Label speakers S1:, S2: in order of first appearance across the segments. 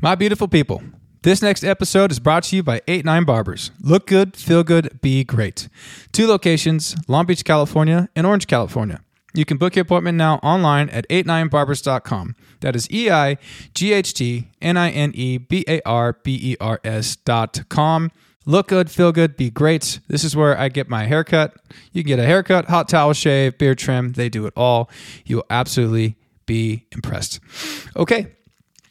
S1: My beautiful people, this next episode is brought to you by 89 Barbers. Look good, feel good, be great. Two locations, Long Beach, California and Orange, California. You can book your appointment now online at 89barbers.com. That is E I G H T N I N E B A R B E R S.com. Look good, feel good, be great. This is where I get my haircut. You can get a haircut, hot towel shave, beard trim. They do it all. You will absolutely be impressed. Okay.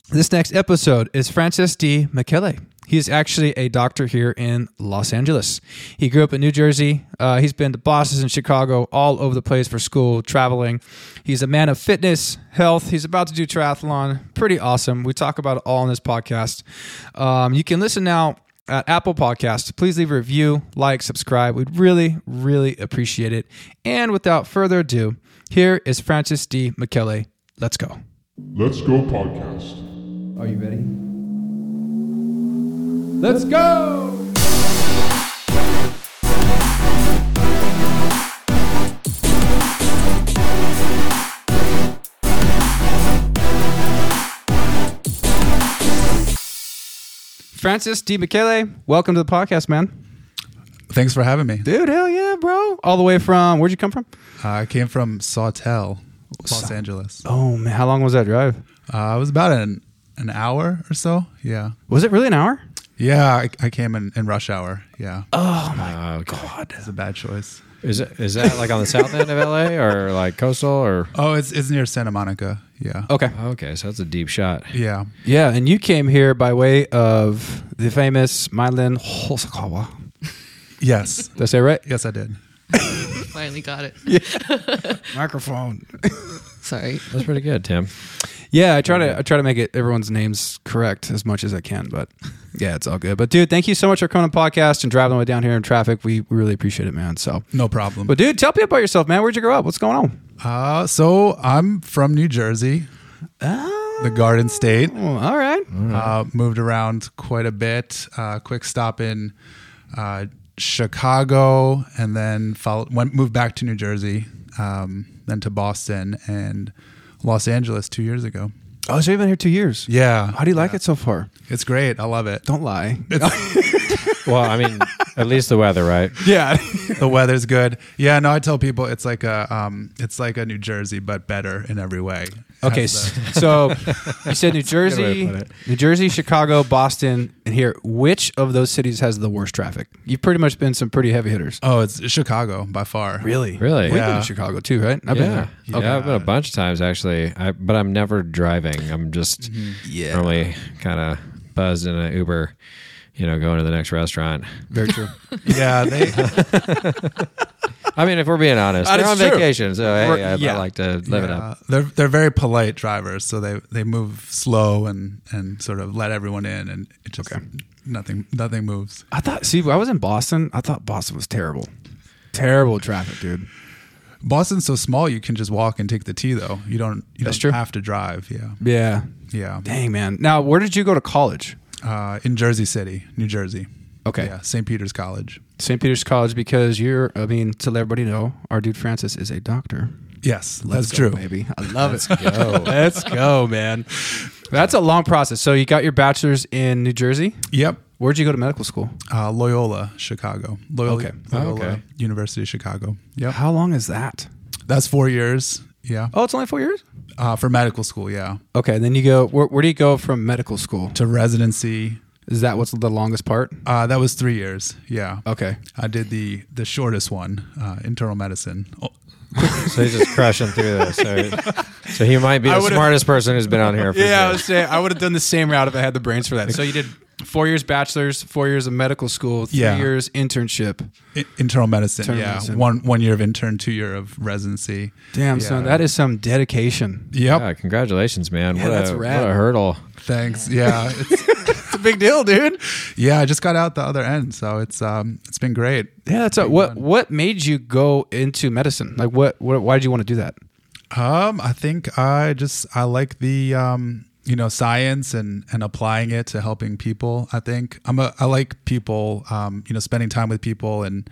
S1: This next episode is Francis D. McKelle. He's actually a doctor here in Los Angeles. He grew up in New Jersey. Uh, he's been to Boston and Chicago, all over the place for school, traveling. He's a man of fitness, health. He's about to do triathlon. Pretty awesome. We talk about it all in this podcast. Um, you can listen now at Apple Podcasts. Please leave a review, like, subscribe. We'd really, really appreciate it. And without further ado, here is Francis D. McKelle. Let's go.
S2: Let's Go Podcast.
S1: Are you ready? Let's go! Francis D. Michele, welcome to the podcast, man.
S3: Thanks for having me.
S1: Dude, hell yeah, bro. All the way from, where'd you come from?
S3: Uh, I came from Sawtell, Los Angeles.
S1: Oh, man, how long was that drive?
S3: Uh, it was about an an hour or so. Yeah,
S1: Was it really an hour?
S3: yeah. I, I came in, in rush hour. Yeah,
S1: Oh, God.
S3: it's a bad choice.
S4: Is it is that like on the south end of LA or like coastal or
S3: Oh, it's it's near Santa Monica. Yeah.
S1: Okay.
S4: okay, so that's a deep shot.
S3: Yeah.
S1: Yeah, and you came here by way of the famous Mylan Hosokawa.
S3: Yes.
S1: Did I say it right?
S3: yes, I did.
S5: Finally got it.
S1: Microphone.
S5: Sorry.
S4: That's pretty good, Tim.
S1: Yeah, I try to I try to make it everyone's names correct as much as I can, but yeah, it's all good. But dude, thank you so much for coming on the podcast and driving way down here in traffic. We we really appreciate it, man. So
S3: No problem.
S1: But dude, tell people about yourself, man. Where'd you grow up? What's going on?
S3: Uh, so I'm from New Jersey,
S1: Ah.
S3: the Garden State.
S1: Oh, all right.
S3: Uh, moved around quite a bit. Uh, quick stop in uh, Chicago, and then followed, went moved back to New Jersey, um, then to Boston and Los Angeles two years ago.
S1: Oh, so you've been here two years.
S3: Yeah,
S1: How do you like it so far?
S3: It's great. I love it.
S1: Don't lie.
S4: Well, I mean, at least the weather, right?
S1: yeah.
S3: the weather's good. Yeah, no, I tell people it's like a um, it's like a New Jersey, but better in every way.
S1: Okay,
S3: Has the-
S1: s- so you said New Jersey,
S4: put it.
S1: New Jersey, Chicago, Boston, and here. Which of those cities has the worst traffic? You've pretty much been some pretty heavy hitters.
S3: oh, it's Chicago by far.
S1: Really?
S4: Really?
S1: We've been
S3: Yeah.
S1: to Chicago too, right? I've been
S4: Yeah.
S1: there.
S4: Yeah, I've been a bunch of times actually. I, but I'm never driving. I'm just
S1: Mm-hmm. Yeah.
S4: normally kind of buzzed in an Uber, you know, going to the next restaurant.
S1: Very true.
S3: Yeah, they
S4: I mean, if we're being honest,
S1: That
S4: they're
S1: is
S4: on
S1: true.
S4: vacation, so hey,
S1: We're-
S4: I,
S1: yeah.
S4: I like to live it
S1: uh,
S3: Yeah.
S4: up.
S3: Uh, They're they're very polite drivers, so they they move slow and and sort of let everyone in, and it just nothing nothing moves.
S1: I thought. See, when I was in Boston. I thought Boston was terrible. Terrible traffic, dude.
S3: Boston's so small, you can just walk and take the T, though. You don't you
S1: That's true.
S3: don't have to drive. Yeah,
S1: Yeah.
S3: yeah.
S1: Dang, man. Now, where did you go to college?
S3: Uh, in Jersey City, New Jersey.
S1: Okay.
S3: Yeah, St. Peter's College.
S1: St. Peter's College, because you're. I mean, to let everybody know, our dude Francis is a doctor.
S3: Yes,
S1: Let's
S3: that's
S1: go,
S3: true.
S1: baby. I love it. Let's go, man. That's a long process. So you got your bachelor's in New Jersey.
S3: Yep.
S1: Where'd you go to medical school?
S3: Uh, Loyola, Chicago. Loyola,
S1: Okay.
S3: Loyola
S4: Okay.
S3: University of Chicago. Yep.
S1: How long is that?
S3: That's four years. Yeah.
S1: Oh, it's only four years.
S3: Uh, for medical school, yeah.
S1: Okay, then you go. Where, where do you go from medical school?
S3: To residency,
S1: Is that what's the longest part?
S3: uh, that was three years. Yeah.
S1: Okay.
S3: I did the the shortest one, uh, internal medicine. Oh,
S4: So he's just crushing through this. So, so he might be
S1: I
S4: the
S1: would've-
S4: smartest person who's been on here. For
S1: Yeah, I
S4: sure.
S1: would say I would have done the same route if I had the brains for that. So you did four years bachelor's, four years of medical school, three
S3: Yeah.
S1: years internship.
S3: i- internal medicine.
S1: Internal
S3: yeah,
S1: medicine.
S3: one one year of intern, two year of residency.
S1: Damn,
S3: Yeah.
S1: son, that is some dedication.
S3: Yep.
S4: Yeah, congratulations, man.
S1: Yeah,
S4: what,
S1: that's
S4: a,
S1: rad.
S4: what a hurdle.
S3: Thanks. Yeah. It's,
S1: It's a big deal, dude.
S3: yeah. I just got out the other end, so it's um it's been great.
S1: Yeah, that's a, what. What made you go into medicine? Like, what? what why did you want to do that?
S3: Um, I think I just I like the um you know science and and applying it to helping people. I think I'm a I like people. Um, you know, spending time with people and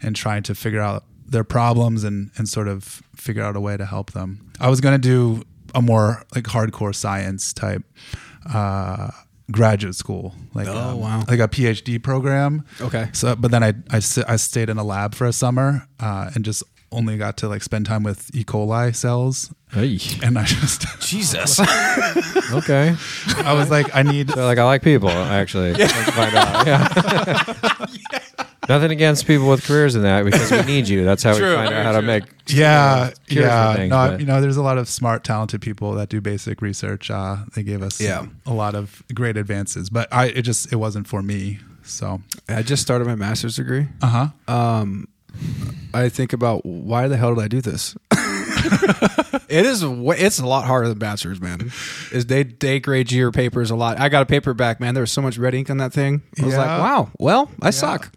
S3: and trying to figure out their problems and and sort of figure out a way to help them. I was gonna do a more like hardcore science type uh, graduate school. Like
S1: Oh,
S3: um,
S1: wow.
S3: like a PhD program.
S1: Okay.
S3: So, but then I I, s- I stayed in a lab for a summer uh, and just only got to like spend time with E. coli cells,
S4: Hey.
S3: and I just
S1: Jesus.
S4: Okay.
S3: I was like I need
S4: So like I like people actually. Let's find out. Yeah. Nothing against people with careers in that because we need you. That's how
S1: True,
S4: we find
S1: very
S4: out how to
S1: true.
S4: make.
S3: yeah
S4: cures for
S3: yeah
S4: things,
S3: no I-
S4: but-
S3: you know there's a lot of smart talented people that do basic research. Uh, they gave us
S1: Yeah.
S3: a lot of great advances, but I it just it wasn't for me. So
S1: I just started my master's degree. Um,
S3: uh huh.
S1: Uh-huh. I think about why the hell did I do this? it is wa- it's a lot harder than bachelor's, man. Is they they grade your papers a lot. I got a paper back, man. There was so much red ink on that thing. I was like,
S3: Yeah.
S1: wow. Well, I suck.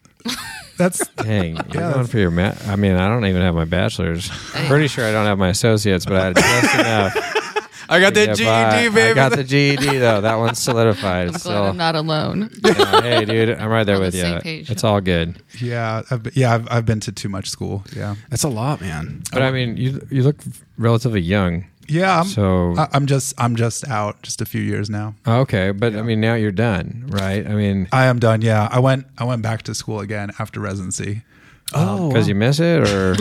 S3: That's
S4: Dang, you're going for your ma- I mean, I don't even have my bachelor's. Pretty sure I don't have my associates, but I had just enough.
S1: I got
S4: Yeah,
S1: that GED,
S4: but I
S1: baby.
S4: got the GED though. That one's solidified.
S5: E I'm
S4: It's
S5: glad I'm
S4: still,
S5: not alone.
S4: yeah, hey, dude, I'm right there
S5: On the
S4: with you.
S5: same page.
S4: It's all good.
S3: yeah I've, been- yeah I've, I've been to too much school. Yeah
S1: That's a lot, man.
S4: But I mean, you you look relatively young.
S3: yeah. I'm,
S4: So
S3: I, I'm just I'm just out just a few years now.
S4: okay, but I mean, now you're done, right? I mean,
S3: I am done. Yeah, I went. I went back to school again after residency.
S1: Oh,
S4: because you miss it, or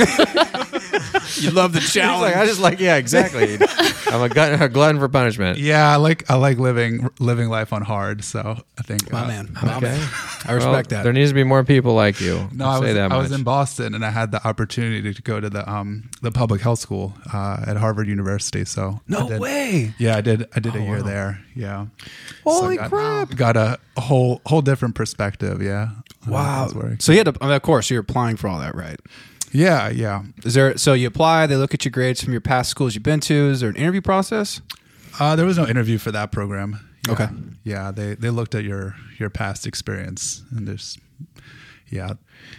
S1: you love the challenge.
S4: I just like yeah, exactly. I'm a glutton, a glutton for punishment.
S3: Yeah, I like I like living living life on hard. So I think
S1: my
S3: uh,
S1: man. My
S4: Okay.
S1: man. I
S4: Well,
S1: respect
S4: There
S1: that.
S4: needs to be more people like you.
S3: No,
S4: I'll
S3: I was
S4: say that
S3: I was
S4: much.
S3: in Boston and I had the opportunity to go to the um the public health school uh, at Harvard University. So I
S1: No
S3: did-
S1: way. Oh,
S3: Yeah, I did. I did a year there. Yeah.
S1: Holy
S3: got,
S1: crap.
S3: Got a whole whole different perspective. Yeah. Uh, on how
S1: Wow.
S3: things work.
S1: So you had to, I mean, of course, you're applying for all that, right?
S3: Yeah, yeah.
S1: Is there so you apply? They look at your grades from your past schools you've been to. Is there an interview process?
S3: Uh, there was no interview for that program. Yeah.
S1: Okay.
S3: Yeah, they they looked at your your past experience and there's yeah.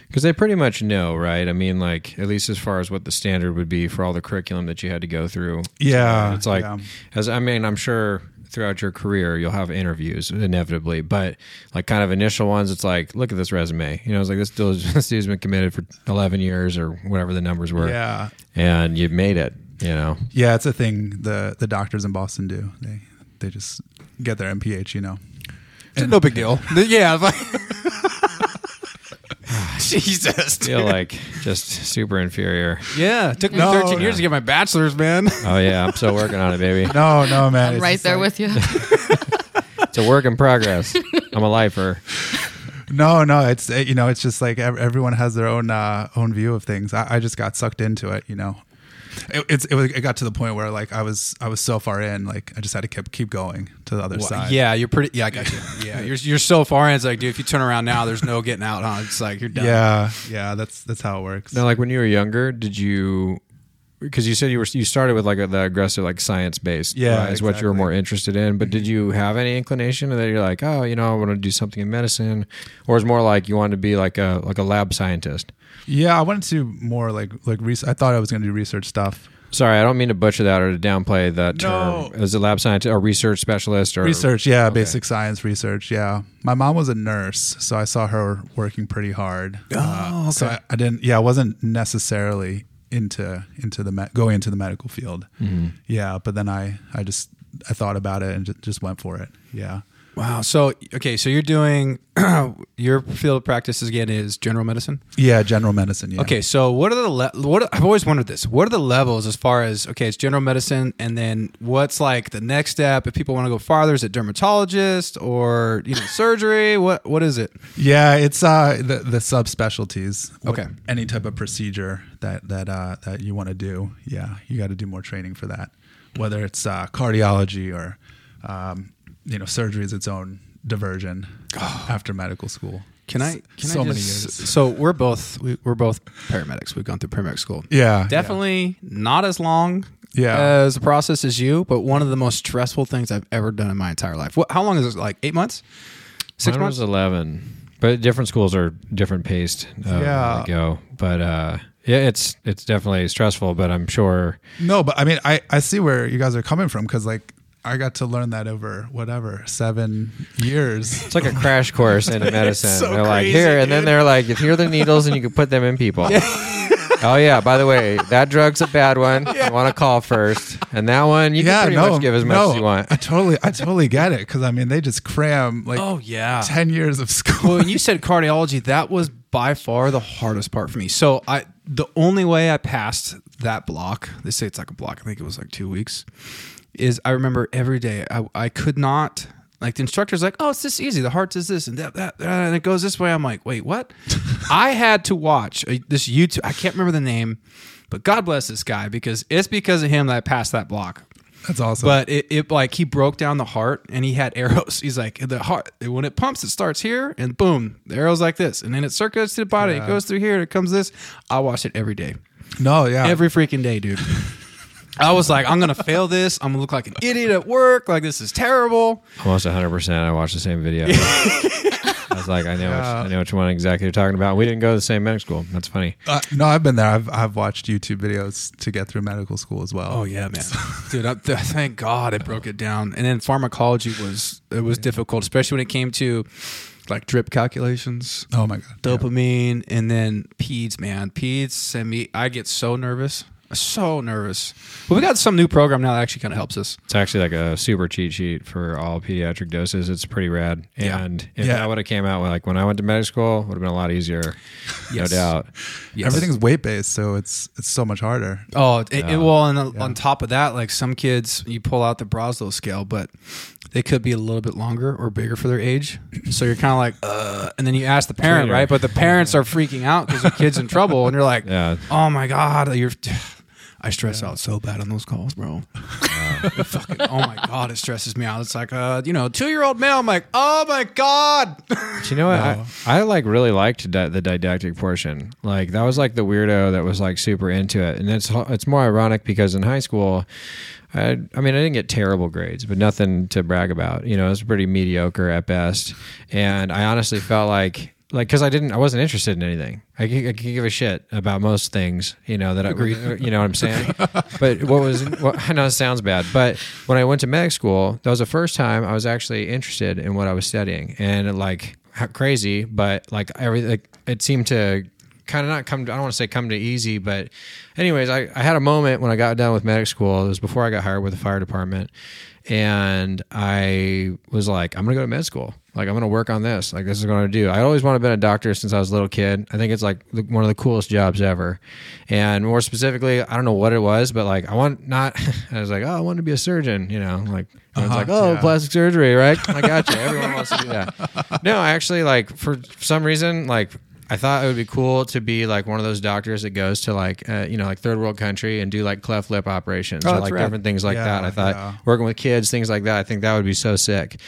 S4: Because they pretty much know, right? I mean, like at least as far as what the standard would be for all the curriculum that you had to go through.
S3: Yeah,
S4: it's like
S3: yeah.
S4: as I mean, I'm sure throughout your career you'll have interviews inevitably, but like kind of initial ones, it's like look at this resume. You know, it's like this dude, this dude's been committed for 11 years or whatever the numbers were,
S3: Yeah.
S4: and you made it. You know,
S3: Yeah, it's a thing the the doctors in Boston do. They they just get their MPH, you know.
S1: no big deal. yeah. if I- Jesus. dude.
S4: feel like just super inferior.
S1: Yeah. It took me
S3: No,
S1: 13 years
S4: no.
S1: to get my bachelor's, man.
S4: Oh yeah, I'm still working on it, baby.
S3: No, no, man.
S5: I'm
S3: it's
S5: right
S3: just
S5: there
S3: like-
S5: with you.
S4: It's a work in progress. I'm a lifer.
S3: No, no, it's it, you know, it's just like ev- everyone has their own uh, own view of things. I, I just got sucked into it, you know. It, it's it, was, it got to the point where like I was I was so far in, like I just had to keep keep going to the other side.
S1: yeah, you're pretty. Yeah, I got you. Yeah, you're you're so far in. It's like, dude, if you turn around now, there's no getting out. Huh? It's like you're done.
S3: yeah, yeah. That's that's how it works.
S4: Now, like when you were younger, did you? Because you said you were you started with like a, the aggressive like science based
S3: Yeah,
S4: right, is what you were
S3: exactly.
S4: more interested in. But did you have any inclination that you're like oh you know I want to do something in medicine, or is more like you wanted to be like a like a lab scientist?
S3: Yeah, I wanted to more like like research. I thought I was going to do research stuff.
S4: Sorry, I don't mean to butcher that or to downplay that
S3: No.
S4: term. As a lab scientist or research specialist or
S3: Research, yeah, basic science research, yeah. My mom was a nurse, so I saw her working pretty hard. Oh, So I, I didn't, yeah, I wasn't necessarily into into the me- going into the medical field. Yeah, but then I I just I thought about it and ju- just went for it. Yeah,
S1: Wow. So okay, so you're doing your field of practice again is general medicine.
S3: yeah, general medicine. Yeah.
S1: Okay, so what are the le- what I've always wondered this. What are the levels as far as okay, it's general medicine and then what's like the next step if people want to go farther is it dermatologist or you know surgery? What what is it?
S3: Yeah, it's uh the the subspecialties. What-
S1: Okay.
S3: Any type of procedure that that uh that you want to do, yeah, you got to do more training for that. Whether it's uh, cardiology or um, you know, surgery is its own diversion after medical school.
S1: Can I can
S3: so
S1: I
S3: many
S1: just-
S3: years.
S1: So we're both we, we're both paramedics. We've gone through paramedic school.
S3: Yeah.
S1: Definitely not as long
S3: Yeah.
S1: as the process as you, but one of the most stressful things I've ever done in my entire life. What, how long is it? Like eight months? Six
S4: Mine
S1: months?
S4: was eleven, but different schools are different paced. Uh,
S3: Yeah.
S4: yeah, go. But uh, yeah, it's it's definitely stressful. But I'm sure
S3: Yeah. No, but I mean, I I see where you guys are coming from because like I got to learn that over whatever seven years.
S4: it's like a crash course in medicine.
S1: so
S4: they're like
S1: crazy,
S4: here, and then
S1: dude.
S4: they're like, here are the needles, and you can put them in people. Oh yeah. By the way, that drug's a bad one. You want to call first, and that one you
S3: yeah,
S4: can pretty
S3: no,
S4: much give as much
S3: no,
S4: as you want.
S3: I totally, I totally get it because I mean they just cram like
S1: Oh yeah.
S3: ten years of
S1: Well,
S3: school.
S1: when you said cardiology, that was by far the hardest part for me. So I, the only way I passed that block, they say it's like a block. I think it was like two weeks. Is I remember every day I, I could not like the instructor's like, oh, it's this easy. The heart does this and that, that, that, and it goes this way. I'm like, wait, what? I had to watch a, this YouTube. I can't remember the name, but God bless this guy because it's because of him that I passed that block.
S3: That's awesome.
S1: But it, it like he broke down the heart and he had arrows. He's like the heart when it pumps, it starts here and boom, the arrows like this, and then it circulates to the body. It goes through here and it comes this. I watch it every day,
S3: no, yeah,
S1: every freaking day, dude. I was like, I'm gonna fail this. I'm gonna look like an idiot at work. Like this is terrible.
S4: Almost 100. percent I watched the same video. I was like, I know, which, I know which one exactly you're talking about. We didn't go to the same medical school. That's funny.
S3: Uh, no, I've been there. I've I've watched YouTube videos to get through medical school as well.
S1: Oh yeah, man, dude. I, th- thank God I broke it down. And then pharmacology was it was difficult, especially when it came to like drip calculations.
S3: Oh my god.
S1: dopamine and then peds man peds send me i get so nervous so nervous but we got some new program now that actually kind of helps us
S4: It's actually like a super cheat sheet for all pediatric doses. It's pretty rad. And if
S3: Yeah.
S4: that would have came out like when I went to medical school, would have been a lot easier.
S1: Yes.
S4: No doubt.
S3: Everything's weight based, so it's it's so much harder.
S1: oh it, it- well and on- on top of that like some kids you pull out the broslow scale but they could be a little bit longer or bigger for their age so you're kind of like uh and then you ask the parent
S4: Traitor.
S1: right but the parents are freaking out because the kid's in trouble and you're like
S4: Yeah.
S1: oh my god you're I stress out so bad on those calls, bro. Fucking, oh my god, it stresses me out. It's like uh, you know, two year old male. I'm like, oh my god.
S4: But you know what? I, I like really liked di- the didactic portion. Like that was like the weirdo that was like super into it. And it's it's more ironic because in high school, I I mean I didn't get terrible grades, but nothing to brag about. You know, it was pretty mediocre at best. And I honestly felt like like because I didn't I wasn't interested in anything. I could, I could give a shit about most things. You know that I uh, you know what I'm saying. but what was what, I know it sounds bad, but when I went to medic school, that was the first time I was actually interested in what I was studying and like how crazy, but like everything, like, it seemed to kind of not come. To, I don't want to say come to easy, but anyways, I, I had a moment when I got done with medic school. It was before I got hired with the fire department, and I was like, I'm gonna go to med school. Like I'm gonna work on this. Like this is gonna do. I always wanted to be a doctor since I was a little kid. I think it's like the- one of the coolest jobs ever. And more specifically, I don't know what it was, but like I want not. I was like, oh, I want to be a surgeon. You know, like it's like, oh,
S3: yeah.
S4: plastic surgery, right? I gotcha. Everyone wants to do that. No, I actually like for some reason like. I thought it would be cool to be like one of those doctors that goes to like uh, you know like third world country and do like cleft lip operations or
S1: that's
S4: like
S1: rad.
S4: different things like
S3: Oh, Yeah,
S4: that. I thought
S3: yeah.
S4: working with kids, things like that. I think that would be so sick.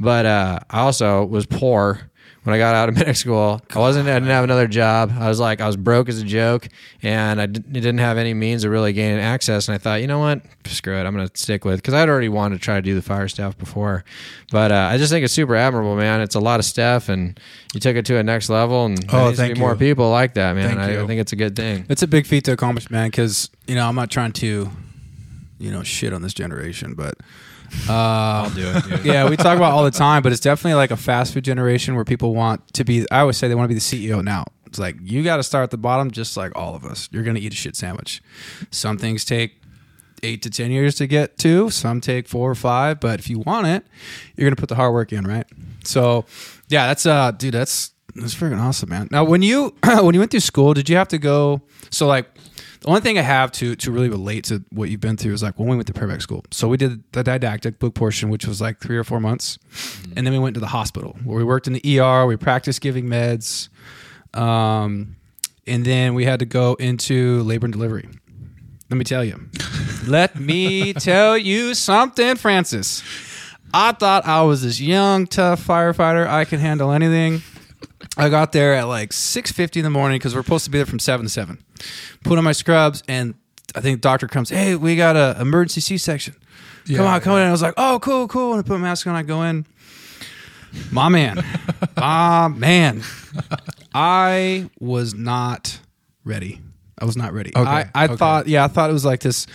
S4: But uh, I also was poor when I got out of medic school. I wasn't. I didn't have another job. I was like I was broke as a joke, and I d- didn't have any means of really gaining access. And I thought, you know what? Screw it. I'm gonna stick with because I'd already wanted to try to do the fire stuff before. But uh, I just think it's super admirable, man. It's a lot of stuff, and you took it to a next level. And there
S3: Oh,
S4: needs to
S3: thank
S4: be more
S3: you.
S4: people like that, man.
S3: Thank
S4: I, I
S3: you.
S4: think it's a good thing.
S1: It's a big feat to accomplish, man. Because you know, I'm not trying to, you know, shit on this generation, but uh,
S4: do it. Dude.
S1: yeah, we talk about it all the time, but it's definitely like a fast food generation where people want to be. I always say they want to be the CEO now. It's like you got to start at the bottom, just like all of us. You're gonna eat a shit sandwich. Some things take eight to ten years to get to. Some take four or five, but if you want it, you're gonna put the hard work in, right? So, yeah, that's uh, dude, that's that's freaking awesome, man. Now, when you when you went through school, did you have to go? So, like, the only thing I have to to really relate to what you've been through is like when we went to paramedic school. So we did the didactic book portion, which was like three or four months, and then we went to the hospital where we worked in the ER. We practiced giving meds. Um, and then we had to go into labor and delivery. Let me tell you. Let me tell you something, Francis. I thought I was this young, tough firefighter. I could handle anything. I got there at like 6.50 in the morning because we're supposed to be there from 7 to 7. Put on my scrubs and I think doctor comes, hey, we got a emergency C-section. come
S3: Yeah,
S1: on, come on. And I was like, oh, cool, cool. And I put my mask on. I go in. My man. my man. I was not ready. I was not ready.
S3: Okay,
S1: I, I
S3: okay.
S1: thought, yeah, I thought it was like this.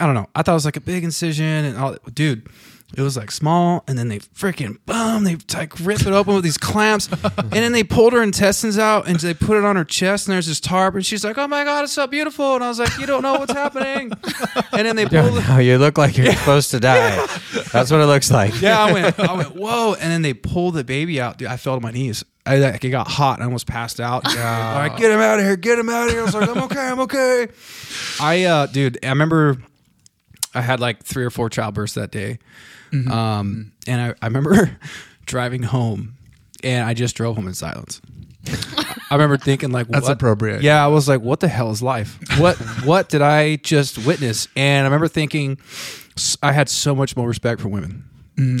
S1: I don't know. I thought it was like a big incision and all. Dude, It was like small, and then they freaking boom, they like rip it open with these clamps, and then they pulled her intestines out and they put it on her chest, and there's this tarp, and she's like, "Oh my god, it's so beautiful," and I was like, "You don't know what's happening," and then they pulled. it.
S4: No, you look like you're supposed to die. That's what it looks like.
S1: Yeah, I went, I went, whoa, and then they pulled the baby out. Dude, I fell to my knees. I like, it got hot. I almost passed out. All right, get him out of here, get him out of here. I was like, I'm okay, I'm okay. I, uh, dude, I remember I had like three or four childbirths that day.
S3: Mm-hmm.
S1: Um, and I, I remember driving home and I just drove home in silence. I remember thinking like
S3: That's
S1: what-
S3: appropriate.
S1: Yeah, I was like, what the hell is life? What what did I just witness? And I remember thinking s- I had so much more respect for women.
S3: Mm.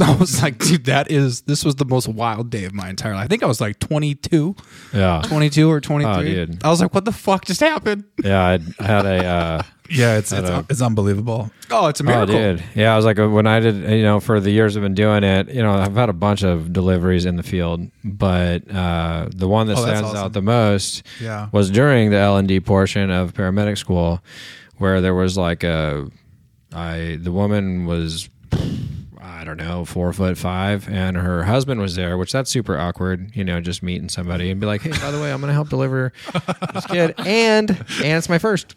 S1: I was like, dude, that is this was the most wild day of my entire life. I think I was like 22,
S4: Yeah.
S1: 22 or 23.
S4: Oh, dude.
S1: I was like, what the fuck just happened?
S4: Yeah, I had a. Uh,
S3: Yeah, it's it's,
S4: know.
S3: it's unbelievable.
S1: Oh, it's a
S4: oh,
S1: miracle.
S4: dude. Yeah, I was like, when I did, you know, for the years I've been doing it, you know, I've had a bunch of deliveries in the field, but uh, the one that
S3: Oh, that's
S4: stands
S3: awesome.
S4: out the most
S3: Yeah.
S4: was during the L and D portion of paramedic school, where there was like a, I the woman was I don't know, four foot five, and her husband was there, which that's super awkward, you know, just meeting somebody and be like, hey, by the way, I'm gonna help deliver this kid, and and it's my first,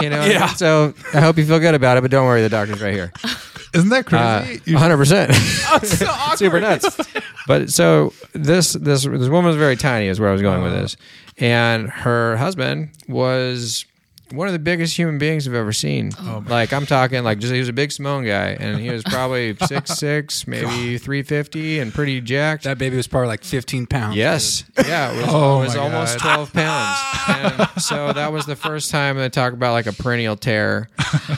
S4: you know,
S1: Yeah.
S4: So I hope you feel good about it, but don't worry, the doctor's right here,
S3: Isn't that
S1: Uh,
S3: crazy? You-
S4: Uh, hundred percent.
S1: Oh, It's so awkward.
S4: Super nuts. But so this this this woman was very tiny, is where I was going with
S1: Uh-huh.
S4: this, and her husband was one of the biggest human beings I've ever seen.
S1: Oh
S4: like I'm talking like just he was a big Samoan guy, and he was probably six six, maybe three fifty, and pretty jacked.
S1: That baby was probably like 15 pounds.
S4: Yes. Yeah. It was,
S3: Oh,
S4: it was
S3: my
S4: almost
S3: God.
S4: 12 pounds. And so that was the first time they talk about like a perennial tear.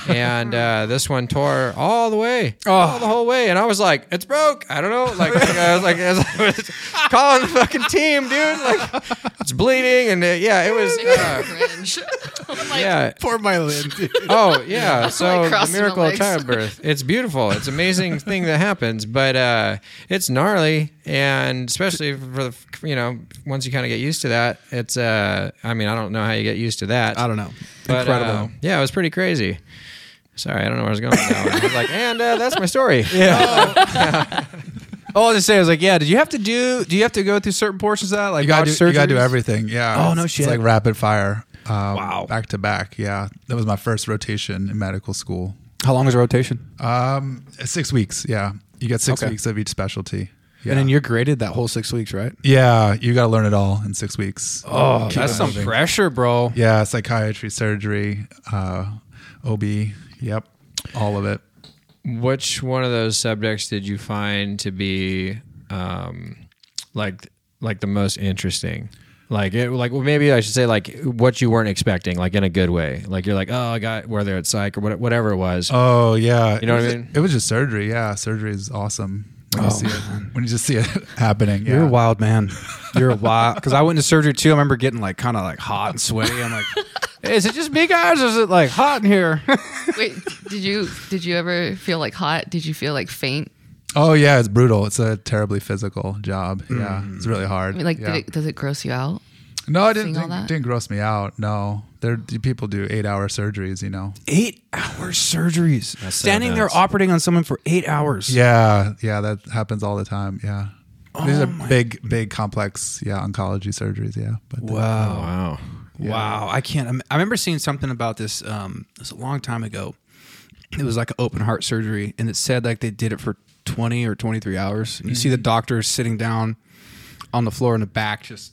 S4: And uh, this one tore all the way,
S3: Oh.
S4: all the whole way. And I was like, it's broke. I don't know. Like, I was like, I was calling the fucking team, dude. Like, it's bleeding. And uh, yeah, it was.
S5: oh,
S4: Uh,
S5: Cringe. I'm like,
S4: yeah,
S3: Poor myelin. dude.
S4: oh yeah so the
S5: crossing my
S4: miracle of
S5: legs.
S4: childbirth it's beautiful it's an amazing thing that happens but uh it's gnarly and especially for the you know once you kind of get used to that it's uh i mean i don't know how you get used to that
S1: I don't know.
S4: but,
S1: Incredible.
S4: uh, yeah it was pretty crazy sorry i don't know where i was going with that one. i was like and uh, that's my story yeah
S1: All I was saying, I was like, yeah, did you have to do, do you have to go through certain portions of that? Like,
S3: You gotta,
S1: botched
S3: do, you gotta do
S1: surgeries?
S3: everything. Yeah.
S1: Oh, no
S3: It's-
S1: shit.
S3: It's like rapid fire. Um,
S1: Wow.
S3: Back to back. Yeah. That was my first rotation in medical school.
S1: How long is rotation?
S3: Um, six weeks. Yeah. You get six
S1: Okay.
S3: weeks of each specialty. Yeah.
S1: And then you're graded that whole six weeks, right?
S3: yeah. You gotta learn it all in six weeks.
S1: Oh,
S3: Keep
S1: that's
S3: it
S1: some
S3: moving.
S1: pressure, bro.
S3: Yeah. Psychiatry, surgery, uh, OB. Yep. All of it.
S4: which one of those subjects did you find to be um like like the most interesting like it like well maybe i should say like what you weren't expecting like in a good way like you're like oh i got whether it's psych or what, whatever it was
S3: Oh yeah,
S4: You
S3: It Oh.
S4: know what I
S3: was-
S4: mean?
S3: It was just surgery. Yeah, surgery is awesome when you see it when you just see it happening. Yeah.
S1: You're a wild man. You're a wild. Because I went to surgery too. I remember getting like kind of like hot and sweaty. I'm like, is it just me, guys? Or is it like hot in here?
S5: Wait, did you did you ever feel like hot? Did you feel like faint?
S3: Oh yeah, it's brutal. It's a terribly physical job. Yeah, it's really hard.
S5: I mean, like,
S3: yeah.
S5: did it, does it gross you out?
S3: no, it didn't
S5: seeing all
S3: didn't,
S5: that?
S3: didn't gross me out. No, there people do eight hour surgeries. You know.
S1: eight hour surgeries.
S4: That's so
S1: Standing there
S4: nuts.
S1: operating on someone for eight hours.
S3: Yeah, Oh yeah, that happens all the time. Yeah, these are big, big, complex. Yeah, oncology surgeries. Yeah, but
S1: Wow.
S4: Oh, wow
S1: Wow. I can't. I'm- I remember seeing something about this. Um, it was a long time ago. It was like an open heart surgery, and it said like they did it for 20 or 23 hours. And you see the doctor sitting down on the floor in the back, just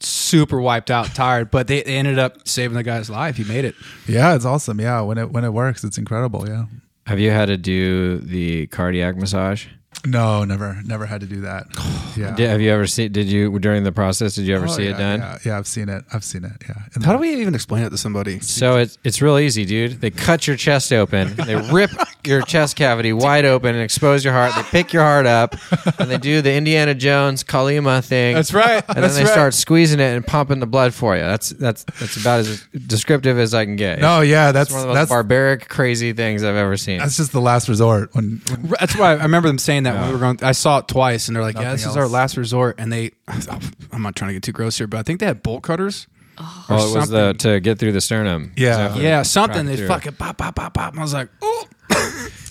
S1: super wiped out, tired. But they, they ended up saving the guy's life. He made it.
S3: yeah, it's awesome. Yeah, when it when it works, it's incredible. Yeah.
S4: have you had to do the cardiac massage
S3: No, never, never had to do that. Yeah.
S4: did, have you ever seen did you during the process did you ever
S3: Oh,
S4: see
S3: yeah,
S4: it done
S3: Yeah, yeah, I've seen it. I've seen it. Yeah. And
S1: How do we even explain it to somebody?
S4: So it's it's real easy, dude. They cut your chest open, they rip your chest cavity wide open and expose your heart. They pick your heart up, and they do the Indiana Jones Kalima thing.
S1: That's right.
S4: And
S1: That's
S4: then they
S1: right.
S4: start squeezing it and pumping the blood for you. That's that's that's about as descriptive as I can get.
S3: No, yeah,
S4: that's
S3: that's
S4: one of the most
S3: that's
S4: barbaric, crazy things I've ever seen.
S3: that's just the last resort. When, when-
S1: That's why I remember them saying that when we were going. I saw it twice, and they're like, "Yeah, this
S3: Nothing
S1: is our
S3: else.
S1: last resort." And they, I'm not trying to get too gross here, but I think they had bolt cutters. or
S4: well, it was the to get through the sternum.
S3: Yeah.
S4: Exactly.
S1: Oh, Yeah, something.
S4: Crack
S1: They
S4: through.
S1: fucking pop, pop, pop, pop. And I was like, oh.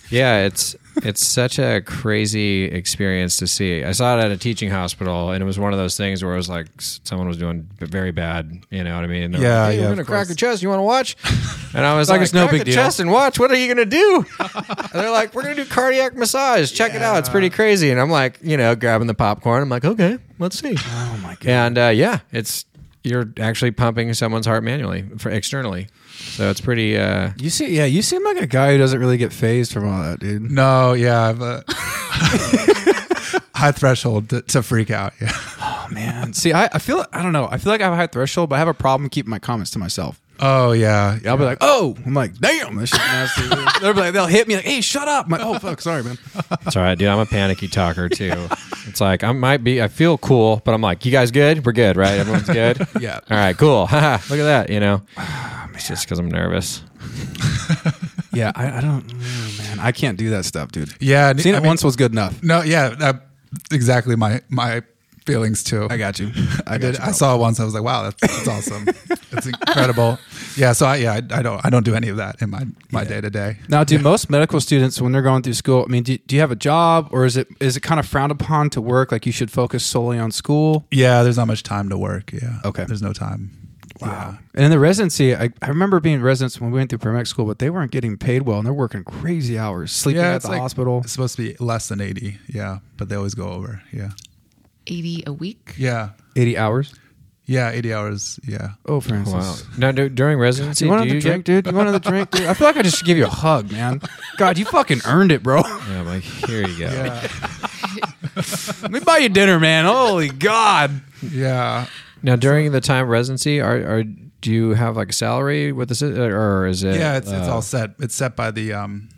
S4: Yeah, it's it's such a crazy experience to see. I saw it at a teaching hospital, and it was one of those things where it was like s- someone was doing b- very bad. You know what I mean? And they're
S3: Yeah,
S4: like, hey,
S3: yeah,
S4: We're
S3: of
S4: gonna crack
S3: course.
S4: your chest. You want to watch? And I was
S1: Like
S4: like,
S1: it's no
S4: crack
S1: big
S4: a
S1: deal.
S4: chest and watch. What are you gonna do? and they're like, we're gonna do cardiac massage. Check it out. It's pretty crazy. And I'm like, you know, grabbing the popcorn. I'm like, okay, let's see.
S1: Oh my god.
S4: And uh, yeah, it's you're actually pumping someone's heart manually for externally. So it's pretty. Uh,
S1: You see, yeah, you seem like a guy who doesn't really get phased from all that, dude.
S3: No, yeah, but high threshold to, to freak out. Yeah,
S1: Oh man. See, I, I feel I don't know. I feel like I have a high threshold, but I have a problem keeping my comments to myself.
S3: oh yeah,
S1: Yeah, I'll be like, oh, I'm like, damn, this shit nasty. They'll be like, they'll hit me like, hey, shut up. I'm like, oh fuck, sorry, man.
S4: It's all right, dude. I'm a panicky talker too. It's like I might be. I feel cool, but I'm like, you guys good? We're good, right? Everyone's good.
S1: Yeah.
S4: All right. Cool. Haha, Look at that. You know, it's just because I'm nervous.
S1: Yeah, I, I don't, oh, man, I can't do that stuff, dude.
S3: yeah.
S1: Seeing
S3: I
S1: it
S3: mean-
S1: once was good enough.
S3: No, yeah, that, exactly my my feelings too.
S1: I got you.
S3: I
S1: I got
S3: did.
S1: you,
S3: I
S1: bro.
S3: saw it once. I was like, "Wow, that's, that's awesome! it's incredible." Yeah. So I, yeah, I, I don't, I don't do any of that in my my day to day.
S1: Now, do most medical students when they're going through school? I mean, do, do you have a job, or is it is it kind of frowned upon to work? Like you should focus solely on school.
S3: Yeah, there's not much time to work. Yeah.
S1: Okay.
S3: There's no time. Wow.
S1: And in the residency, I, I remember being residents when we went through paramedic school, but they weren't getting paid well, and they're working crazy hours,
S3: Yeah,
S1: sleeping at
S3: it's
S1: the
S3: like-
S1: hospital.
S3: It's supposed to be less than eighty. Yeah, but they always go over. Yeah.
S5: 80 a week.
S3: Yeah.
S1: Eighty hours.
S3: Yeah. Eighty hours. Yeah.
S1: Oh, Francis.
S4: Wow. Now, du- during residency,
S1: You want
S4: do
S1: another
S4: you
S1: drink,
S4: get?
S1: dude? You want another drink, dude? I feel like I just should give you a hug, man. God, you fucking earned it, bro.
S4: Yeah, I'm Oh, like, here you go.
S3: Yeah.
S1: Let me buy you dinner, man. Holy God.
S3: yeah.
S4: Now, during the time of residency, are, are do you have like a salary with this, or is it?
S3: Yeah. It's, it's
S4: uh,
S3: all set. It's set by the um.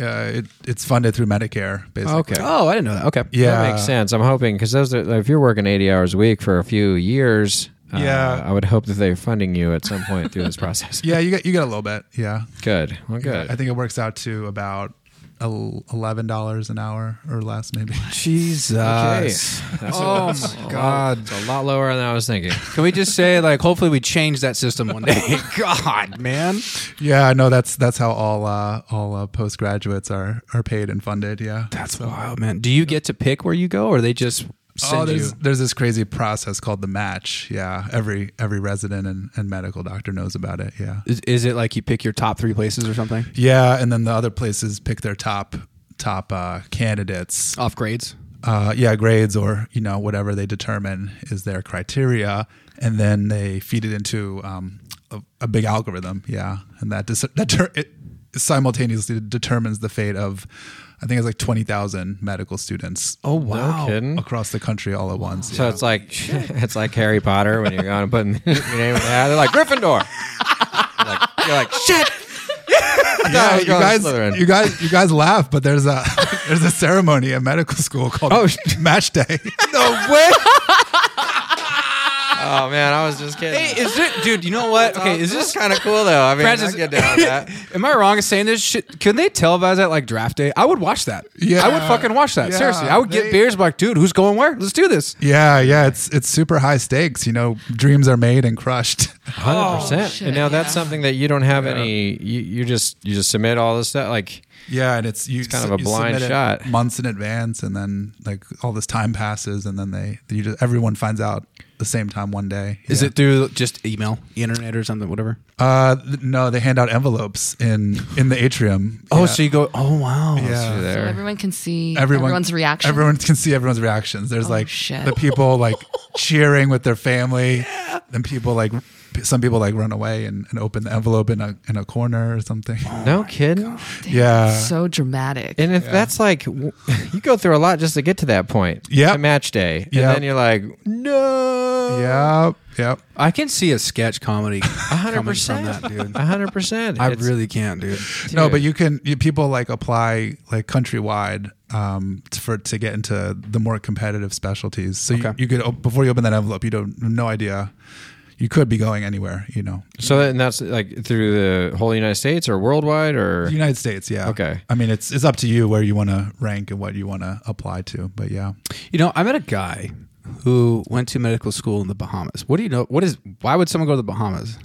S3: Uh, it, it's funded through Medicare. Basically.
S4: Okay.
S1: Oh, I didn't know that. Okay.
S3: Yeah.
S4: That makes sense. I'm hoping because those are, if you're working 80 hours a week for a few years, uh,
S3: Yeah.
S4: I would hope that they're funding you at some point through this process.
S3: Yeah. You get you get a little bit. Yeah.
S4: Good. Well, good.
S3: I think it works out to about el- eleven dollars an hour or less, maybe.
S1: Jesus. oh my God.
S4: It's a lot lower than I was thinking.
S1: Can we just say, like, hopefully we change that system one day? God, man.
S3: yeah, no, that's that's how all uh, all uh, postgraduates are are paid and funded. Yeah,
S1: That's wild, man. Do you get to pick where you go, or they just
S3: Oh,
S1: send you?
S3: there's there's this crazy process called the match. Yeah, every every resident and, and medical doctor knows about it. Yeah,
S1: Is, is it like you pick your top three places or something
S3: yeah, and then the other places pick their top top uh, candidates.
S1: off grades?
S3: uh, yeah, grades or you know whatever they determine is their criteria, and then they feed it into um, a, a big algorithm. Yeah, and that dis- that ter- it simultaneously determines the fate of I think it's like twenty thousand medical students
S1: Oh wow!
S4: No kidding.
S3: across the country all at once.
S4: So it's like it's like Harry Potter when you're going and putting your name in the hat. They're like Gryffindor. like, you're like shit.
S3: yeah,
S4: I
S3: you
S4: was going
S3: guys,
S4: Slytherin.
S3: you guys, you guys laugh, but there's a there's a ceremony at medical school called
S4: Oh,
S3: match day.
S1: No way,
S4: Oh man, I was just kidding. Oh,
S1: is it, dude? You know what? Okay, is this?
S4: kind of cool though? I mean,
S1: Francis-
S4: I get down with that.
S1: Am I wrong in saying this? Shit, can they televise that like draft day? I would watch that.
S3: Yeah.
S1: I would fucking watch that.
S3: Yeah.
S1: Seriously, I would get
S3: They-
S1: beers. be Like, dude, who's going where? Let's do this.
S3: yeah, yeah, it's it's super high stakes. You know, dreams are made and crushed.
S4: Hundred percent.
S5: Oh, shit,
S4: And now that's
S5: yeah.
S4: something that you don't have any. You, you just you just submit all this stuff. Like
S3: Yeah, and it's you s-
S4: kind of a
S3: you
S4: blind
S3: submit it
S4: shot.
S3: months in advance, and then like all this time passes, and then they you just everyone finds out the same time one day.
S1: Is
S3: Yeah.
S1: it through just email, internet, or something? Whatever.
S3: Uh, th- no, they hand out envelopes in in the atrium.
S1: Oh,
S3: Yeah.
S1: so you go? Oh wow!
S4: through
S3: yeah.
S5: So
S4: there.
S5: everyone can see
S3: Everyone,
S5: everyone's reaction. Oh,
S3: Everyone can see everyone's reactions. There's like
S5: shit.
S3: the people like cheering with their family, and people like p- some people like run away and, and open the envelope in a in a corner or something.
S4: no kidding.
S3: yeah,
S5: Oh, So dramatic.
S4: And if that's like, w- you go through a lot just to get to that point.
S3: Yep.
S4: To match day. And
S3: Yep.
S4: then you're like, no.
S3: yep, yep.
S1: I can see a sketch comedy coming
S4: hundred
S1: from
S4: percent.
S1: that, dude.
S4: A hundred percent.
S1: I
S4: It's-
S1: really can't, dude.
S3: No,
S4: Dude.
S3: but you can. You, people like apply like countrywide um, t- for to get into the more competitive specialties. So
S1: Okay.
S3: you, you could op- before you open that envelope, you don't no idea. You could be going anywhere. You know,
S4: So and that's like through the whole United States or worldwide or.
S3: the United States. Yeah.
S4: Okay.
S3: I mean, it's it's up to you where you want to rank and what you want to apply to. But yeah,
S1: You know, I met a guy who went to medical school in the Bahamas. What do you know? What is? Why would someone go to the Bahamas?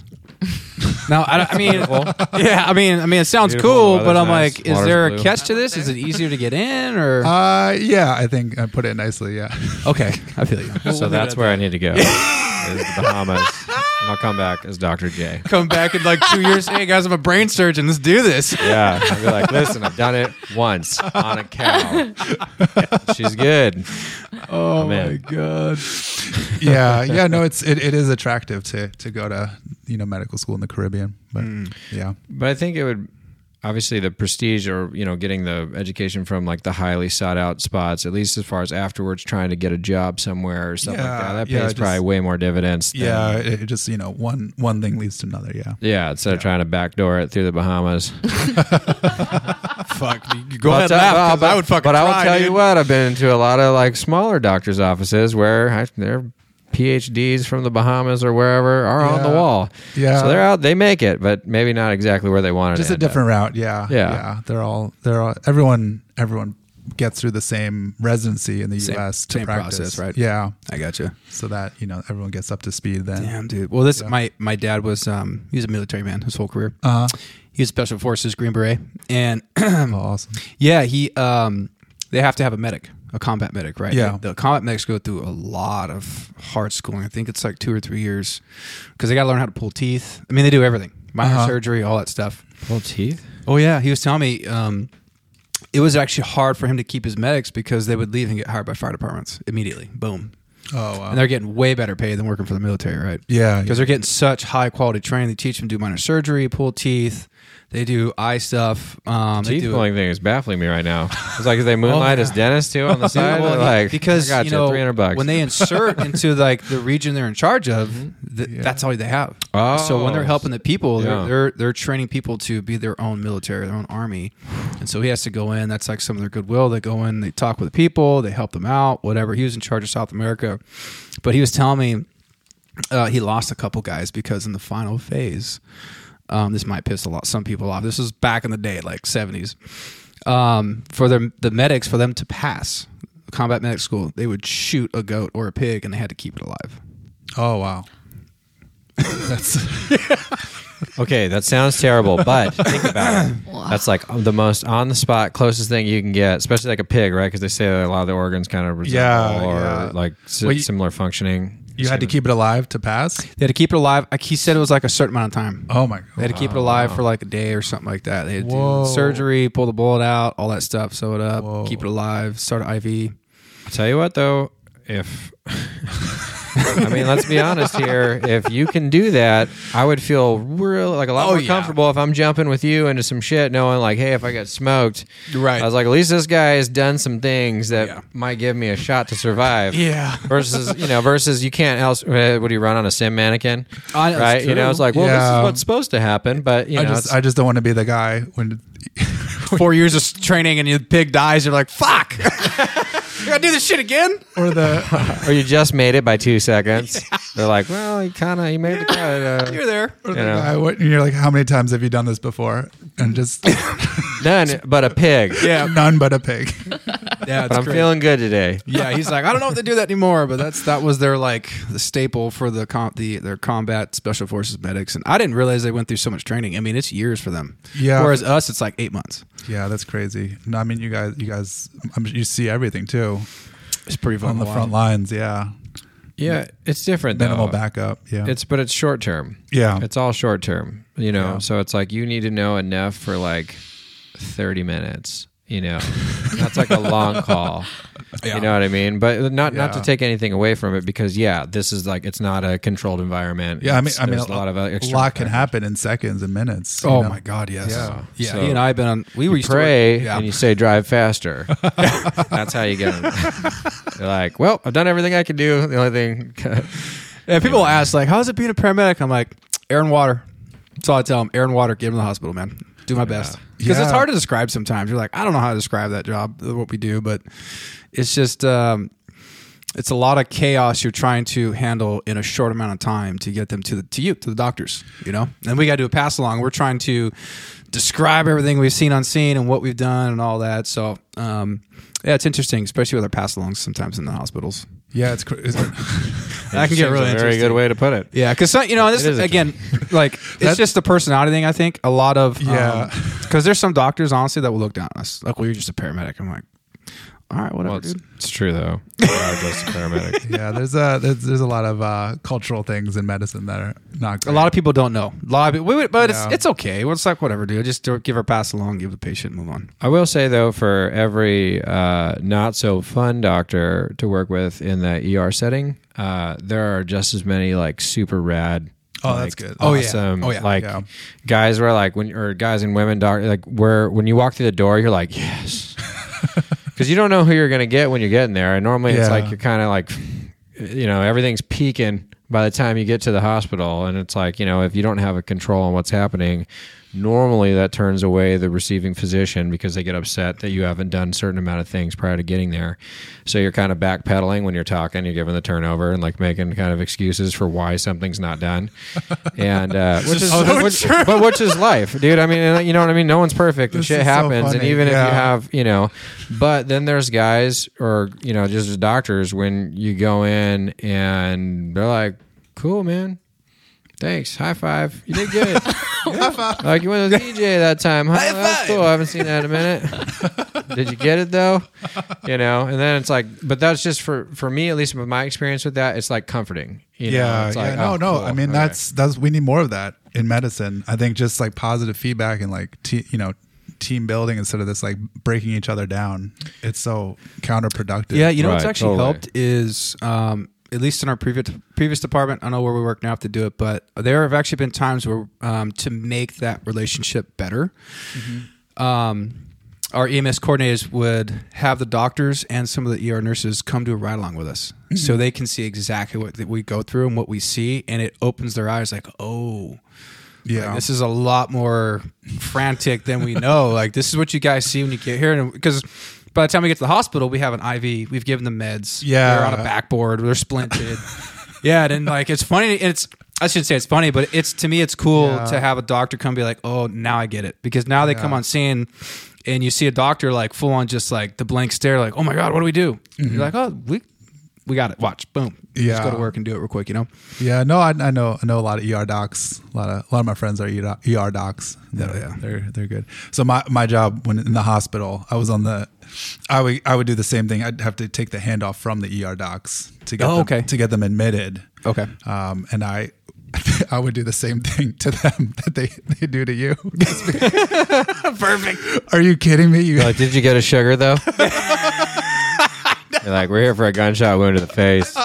S1: Now, I, don't- I mean, yeah, I mean, I mean, it sounds
S4: Beautiful,
S1: cool,
S4: the
S1: but
S4: weather's
S1: I'm
S4: nice,
S1: like, is
S4: water's
S1: there a
S4: blue.
S1: catch to this? Is it easier to get in or?
S3: Uh, yeah, I think I put it nicely. Yeah.
S1: okay, I feel you.
S4: So that's where I need to go. is the Bahamas. And I'll come back as Dr. J.
S1: come back in like two years. Hey guys, I'm a brain surgeon. Let's do this.
S4: Yeah. I'll be like, listen, I've done it once on a cow. She's good.
S1: Oh
S4: man.
S1: my god.
S3: Uh, yeah, yeah. No, it's it, it is attractive to to go to you know medical school in the Caribbean, but
S1: Hmm.
S3: yeah,
S4: But I think it would obviously the prestige or you know getting the education from like the highly sought out spots at least as far as afterwards trying to get a job somewhere or something like
S3: Yeah,
S4: that that pays
S3: yeah,
S4: probably
S3: just-
S4: way more dividends than-
S3: yeah. It, it just you know one one thing leads to another. Yeah.
S4: yeah instead of trying to backdoor it through the bahamas
S1: Fuck. You go
S4: But
S1: ahead
S4: I'll
S1: and laugh 'cause
S4: tell- but-
S1: uh, I would fucking.
S4: But I will
S1: try,
S4: tell
S1: dude.
S4: you what, I've been into a lot of like smaller doctors' offices where I, their PhDs from the Bahamas or wherever are on the
S3: Yeah.
S4: wall.
S3: Yeah.
S4: so they're out. They make it, but maybe not exactly where they wanted.
S3: Just a different route. Yeah,
S4: Yeah.
S3: They're all they're all everyone everyone gets through the same residency in the
S1: Same-
S3: U.S. to
S1: same
S3: practice,
S1: process, right?
S3: Yeah.
S1: I gotcha.
S3: So that you know everyone gets up to speed then.
S1: Damn, dude. Well, this my my dad was um he was a military man his whole career.
S3: Uh-huh.
S1: He was special forces Green Beret, and
S3: Oh, awesome.
S1: yeah, he um they have to have a medic, a combat medic, right?
S3: Yeah.
S1: The, the combat medics go through a lot of hard schooling. I think it's like two or three years because they got to learn how to pull teeth. I mean, they do everything, minor
S3: Uh-huh.
S1: surgery, all that stuff.
S4: Full teeth.
S1: Oh yeah, he was telling me um, it was actually hard for him to keep his medics because they would leave and get hired by fire departments immediately. Boom,
S3: Oh, wow.
S1: and they're getting way better pay than working for the military, right?
S3: yeah.
S1: because they're getting such high quality training. They teach them to do minor surgery, pull teeth. They do eye stuff. Um, they
S4: Teeth
S1: do
S4: pulling thing is baffling me right now. It's like if they moonlight as dentists too on the
S1: Dude,
S4: side,
S1: well,
S4: They're
S1: yeah,
S4: like
S1: because
S4: I got
S1: you know
S4: three hundred bucks.
S1: when they insert into like the region they're in charge of, th- that's all they have.
S4: Mm-hmm. Oh.
S1: So when they're helping the people,
S4: Yeah.
S1: they're, they're they're training people to be their own military, their own army, and so he has to go in. That's like some of their goodwill. They go in, they talk with the people, they help them out, whatever. He was in charge of South America, but he was telling me uh, he lost a couple guys because in the final phase, um, this might piss a lot some people off. This was back in the day, like seventies. Um, for the the medics, for them to pass combat medic school, they would shoot a goat or a pig, and they had to keep it alive.
S3: oh, wow. That's
S4: Okay, that sounds terrible, but think about it. That's like the most on the spot, closest thing you can get, especially like a pig, right? Because they say that a lot of the organs kind of resemble
S3: Yeah,
S4: or
S3: yeah.
S4: like si-
S3: Well, you-
S4: similar functioning.
S3: you had to keep it alive to pass.
S1: They had to keep it alive. Like he said, it was like a certain amount of time.
S3: Oh my
S1: They had
S3: god.
S1: to keep it alive for like a day or something like that. They had to
S3: Whoa.
S1: do surgery, pull the bullet out, all that stuff, sew it up,
S3: Whoa.
S1: keep it alive, start an IV.
S4: I'll tell you what, though, if I mean, let's be honest here. If you can do that, I would feel real like a lot
S1: Oh,
S4: more
S1: yeah.
S4: comfortable if I'm jumping with you into some shit, knowing like, hey, if I get smoked,
S1: Right.
S4: I was like, at least this guy has done some things that
S1: Yeah.
S4: might give me a shot to survive.
S1: Yeah.
S4: versus you know versus you can't else uh, what do you run on a sim mannequin
S1: I know, it's
S4: right you know
S1: true.
S4: it's like well this
S3: Yeah.
S4: is what's supposed to happen but you
S3: I
S4: know
S3: just
S4: it's-
S3: I just don't want to be the guy when
S1: Four years of training and your pig dies, you're like, fuck. You gotta do this shit again?
S3: or the
S4: or you just made it by two seconds they're like well he kind of he made the cut uh,
S1: You're there.
S3: or the
S4: You know.
S3: guy when you're like how many times have you done this before and just
S4: none but a pig
S1: Yeah.
S3: none but a pig.
S1: Yeah,
S4: but i'm feeling good today
S1: Yeah, he's like, I don't know if they do that anymore, but that's that was their like the staple for the com- the their combat special forces medics, and I didn't realize they went through so much training. I mean, it's years for them.
S3: Yeah.
S1: Whereas us, it's like eight months.
S3: Yeah, that's crazy. No, I mean you guys you guys I'm, you see everything too
S1: It's pretty fun.
S3: on the front lines, yeah.
S4: yeah it's different
S3: Minimal
S4: though.
S3: backup, yeah.
S4: it's but it's short term
S3: yeah.
S4: it's all short term you know
S3: Yeah.
S4: so it's like you need to know enough for like 30 minutes you know that's like a long call you know what i mean but not not to
S3: Yeah.
S4: take anything away from it because yeah this is like it's not a controlled environment
S3: yeah, I mean,
S4: It's-
S3: I mean,
S4: there's a lot of uh,
S3: a
S4: external
S3: lot can
S4: factors.
S3: happen in seconds and minutes. you
S1: Oh
S3: know?
S1: my god, yes.
S3: Yeah.
S1: Yeah, yeah.
S4: So-
S1: he and I have been on. We were used to work-
S4: pray
S1: yeah.
S4: and you say drive faster that's how you get them you're like well i've done everything i could do the only thing
S1: And people ask like, "How's it being a paramedic?" I'm like, "Air and water." That's all I tell them. Air and water. Get them to the hospital, man. Do my best because
S3: Yeah.
S1: it's hard to describe sometimes. You're like, I don't know how to describe that job, uh, what we do, but it's just um, it's a lot of chaos you're trying to handle in a short amount of time to get them to the to you to the doctors. You know, and we got to do a pass along. We're trying to describe everything we've seen on scene and what we've done and all that. So um, yeah, it's interesting, especially with our pass alongs sometimes in the hospitals.
S3: Yeah, it's crazy.
S1: I can get really
S4: a very
S1: interesting.
S4: good way to put it.
S1: Yeah, because you know, this
S4: It is
S1: again, like it's
S3: That-
S1: just the personality thing. I think a lot of
S3: Yeah.
S1: because there's some doctors honestly that will look down on us. Like, well, you're just a paramedic. I'm like, all right, whatever,
S4: Well, it's,
S1: dude.
S4: it's true though. You are just a paramedic.
S3: yeah, there's a there's, there's a lot of uh, cultural things in medicine that are not
S1: A
S3: great.
S1: lot of people don't know. A lot of people, we would- but it's
S3: Yeah.
S1: it's okay. We're just like whatever, dude. Just do- give her pass along, give the patient, move on.
S4: I will say though, for every uh, not so fun doctor to work with in the ER setting, uh, there are just as many like super rad.
S3: Oh, that's
S4: like,
S3: good. Oh, yeah.
S4: Awesome.
S3: Oh, yeah.
S4: Like
S3: Yeah.
S4: guys were like when or guys and women doc like where when you walk through the door, you're like yes, because you don't know who you're gonna get when you're getting there. And normally it's
S3: Yeah.
S4: like you're kind of like you know everything's peaking by the time you get to the hospital, and it's like you know if you don't have a control on what's happening. Normally, that turns away the receiving physician because they get upset that you haven't done certain amount of things prior to getting there. So you're kind of backpedaling when you're talking. You're giving the turnover and like making kind of excuses for why something's not done, and uh, which is which- but which is life, dude. I mean, and you know what I mean. No one's perfect, and
S3: This
S4: shit
S3: is so
S4: happens. and
S3: funny.
S4: even if
S3: Yeah.
S4: you have, you know, but then there's guys or you know just doctors when you go in and they're like, "Cool, man." Thanks. High five. You did good. Like you went with DJ that time. Huh? That's cool. I haven't seen that in a minute. Did you get it though? You know, and then it's like, but that's just for for me at least with my experience with that. It's like comforting. You know?
S3: yeah,
S4: It's
S3: yeah,
S4: like,
S3: no,
S4: oh,
S3: no.
S4: cool.
S3: I mean,
S4: Okay.
S3: that's that's we need more of that in medicine. I think just like positive feedback and like te- you know team building instead of this like breaking each other down. It's so counterproductive.
S1: Yeah, you know what's
S4: Right,
S1: actually
S4: totally.
S1: helped is um, at least in our previous previous department. I don't know where we work now have to do it, but there have actually been times where um, to make that relationship better.
S4: Mm-hmm.
S1: Um, our EMS coordinators would have the doctors and some of the ER nurses come to a ride along with us,
S4: Mm-hmm.
S1: so they can see exactly what that we go through and what we see, and it opens their eyes like, oh.
S3: yeah.
S1: Like, this is a lot more frantic than we know. like this is what you guys see when you get here, because by the time we get to the hospital, we have an IV. We've given them meds.
S3: Yeah.
S1: they're on a backboard. They're splinted. yeah, and like it's funny. and It's I shouldn't say it's funny, but it's to me it's cool
S3: Yeah.
S1: to have a doctor come be like, oh, now I get it, because now they come on scene. And you see a doctor like full on just like the blank stare, like, oh my God, what do we do? You're like, oh, we we got it. Watch. Boom. Just
S3: Mm-hmm. Yeah.
S1: go to work and do it real quick, you know?
S3: Yeah, no, I, I know I know a lot of ER docs. A lot of a lot of my friends are ER, ER docs. They're,
S1: yeah.
S3: they're they're good. So my, my job when in the hospital, I was on the, I would I would do the same thing. I'd have to take the handoff from the ER docs to get
S1: Oh,
S3: them,
S1: okay.
S3: to get them admitted.
S1: Okay.
S3: Um, and I. I would do the same thing to them that they, they do to you. Perfect. Are you kidding me? You,
S4: You're like, did you get a sugar though? You're like, we're here for a gunshot wound to the face.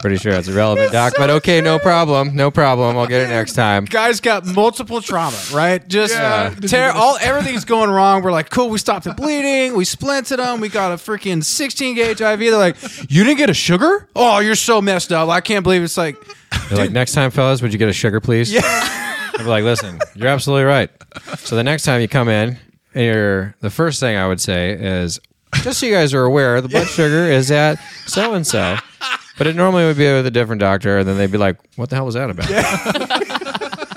S4: Pretty sure it's irrelevant, doc. but okay, no problem, no problem. I'll get it next time.
S1: guy's got multiple trauma, right? Just
S3: Yeah.
S1: uh, tear all everything's going wrong. We're like, cool, we stopped the bleeding, we splinted him, we got a freaking 16 gauge IV. They're like, you didn't get a sugar? Oh, you're so messed up. I can't believe it's like,
S4: They're like, next time, fellas, would you get a sugar, please? Yeah. I'm like, listen, you're absolutely right. So the next time you come in, and you're the first thing I would say is, just so you guys are aware, the blood sugar is at so and so. But it normally would be with a different doctor, and then they'd be like, "What the hell was that about?"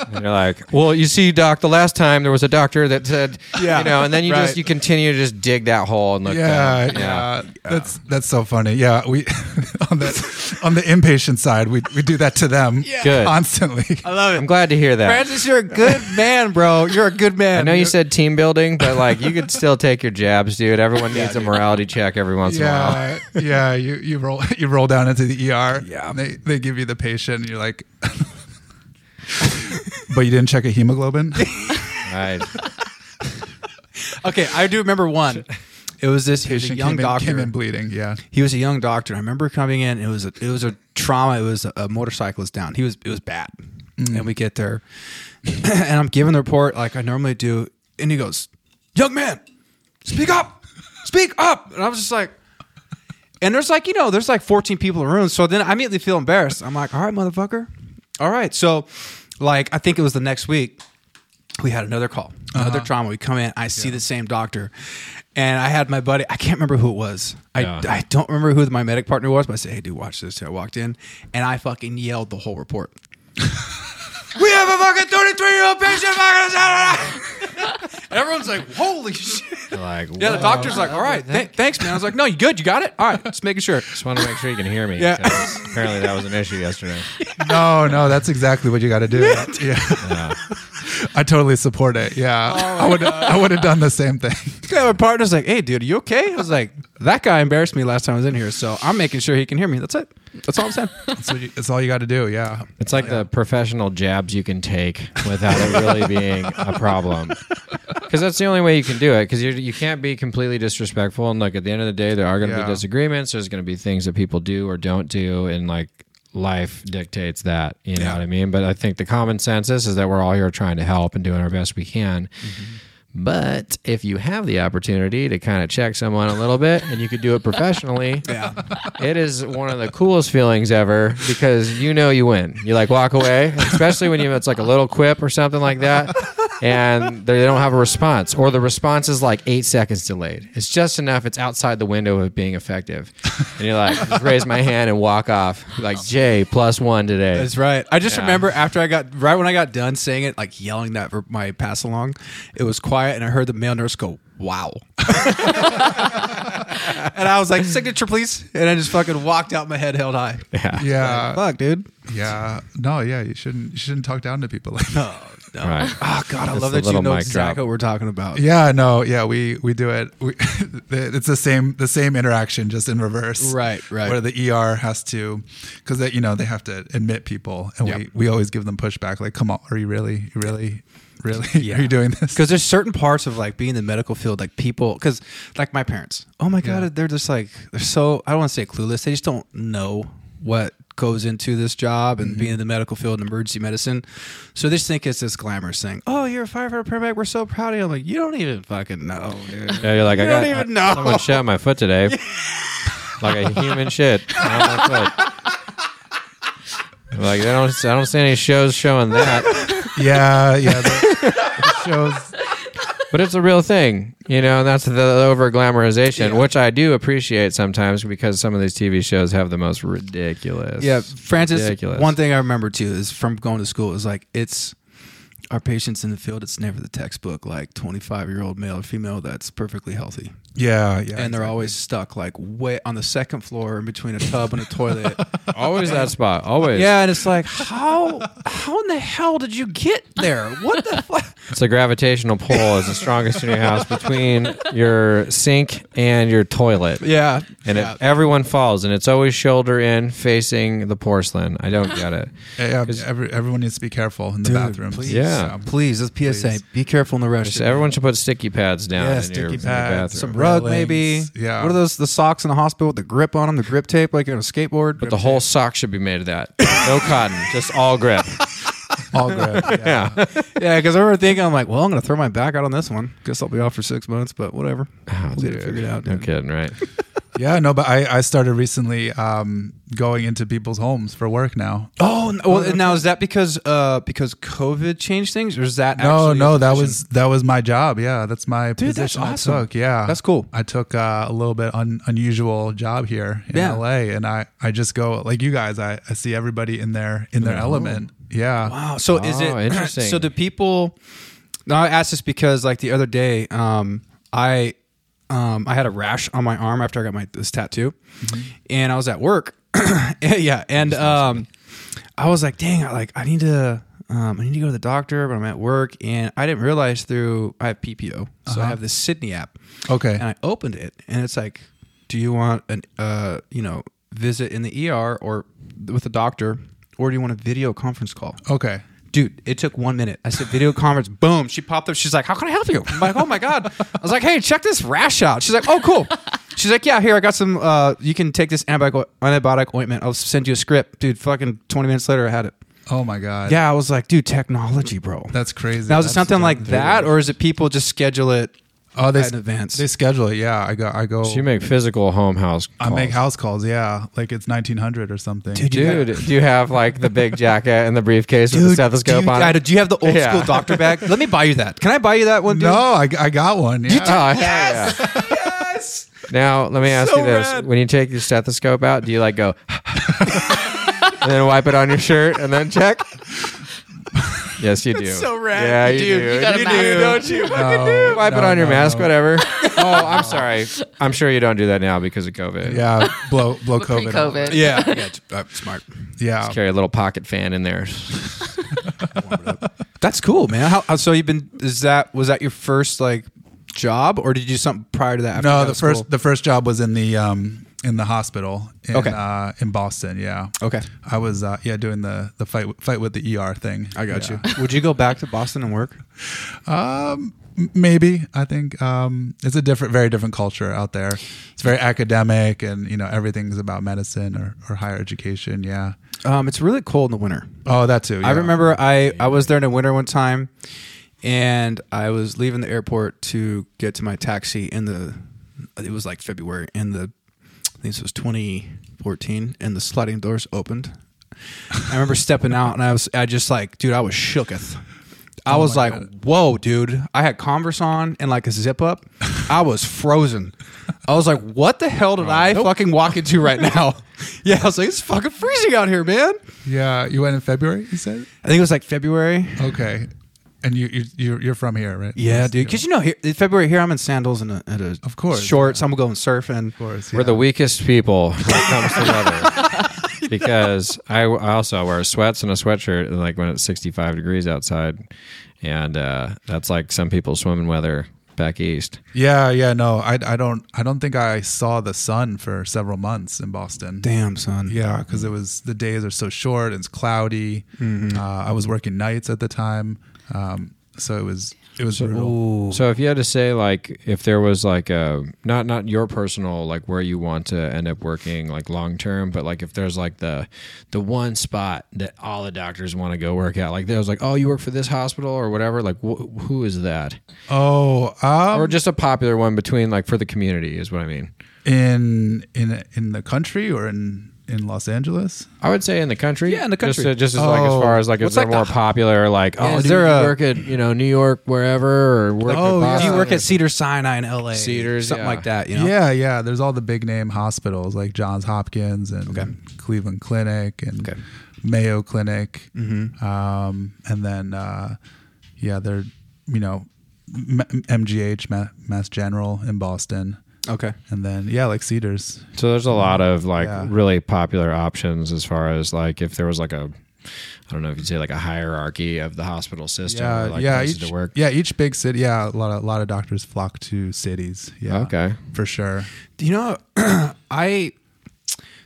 S4: and you're like, "Well, you see, doc, the last time there was a doctor that said,
S1: Yeah,
S4: you know," and then you
S1: right.
S4: just you continue to just dig that hole and look.
S3: yeah,
S4: down.
S3: yeah, That's that's so funny. Yeah, we on the on the inpatient side, we we do that to them
S4: Good.
S3: constantly.
S1: I love
S4: I'm glad to hear that.
S1: Francis, you're a good man, bro. You're a good man.
S4: I know you said team building, but like you could still take your jabs, dude. Everyone needs a morality check every once in a while.
S3: Yeah, yeah. You you roll you roll down into the ER. Yeah, they they give you the patient. and You're like, but you didn't check a hemoglobin.
S4: Right.
S1: Okay, I do remember one. It was this. He was a
S3: Patient
S1: young
S3: came in-
S1: doctor.
S3: came in bleeding. Yeah,
S1: he was a young doctor. I remember coming in. It was a, it was a trauma. It was a, a motorcyclist down. He was it was bad. And we get there, and I'm giving the report like I normally do, and he goes, "Young man, speak up, speak up." And I was just like, and there's like you know there's like 14 people in the room, so then I immediately feel embarrassed. I'm like, "All right, motherfucker, all right." So, like I think it was the next week we had another call, another trauma. We come in, I see the same doctor, and I had my buddy. I can't remember who it was. I,
S4: Yeah.
S1: I don't remember who my medic partner was, but I said, "Hey, dude, watch this." I walked in, and I fucking yelled the whole report. we have a fucking thirty-three year old patient. fucking- And everyone's like, holy shit.
S4: They're Like,
S1: Yeah, the
S4: "Whoa."
S1: doctor's like, all right, th- thanks, man. I was like, no, you good? You got it? All right, just making sure.
S4: Just want to make sure you can hear me.
S1: Yeah.
S4: 'cause Apparently that was an issue yesterday.
S3: No, no, that's exactly what you got to do. Yeah. I totally support it. Yeah. I would I would have done the same thing.
S1: Yeah, my partner's like, hey, dude, are you okay? I was like, that guy embarrassed me last time I was in here, so I'm making sure he can hear me. That's it. That's all I'm saying.
S3: That's, what you, that's all you got to do. Oh, Yeah.
S4: It's like the professional jabs you can take without it really being a problem. Because that's the only way you can do it. Because you can't be completely disrespectful. And look, at the end of the day, there are going to
S3: Yeah.
S4: be disagreements. There's going to be things that people do or don't do. And like life dictates that. You know
S3: Yeah.
S4: what I mean? But I think the common sense is, is that we're all here trying to help and doing our best we can.
S3: Mm-hmm.
S4: But if you have the opportunity to kind of check someone a little bit and you could do it professionally, it is one of the coolest feelings ever because you know you win. You like walk away, especially when you it's like a little quip or something like that, and they don't have a response, or the response is like eight seconds delayed. It's just enough. It's outside the window of being effective, and you're like just raise my hand and walk off. Like Jay plus one today.
S1: That's right. I just
S4: Yeah.
S1: remember after I got right when I got done saying it, like yelling that for my pass along, it was quiet, and I heard the male nurse go, "Wow," and I was like, "Signature, please," and I just fucking walked out, my head held high.
S4: yeah.
S3: Yeah.
S1: Fuck, dude.
S3: Yeah. No, yeah, you shouldn't you shouldn't talk down to people like that.
S1: Oh, no.
S4: Right.
S1: Oh god, I
S4: That's
S1: love
S4: the
S1: that you
S4: little
S1: know
S4: mic
S1: exactly
S4: drop.
S1: what we're talking about.
S3: Yeah, no, yeah, we we do it. We, it's the same the same interaction, just in reverse.
S1: Right, right.
S3: Where the ER has to, because you know they have to admit people, and
S1: Yep.
S3: we we always give them pushback, like, "Come on, are you really, you really, really,
S1: Yeah.
S3: are you doing this?"
S1: because there's certain parts of like being in the medical field like people because like my parents oh my god
S3: Yeah.
S1: they're just like they're so i don't want to say clueless they just don't know what goes into this job and being in the medical field and emergency medicine so they just think it's this glamorous thing oh you're a firefighter paramedic we're so proud of you i'm like you don't even fucking know dude.
S4: Yeah, you're like, I
S1: You
S4: got
S1: don't even know.
S4: someone shot my foot today. like a human shit. on my foot. Like I don't, I don't see any shows showing that,
S3: yeah, yeah. The, the shows.
S4: but it's a real thing, you know. And that's the over glamorization, which I do appreciate sometimes because some of these TV shows have the most ridiculous.
S1: yeah francis
S4: ridiculous.
S1: one thing i remember too is from going to school is like it's our patients in the field it's never the textbook like 25 year old male or female that's perfectly healthy
S3: Yeah, yeah.
S1: and they're always stuck like way on the second floor in between a tub and a toilet.
S4: always that spot, always.
S1: yeah, and it's like how how in the hell did you get there? What the fuck?
S4: it's a gravitational pull is the strongest in your house between your sink and your toilet.
S1: Yeah,
S4: and it, everyone falls, and it's always shoulder in, facing the porcelain. I don't get it.
S3: Yeah, every, everyone needs to be careful in the bathroom.
S1: please.
S4: Yeah.
S1: please. That's PSA. Be careful in the
S4: So
S1: restroom.
S4: everyone should put sticky pads down.
S3: Yeah,
S4: in
S3: sticky
S4: your, in your
S3: pads,
S4: bathroom.
S1: Some rug,
S3: railings.
S1: maybe.
S3: Yeah.
S1: What are those? The socks in the hospital with the grip on them, the grip tape, like on a skateboard.
S4: but the whole sock should be made of that. No cotton, just all grip.
S3: All good. Yeah.
S1: yeah, because I remember thinking, I'm like, well, I'm gonna throw my back out on this one. Guess I'll be off for six months, but whatever.
S4: Oh,
S1: We'll get it
S4: dude.
S1: figured out.
S4: No
S1: dude.
S4: kidding, right?
S3: yeah, no, but I, I started recently um, going into people's homes for work now.
S1: Oh, n- well, now is that because uh because COVID changed things, or is that
S3: No,
S1: actually
S3: no, that
S1: efficient?
S3: was that was my job. Yeah, that's my
S1: Dude, that's
S3: position.
S1: awesome.
S3: I took. Yeah,
S1: That's cool.
S3: I took uh, a little bit un, unusual job here in
S1: Yeah.
S3: LA, and I I just go like you guys. I, I see everybody in their in their element. Yeah,
S1: Wow. Uh, So is it
S4: Oh, interesting.
S1: So do people? Now I asked this because like the other day, um, I um, I had a rash on my arm after I got my this tattoo,
S3: Mm-hmm.
S1: and I was at work. yeah, and um, I was like, dang, I like I need to. Um, I need to go to the doctor, but I'm at work, and I didn't realize through I have PPO, so
S3: Uh-huh.
S1: I have this Sydney app.
S3: Okay.
S1: and I opened it, and it's like, do you want an uh, you know visit in the ER or with a doctor, or do you want a video conference call?
S3: Okay.
S1: Dude, it took one minute. I said video conference. Boom. She popped up. She's like, "How can I help you?" I'm like, "Oh my god." I was like, "Hey, check this rash out." She's like, "Oh, cool." She's like, "Yeah, here I got some. Uh, you can take this antibiotic antibiotic ointment. I'll send you a script, dude." Fucking twenty minutes later, I had it.
S3: Oh my God.
S1: Yeah, I was like, "Dude, technology, bro."
S3: that's crazy.
S1: now is it
S3: That's
S1: something like
S3: dumb.
S1: that, or is it people just schedule it?
S3: Oh, they
S1: in advance?
S3: They schedule it. Yeah, I go. I go.
S4: So you make physical home house.
S3: I make
S4: calls.
S3: house calls. Yeah, like it's nineteen hundred or something.
S4: Dude, do you have like the big jacket and the briefcase with the stethoscope
S1: do you,
S4: on?
S1: I-
S4: it?
S1: do you have the old
S4: Yeah.
S1: school doctor bag? Let me buy you that. Can I buy you that one, dude?
S3: No, I, I got one. Yeah.
S4: Oh, yes.
S1: Yes.
S4: Now let me ask
S1: So
S4: you this:
S1: rad.
S4: When you take your stethoscope out, do you like go and then wipe it on your shirt and then check? Yes, you do.
S1: so rad.
S4: Yeah, you
S1: Dude,
S4: do.
S1: you
S5: got a
S4: You
S5: mask.
S4: do, don't you?
S3: No,
S4: Wipe
S3: no,
S4: it on your
S3: no,
S4: mask,
S3: no.
S4: whatever. oh, I'm sorry. I'm sure you don't do that now because of COVID.
S3: Yeah, blow blow
S5: But
S3: COVID. out.
S5: Pre-COVID.
S1: Yeah, yeah, it's- uh, smart.
S3: Yeah,
S4: Just carry a little pocket fan in there.
S1: That's cool, man. How, how- so you've been? Is that was that your first like job, or did you do something prior to that? after you got
S3: no. The
S1: out of
S3: first
S1: school?
S3: the first job was in the um in the hospital. In,
S1: Okay.
S3: Uh, in Boston, yeah.
S1: Okay.
S3: I was uh, yeah doing the the fight fight with the ER thing.
S1: I got
S3: Yeah.
S1: you. Would you go back to Boston and work?
S3: Um, m- maybe I think um, it's a different, very different culture out there. It's very academic, and you know everything's about medicine or, or higher education. Yeah.
S1: Um, it's really cold in the winter.
S3: Oh, that too.
S1: I
S3: yeah.
S1: remember I, I was there in the winter one time, and I was leaving the airport to get to my taxi in the. It was like February, and the I think this was 2014, and the sliding doors opened. I remember stepping out, and I was I just like, dude, I was shooketh. I was like, whoa, dude. I had Converse on and like a zip up. I was frozen. I was like, what the hell did I fucking walk into right now? yeah, I was like, it's fucking freezing out here, man.
S3: Yeah, you went in February. You said
S1: I think it was like February.
S3: okay, and you you you're, you're from here, right?
S1: Yeah, dude. Because you know, here, in February here I'm in sandals and a, and a
S3: Of course,
S1: shorts. I'm going surfing.
S3: Of course.
S4: We're
S3: yeah.
S4: the weakest people when it comes to weather. because I, I also wear sweats and a sweatshirt, and like when it's 65 degrees outside, and uh, that's like some people's swimming weather back east.
S3: Yeah, yeah. No, I I don't I don't think I saw the sun for several months in Boston.
S1: Damn, son.
S3: Yeah, because it was the days are so short. It's cloudy. Uh, I was working nights at the time, um, so it was it was brutal.
S4: So if you had to say like if there was like a not not your personal like where you want to end up working like long term, but like if there's like the the one spot that all the doctors want to go work at, like there was like oh you work for this hospital or whatever, like wh- who is that?
S3: Oh, um,
S4: or just a popular one between like for the community is what I mean.
S3: in in in the country or in in Los Angeles?
S4: I would say in the country.
S1: Yeah, in the country.
S4: Just, uh, just as like as
S3: Oh.
S4: far as like is
S1: What's
S4: there
S1: like
S4: more
S1: the-
S4: popular like oh
S1: is
S4: dude,
S1: there
S4: you
S1: a-
S4: work at you know New York wherever or work
S3: Oh,
S4: at
S3: yeah.
S1: Do
S4: Boston?
S1: you work at Cedar Sinai in L.A.
S4: Cedars,
S1: something
S4: yeah.
S1: like that. You know.
S3: Yeah, yeah. There's all the big name hospitals like Johns Hopkins and
S1: Okay.
S3: Cleveland Clinic and
S1: Okay. Mm-hmm.
S3: Mayo Clinic, um, and then uh, yeah, they're you know M- MGH Ma- Mass General in Boston,
S1: Okay.
S3: and then yeah, like Cedars.
S4: So there's a lot of like
S3: Yeah.
S4: really popular options as far as like if there was like a I don't know if you'd say like a hierarchy of the hospital system
S3: Yeah,
S4: or like
S3: yeah,
S4: places
S3: each,
S4: to work.
S3: yeah. Each big city, yeah, a lot of a lot of doctors flock to cities. Yeah,
S4: Okay.
S3: for sure.
S1: Do You know, I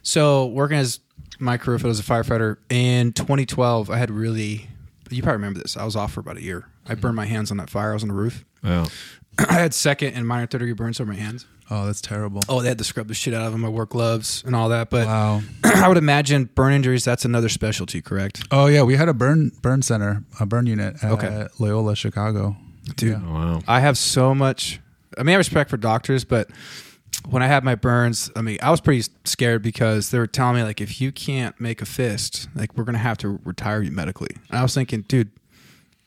S1: so working as my career field as a firefighter in 2012, I had really. You probably remember this. I was off for about a year.
S3: Mm-hmm.
S1: I burned my hands on that fire. I was on the roof.
S4: Oh.
S1: I had second and minor third degree burns on my hands.
S3: Oh, that's terrible.
S1: Oh, they had to scrub the shit out of them. I wore gloves and all that. But
S3: Wow.
S1: I would imagine burn injuries. That's another specialty, correct?
S3: Oh yeah, we had a burn burn center, a burn unit at
S1: Okay.
S3: Loyola Chicago.
S1: Dude,
S3: Yeah.
S4: Wow.
S1: I have so much. I mean, I have respect for doctors, but when I had my burns, I mean, I was pretty scared because they were telling me like, if you can't make a fist, like we're gonna have to retire you medically. And I was thinking, dude,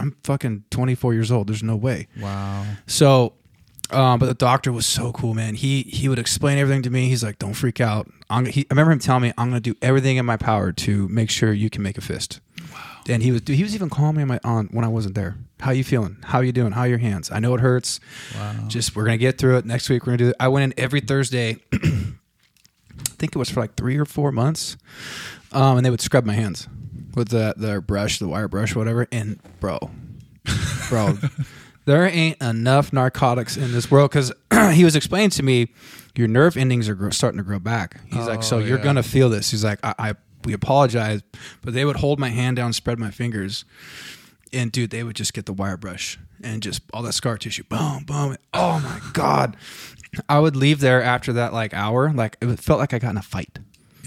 S1: I'm fucking 24 years old. There's no way.
S3: Wow.
S1: So, um, but the doctor was so cool, man. He he would explain everything to me. He's like, "Don't freak out." I'm, he, I remember him telling me, "I'm going to do everything in my power to make sure you can make a fist." Wow. And he was dude, he was even calling me on my on when I wasn't there. How you feeling? How you doing? How are your hands? I know it hurts. Wow. Just we're gonna get through it. Next week we're gonna do. It. I went in every Thursday. I think it was for like three or four months, um, and they would scrub my hands with the the brush, the wire brush, whatever. And bro, bro. There ain't enough narcotics in this world because he was explaining to me, your nerve endings are gro- starting to grow back. He's like,
S3: Oh,
S1: so you're gonna feel this. He's like, I, I we apologize, but they would hold my hand down, spread my fingers, and dude, they would just get the wire brush and just all that scar tissue, boom, boom. Oh my god, I would leave there after that like hour, like it felt like I got in a fight.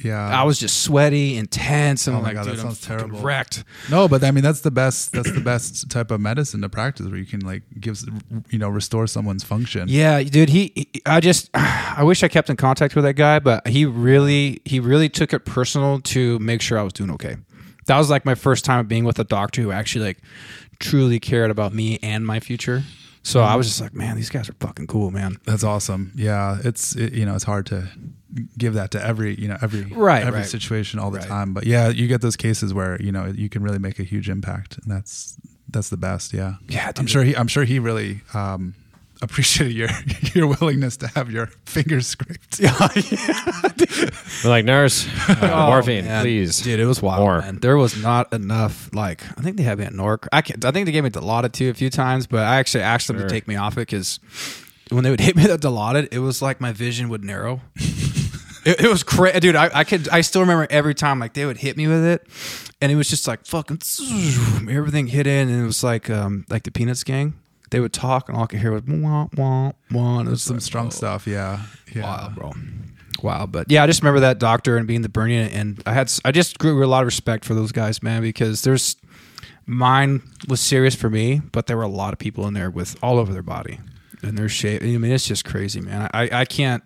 S3: Yeah.
S1: I was just sweaty, intense, and I'm
S3: Uh-huh. Oh my
S1: like,
S3: God, that
S1: dude, I'm
S3: sounds
S1: fucking
S3: terrible.
S1: wrecked.
S3: no, but I mean that's the best. That's the best type of medicine to practice, where you can like give, you know, restore someone's function.
S1: Yeah, dude, he, he- I just I wish I kept in contact with that guy, but he really he really took it personal to make sure I was doing okay. That was like my first time being with a doctor who actually like truly cared about me and my future. So I was just like, man, these guys are fucking cool, man.
S3: That's awesome. Yeah, it's it, you know it's hard to give that to every you know every
S1: Right,
S3: every
S1: right.
S3: situation all the
S1: Right.
S3: time. But yeah, you get those cases where you know you can really make a huge impact, and that's that's the best. Yeah,
S1: Yeah,
S3: I'm
S1: dude.
S3: sure he I'm sure he really um, appreciated your your willingness to have your fingers scraped.
S4: We're like nurse, uh, morphine,
S1: Oh, man.
S4: please.
S1: Dude, it was wild.
S4: More.
S1: Man. There was not enough. Like, I think they had me at Norc. I can't, I think they gave me Dilaudid too a few times, but I actually asked them
S4: Sure.
S1: to take me off it because when they would hit me with Dilaudid, it was like my vision would narrow. it, it was crazy, dude. I, I could. I still remember every time like they would hit me with it, and it was just like fucking everything hit in, and it was like um like the Peanuts gang. They would talk, and all I could hear was wah wah wah. And it was
S3: Some
S1: like,
S3: strong stuff. Yeah, yeah.
S1: Wow, bro. Wow, but yeah, I just remember that doctor and being the Bernie, and I had I just grew a lot of respect for those guys, man, because there's mine was serious for me, but there were a lot of people in there with all over their body and their shape. I mean, it's just crazy, man. I I can't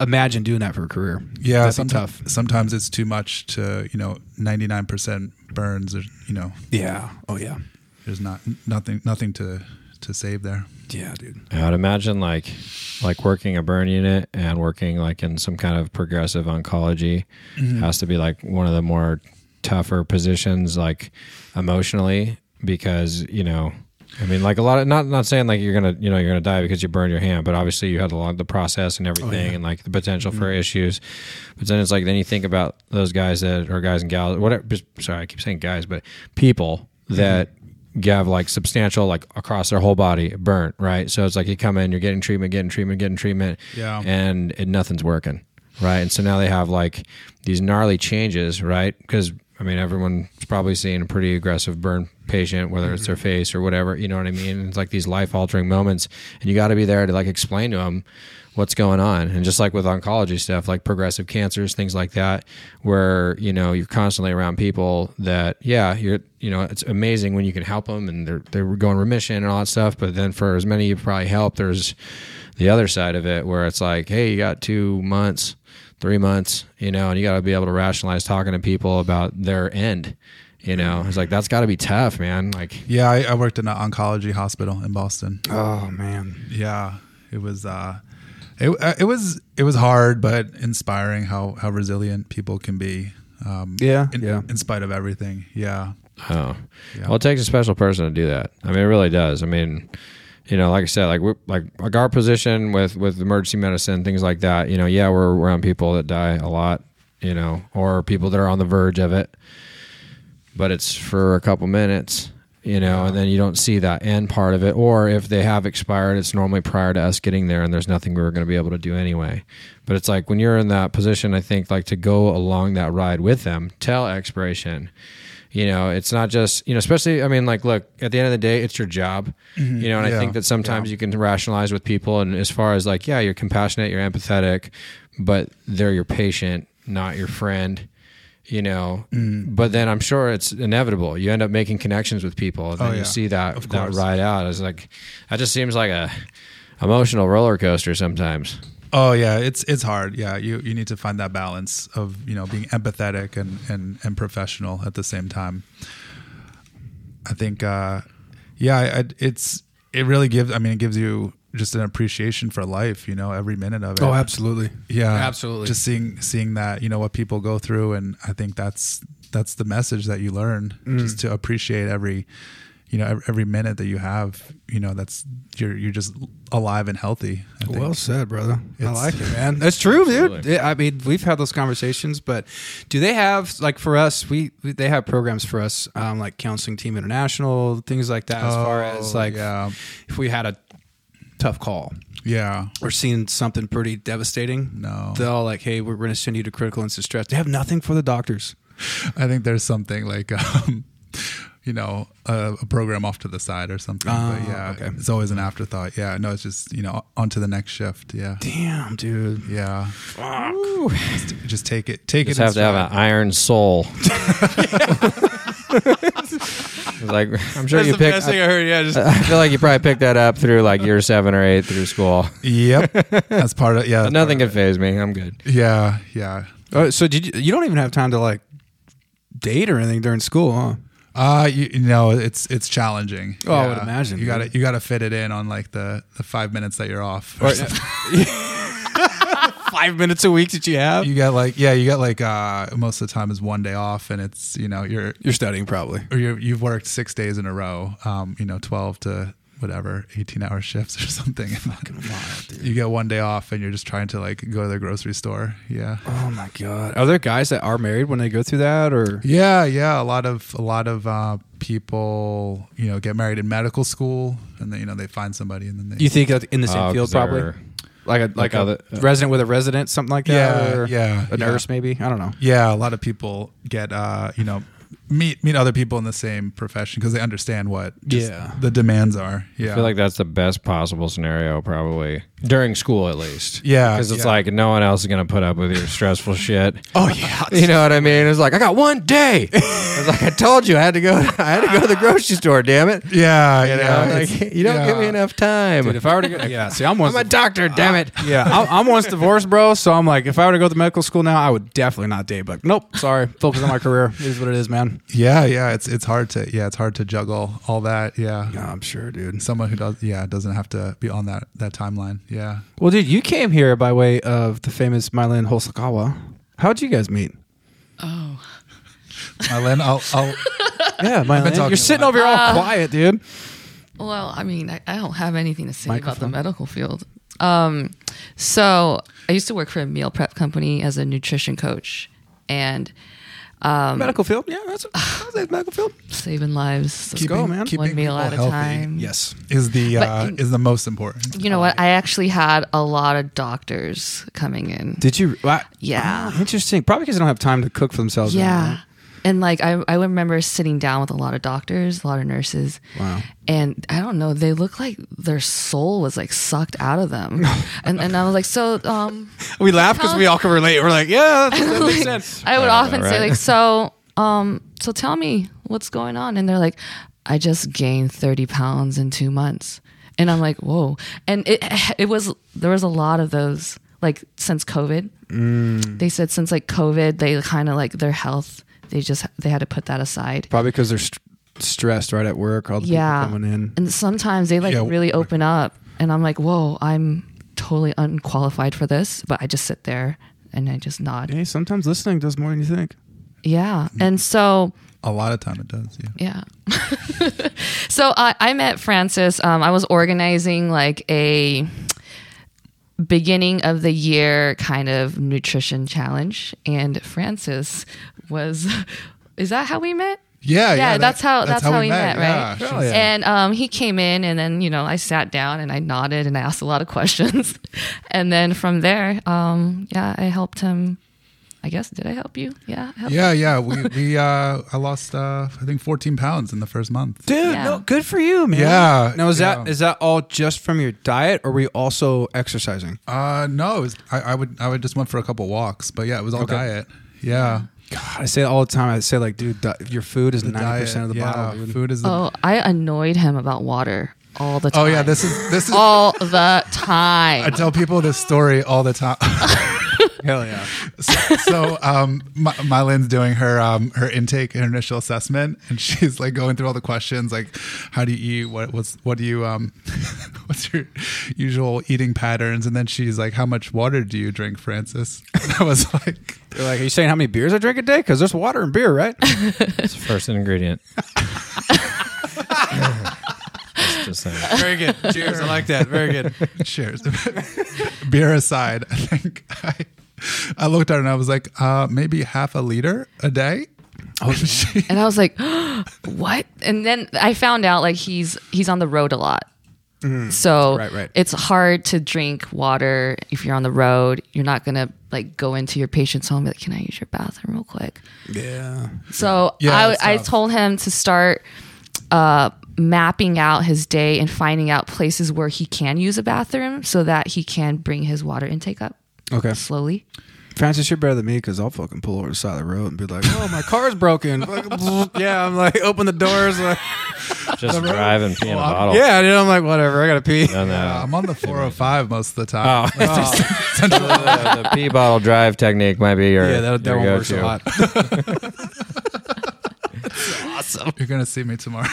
S1: imagine doing that for a career.
S3: Yeah,
S1: That'd be
S3: sometimes, sometimes it's too much to you know ninety nine percent burns. Or, you know,
S1: Yeah. Oh yeah.
S3: there's not nothing nothing to to save there.
S1: Yeah, dude.
S4: I would imagine like like working a burn unit and working like in some kind of progressive oncology has to be like one of the more tougher positions like emotionally because you know I mean like a lot of not not saying like you're gonna you know you're gonna die because you burned your hand but obviously you had a lot the process and everything and like the potential for issues but then it's like then you think about those guys that or guys and gals whatever just- sorry I keep saying guys but people that have like substantial like across their whole body burnt right so it's like you come in you're getting treatment getting treatment getting treatment
S3: Yeah.
S4: and it, nothing's working right and so now they have like these gnarly changes right because i mean everyone's probably seen a pretty aggressive burn patient whether it's their face or whatever you know what i mean it's like these life altering moments and you got to be there to like explain to them what's going on and just like with oncology stuff like progressive cancers things like that where you know you're constantly around people that yeah you're you know it's amazing when you can help them and they're they're going remission and all that stuff but then for as many you probably help there's the other side of it where it's like hey you got 2 months 3 months you know and you got to be able to rationalize talking to people about their end you know it's like that's got to be tough man like
S3: Yeah, I, I worked in an oncology hospital in Boston.
S1: Oh man.
S3: Yeah, it was. Uh, it uh, it was it was hard, but inspiring how how resilient people can be. Um,
S1: Yeah,
S3: in,
S1: yeah.
S3: In spite of everything. Yeah.
S4: Oh,
S3: Yeah.
S4: well, it takes a special person to do that. I mean, it really does. I mean, you know, like I said, like we're like like our position with with emergency medicine, things like that. You know, yeah, we're around people that die a lot, you know, or people that are on the verge of it. But it's for a couple minutes, you know, and then you don't see that end part of it. Or if they have expired, it's normally prior to us getting there, and there's nothing we were going to be able to do anyway. But it's like when you're in that position, I think like to go along that ride with them till expiration you know it's not just you know especially i mean like look at the end of the day it's your job you know and
S3: Mm-hmm. Yeah.
S4: i think that sometimes you can rationalize with people and as far as like yeah you're compassionate you're empathetic but they're your patient not your friend you know
S3: Mm.
S4: but then i'm sure it's inevitable you end up making connections with people and then
S3: Oh, yeah.
S4: you see that
S3: Of
S4: that
S3: course.
S4: ride out it's like that just seems like a emotional roller coaster sometimes
S3: Oh yeah, it's it's hard. Yeah, you you need to find that balance of you know being empathetic and and and professional at the same time. I think, uh, yeah, I, I, it's it really gives. I mean, it gives you just an appreciation for life. You know, every minute of it.
S1: Oh, absolutely.
S3: yeah
S1: Absolutely.
S3: just seeing seeing that you know what people go through and i think that's that's the message that you learn
S1: Mm.
S3: just to appreciate every you know ev- every minute that you have you know that's you're you're just alive and healthy I think.
S1: Well said, brother. I
S3: It's-
S1: like it, man. That's true, dude. Yeah, I mean, we've had those conversations, but do they have like for us? We, we they have programs for us, um, like counseling team international, things like that. As far as
S3: Oh,
S1: like
S3: yeah
S1: if we had a tough call
S3: yeah
S1: or seen something pretty devastating,
S3: No.
S1: they'll like, hey, we're going to send you to critical instance stress. They have nothing for the doctors.
S3: i think there's something like um you know a, a program off to the side or something
S1: Oh,
S3: but yeah
S1: okay.
S3: it's always an afterthought yeah no it's just you know on to the next shift yeah
S1: Damn, dude.
S3: yeah just, just take it take
S4: just
S3: it in
S4: have to have
S3: stride.
S4: an iron soul like i'm sure you pick
S1: I heard. Yeah, just
S4: I feel like you probably picked that up through like year seven or eight through school.
S3: Yep, that's part of yeah. that's
S4: Nothing can phase me. I'm good.
S3: Yeah, yeah.
S1: uh, so did you, you don't even have time to like date or anything during school, huh?
S3: Uh, you, you know, it's it's challenging.
S1: Oh, I would imagine,
S3: You
S1: dude.
S3: got to you got to fit it in on like the the five minutes that you're off. or
S1: Or-
S3: something.
S1: Five minutes a week that you have?
S3: you got like yeah, you got like uh most of the time is one day off, and it's you know you're
S1: You're studying probably.
S3: or you you've worked six days in a row. Um, you know, twelve to whatever, eighteen hour shifts or something. Fucking
S1: wild, dude.
S3: You get one day off, and you're just trying to like go to the grocery store. Yeah.
S1: Oh my god. Are there guys that are married when they go through that or
S3: Yeah, yeah. A lot of a lot of uh, people, you know, get married in medical school, and then you know they find somebody, and then they
S1: you think like, in the same
S4: Oh,
S1: field
S4: 'cause they're-
S1: probably? Like a like,
S4: Like
S1: a
S4: other-
S1: resident with a resident, something like that.
S3: Yeah,
S1: or
S3: yeah,
S1: A
S3: yeah.
S1: nurse maybe. I don't know.
S3: yeah. A lot of people get uh, you know meet meet other people in the same profession because they understand what just
S1: Yeah.
S3: the demands are. Yeah,
S4: I feel like that's the best possible scenario, probably during school at least.
S3: Yeah,
S4: because it's
S3: yeah.
S4: like no one else is gonna put up with your stressful shit.
S1: Oh yeah.
S4: You know what I mean? It's like I got one day. It's like I told you I had to go. I had to go to the grocery store. Damn it!
S3: yeah,
S4: You know,
S3: yeah.
S4: like,
S3: it's-
S4: you don't give me
S3: yeah.
S4: enough time.
S1: Dude, if I were to go, yeah, see, I'm once
S4: I'm a doctor. Damn it!
S1: yeah, I'm, I'm once divorced, bro. So I'm like, if I were to go to medical school now, I would definitely not date. But nope, sorry, focus on my career. It is what it is, man.
S3: Yeah, yeah. It's it's hard to yeah, it's hard to juggle all that. Yeah.
S1: Yeah, I'm sure, dude.
S3: Someone who does yeah doesn't have to be on that that timeline. Yeah.
S1: Well, dude, you came here by way of the famous Mylan Hosokawa. How'd you guys meet?
S5: Oh,
S3: Mylan, I'll, I'll
S1: Yeah, Ah. Mylan,
S3: talking a
S1: you're sitting
S3: lot.
S1: over here all quiet, dude.
S5: well, I mean, I, I don't have anything to say
S1: Microphone.
S5: about the medical field. Um, so I used to work for a meal prep company as a nutrition coach and um,
S1: Medical field, yeah, that's, that's a medical field.
S5: saving lives.
S1: Keep go, man.
S3: keeping
S5: One meal
S3: people
S5: at a
S3: healthy
S5: time.
S1: Yes,
S3: is the
S5: But
S3: uh,
S5: in-
S3: is the most important.
S5: You know what? I actually had a lot of doctors coming in.
S1: did you? Wow.
S5: Yeah.
S1: Ah, interesting. Probably because they don't have time to cook for themselves.
S5: Yeah. And like I, I remember sitting down with a lot of doctors, a lot of nurses.
S1: Wow.
S5: And I don't know, they look like their soul was like sucked out of them. and and I was like, so um
S1: we laugh because we all can relate. We're like, yeah, that, that makes sense.
S5: I would
S4: know,
S5: often say
S4: right?
S5: like, so um so tell me what's going on and they're like, I just gained 30 pounds in 2 months. And I'm like, "Whoa." And it it was there was a lot of those like since COVID. They said since like COVID, they kind of like their health, they just they had to put that aside.
S1: Probably because they're st- stressed right at work. All the
S5: yeah
S1: people coming in.
S5: and sometimes they like
S3: Yeah.
S5: really open up and i'm like whoa i'm totally unqualified for this but i just sit there and i just nod
S1: Hey, sometimes listening does more than you think.
S5: yeah and so
S3: A lot of time it does. Yeah.
S5: yeah so uh, I i met francis um, i was organizing like a beginning of the year kind of nutrition challenge and francis was is that how we met
S3: Yeah.
S5: yeah,
S3: that-
S5: that's how that's, how, we met, right?
S3: Oh, Yeah.
S5: And um, he came in, and then you know I sat down and I nodded and I asked a lot of questions, and then from there, um, yeah, I helped him. I guess did I help you? Yeah, I helped
S3: Yeah, yeah. We we uh I lost uh I think 14 pounds in the first month.
S1: Dude,
S5: Yeah.
S1: no, good for you, man.
S3: Yeah,
S1: Now is that
S3: yeah.
S1: is that all just from your diet, or were you also exercising?
S3: Uh no, it was, I, I would I would just went for a couple walks, but yeah, it was all diet. Yeah.
S1: God, I say it all the time. I say like, dude, di- your food is ninety percent of the
S3: diet,
S1: bottle.
S3: yeah,
S1: Dude.
S3: Food is the
S5: Oh, I annoyed him about water all the time.
S3: Oh yeah, this is this is
S5: all the
S3: I
S5: time.
S3: tell people this story all the time.
S1: Hell yeah.
S3: so, so, um, my, Mylan's doing her um, her intake and initial assessment, and she's like going through all the questions, like how do you eat, what what's what do you um, what's your usual eating patterns, and then she's like, how much water do you drink, Francis? And I was like,
S1: You're like, are you saying how many beers I drink a day? Because there's water and beer, right?
S4: It's the first ingredient. Just- just uh, saying.
S1: Very good. Cheers. I like that. Very good.
S3: cheers. Beer aside, I think I, I looked at her and I was like, uh, maybe half a liter a day. Oh, she,
S5: and I was like, what? And then I found out like he's he's on the road a lot.
S3: Mm-hmm.
S5: So
S1: Right, right.
S5: it's hard to drink water if you're on the road. You're not gonna like go into your patient's home. and be Like, can I use your bathroom real quick?
S1: Yeah.
S5: So
S3: Yeah, that's
S5: I, I
S3: tough.
S5: told him to start uh, mapping out his day and finding out places where he can use a bathroom so that he can bring his water intake up
S1: Okay.
S5: slowly.
S1: Francis, you're better than me because I'll fucking pull over to the side of the road and be like, oh, my car's broken. Fucking yeah. I'm like, open the doors. Like,
S4: Just drive and pee in a bottle.
S1: yeah. Dude, I'm like, whatever. I got to pee.
S4: No, no.
S3: I'm on the 405 most of the time.
S4: Oh. the, the pee bottle drive technique might be your
S1: Yeah, that, that
S4: your
S1: won't work
S4: go-to.
S1: so hot.
S5: awesome.
S3: You're gonna see me tomorrow.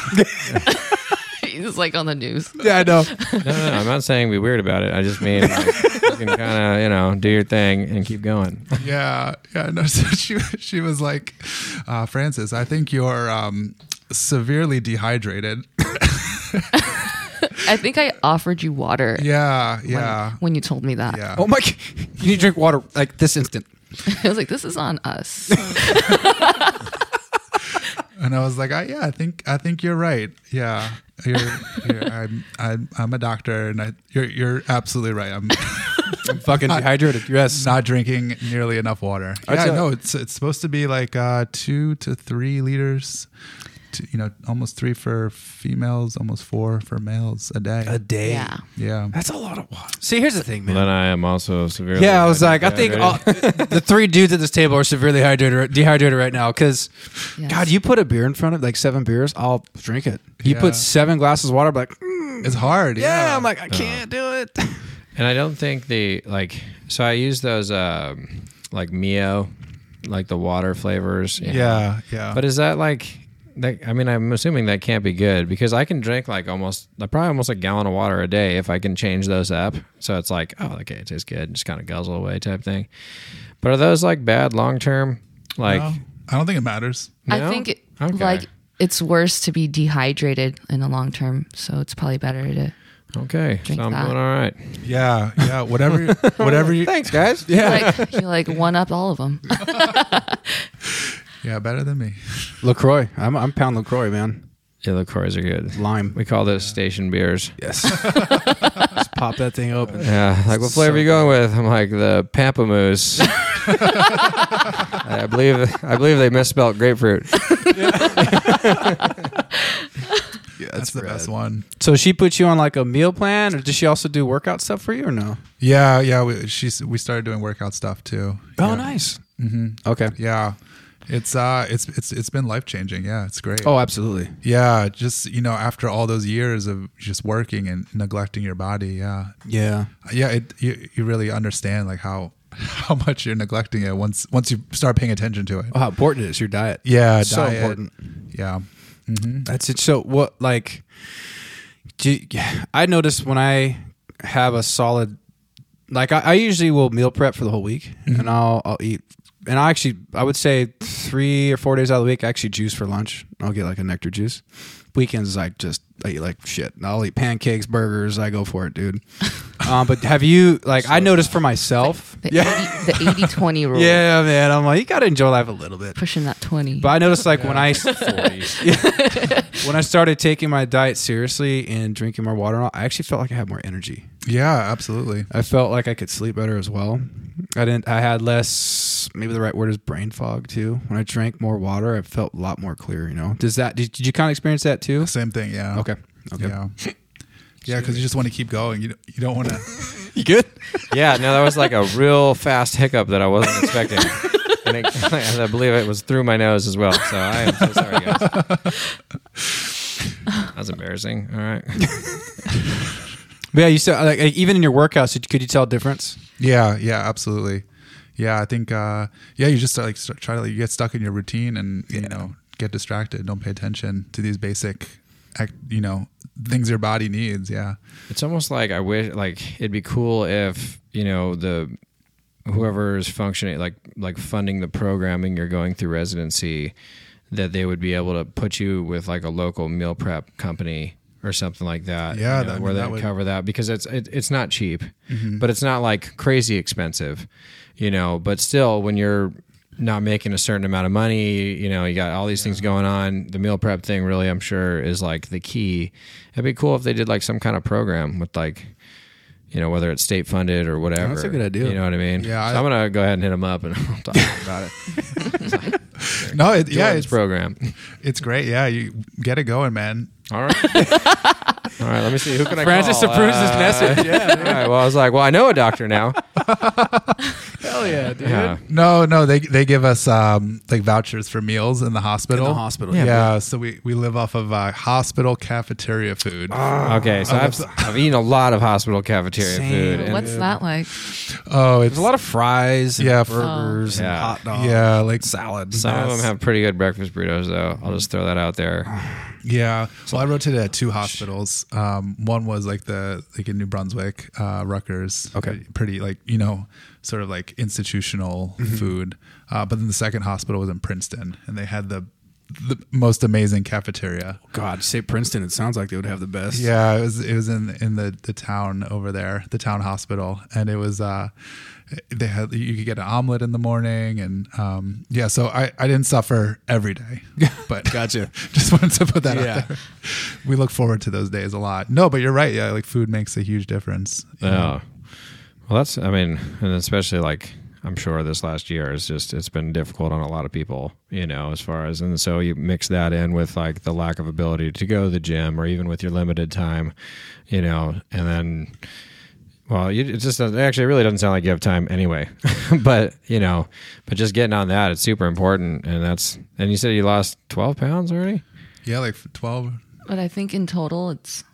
S5: He's like on the news.
S1: Yeah, I know.
S4: No, no, no, I'm not saying be weird about it. I just mean like, you can kind of, you know, do your thing and keep going.
S3: yeah, yeah. No, so she she was like, uh, Francis, I think you're um, severely dehydrated.
S5: I think I offered you water
S3: Yeah, yeah,
S5: when you told me that.
S3: yeah.
S1: Oh my! g- You need to drink water like this instant.
S5: I was like, this is on us.
S3: And I was like, I, yeah, I think I think you're right. Yeah, you're, you're, I'm, I'm I'm a doctor, and I, you're you're absolutely right. I'm
S1: I'm fucking dehydrated. Yes.
S3: not drinking nearly enough water.
S1: I
S3: yeah,
S1: tell-
S3: no, it's it's supposed to be like uh, two to three liters. To, you know, almost three for females, almost four for males a day.
S1: day.
S5: yeah.
S3: yeah,
S1: That's a lot of water. See, here's the thing, man.
S4: Then I am also severely.
S1: Yeah, I was like, I think
S4: dehydrated.
S1: all, the three dudes at this table are severely hydrated, dehydrated right now. Because,
S5: Yes.
S1: God, you put a beer in front of like seven beers, I'll drink it. You
S3: Yeah.
S1: put seven glasses of water, I'm like, mm,
S3: it's hard.
S1: yeah.
S3: Yeah,
S1: I'm like, I can't do it.
S4: And I don't think the like. So I use those um, like Mio, like the water flavors. you know.
S3: yeah, yeah.
S4: But is that like? That, I mean, I'm assuming that can't be good because I can drink like almost, like, probably almost a gallon of water a day if I can change those up. So it's like, oh, okay, it tastes good, just kind of guzzle away type thing. But are those like bad long term? Like,
S3: No, I don't think it matters.
S5: I
S4: No?
S5: think it,
S4: Okay.
S5: like it's worse to be dehydrated in the long term, so it's probably better to
S4: okay, so
S5: Drink
S4: I'm
S5: that.
S4: doing all right.
S3: Yeah, yeah. Whatever, whatever. You,
S1: Thanks, guys. Yeah.
S5: like you like one up all of them.
S3: yeah, better than me.
S1: LaCroix. I'm, I'm pound LaCroix, man.
S4: Yeah, the cores are good.
S1: Lime.
S4: We call those station beers.
S1: Yes. Just pop that thing open.
S4: Yeah, like what flavor are you going with? I'm like the pamplemousse. I believe I believe they misspelled grapefruit.
S1: Yeah,
S3: That's the best one.
S1: So she put you on like a meal plan, or does she also do workout stuff for you, or no?
S3: Yeah, yeah. We, she's we started doing workout stuff too.
S1: Oh,
S3: yeah.
S1: nice. Mm-hmm. Okay.
S3: Yeah, it's uh, it's it's it's been life changing. Yeah, it's great.
S1: Oh, absolutely.
S3: Yeah, just you know, after all those years of just working and neglecting your body, yeah,
S1: Yeah.
S3: yeah, it, you you really understand like how how much you're neglecting it once once you start paying attention to it.
S1: Oh, how important it is your diet.
S3: Yeah,
S1: so
S3: diet.
S1: important.
S3: Yeah,
S1: That's it. So what like do you- I notice when I have a solid like I, I usually will meal prep for the whole week and I'll I'll eat and I actually I would say three or four days out of the week I actually juice for lunch. I'll get like a nectar juice. Weekends is like just I eat like shit. I'll eat pancakes, burgers. I go for it, dude. um, but have you like I noticed for myself?
S5: The,
S1: yeah,
S5: 80, the 80 20 rule.
S1: yeah, man. I'm like you gotta enjoy life a little bit.
S5: Pushing that 20.
S1: But I noticed like when I when I started taking my diet seriously and drinking more water, and all, I actually felt like I had more energy.
S3: yeah, absolutely.
S1: I felt like I could sleep better as well. I didn't. I had less. Maybe the right word is brain fog too. When I drank more water, I felt a lot more clear. You know, does that? Did, did you kind of experience that too?
S3: Same thing. Yeah.
S1: Okay. Okay.
S3: Yeah. Yeah, because you just want to keep going. You don't, you don't want to.
S1: You good?
S4: Yeah, no, that was like a real fast hiccup that I wasn't expecting. And it, I believe it was through my nose as well. So I am so sorry, guys. That was embarrassing. All right.
S1: But yeah, you said like even in your workouts, did- could you tell a difference?
S3: Yeah, yeah, absolutely. Yeah, I think. Uh, yeah, you just start, like start, try to like, you get stuck in your routine and you know get distracted. Don't pay attention to these basic, act, you know, things your body needs. Yeah,
S4: It's almost like I wish, like it'd be cool if you know the whoever is functioning, like like funding the programming you're going through residency, that they would be able to put you with like a local meal prep company or something like that.
S3: Yeah,
S4: you
S3: that-
S4: know,
S3: I mean,
S4: where
S3: that
S4: they would
S3: would-
S4: cover that because it's it, it's not cheap, but it's not like crazy expensive, you know. But still, when you're not making a certain amount of money, you know, you got all these things going on. The meal prep thing really, I'm sure, is like the key. It'd be cool if they did like some kind of program with like, you know, whether it's state funded or whatever.
S1: That's a good idea.
S4: You know what I mean?
S3: Yeah,
S4: So
S3: I-
S4: I'm gonna go ahead and hit them up and I'll talk about it.
S3: no, it,
S4: yeah,
S3: yeah,
S4: this
S3: it's
S4: program.
S3: it's great. Yeah, you get it going, man.
S4: All right. All right, let me see. Who can I
S3: Oh,
S1: Francis
S4: call?
S3: uh,
S4: Uh,
S1: approves this message.
S4: Yeah. All right. Well, I was like, well, I know a doctor now.
S1: Hell Hell yeah, dude.
S4: Yeah.
S3: No, no, they they give us um, like vouchers for meals in the hospital.
S1: In the hospital,
S3: yeah.
S1: yeah.
S3: so we, we live off of uh, hospital cafeteria food.
S4: Okay, so I've, I've eaten a lot of hospital cafeteria
S1: Same.
S4: food. and-
S5: What's that like?
S3: oh, it's
S1: There's a lot of fries, and
S3: Yeah, f-
S1: burgers, and
S4: Yeah.
S1: hot dogs,
S3: yeah, like mm,
S1: salads.
S4: Some of them have pretty good breakfast burritos, though. I'll just throw that out there.
S3: yeah. So I rotated at two hospitals. Um, one was like the like in New Brunswick, uh, Rutgers.
S1: Okay.
S3: pretty like you know sort of like institutional food. Uh, but then the second hospital was in Princeton, and they had the the most amazing cafeteria.
S1: God, say Princeton. It sounds like they would have the best.
S3: Yeah, it was it was in in the the town over there, the town hospital, and it was uh they had you could get an omelet in the morning and um yeah, so I I didn't suffer every day. But
S1: Gotcha.
S3: just wanted to put that
S1: Yeah.
S3: out there. We look forward to those days a lot. No, but you're right. Yeah, like food makes a huge difference.
S4: Yeah. Well, that's, I mean, and especially like, I'm sure this last year is just, it's been difficult on a lot of people, you know, as far as, and so you mix that in with like the lack of ability to go to the gym or even with your limited time, you know, and then, well, you, it just doesn't, actually, it really doesn't sound like you have time anyway, but, you know, but just getting on that, it's super important. And that's, and you said you lost 12 pounds already?
S3: Yeah, like 12
S5: But I think in total it's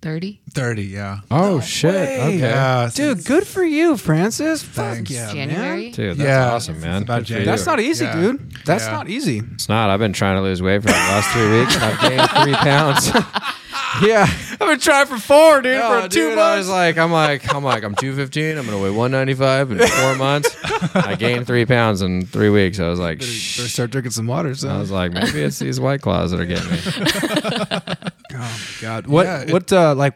S5: 30.
S3: 30, yeah. Uh,
S4: Oh, shit. Okay.
S3: Yeah,
S1: Dude, good for you, Francis. Fuck
S3: Thanks.
S1: yeah,
S5: January.
S1: man.
S4: Dude, that's
S3: Yeah.
S4: awesome,
S3: It's
S4: man.
S3: about
S4: Good for
S3: January.
S4: you.
S1: That's not easy,
S3: Yeah.
S1: dude. That's
S3: Yeah.
S1: not easy.
S4: It's not. I've been trying to lose weight for the last three weeks. and I've gained three pounds.
S1: Yeah, I've been trying for four, dude,
S4: Yeah,
S1: for two
S4: dude, I
S1: months.
S4: was like, I'm like, I'm like, I'm 215. I'm gonna weigh 195 in four months. I gained three pounds in three weeks. I was like, shh.
S1: start drinking some water. So.
S4: I was like, maybe it's these white claws that are getting me.
S1: Oh my god! What
S3: Yeah, it-
S1: what uh, like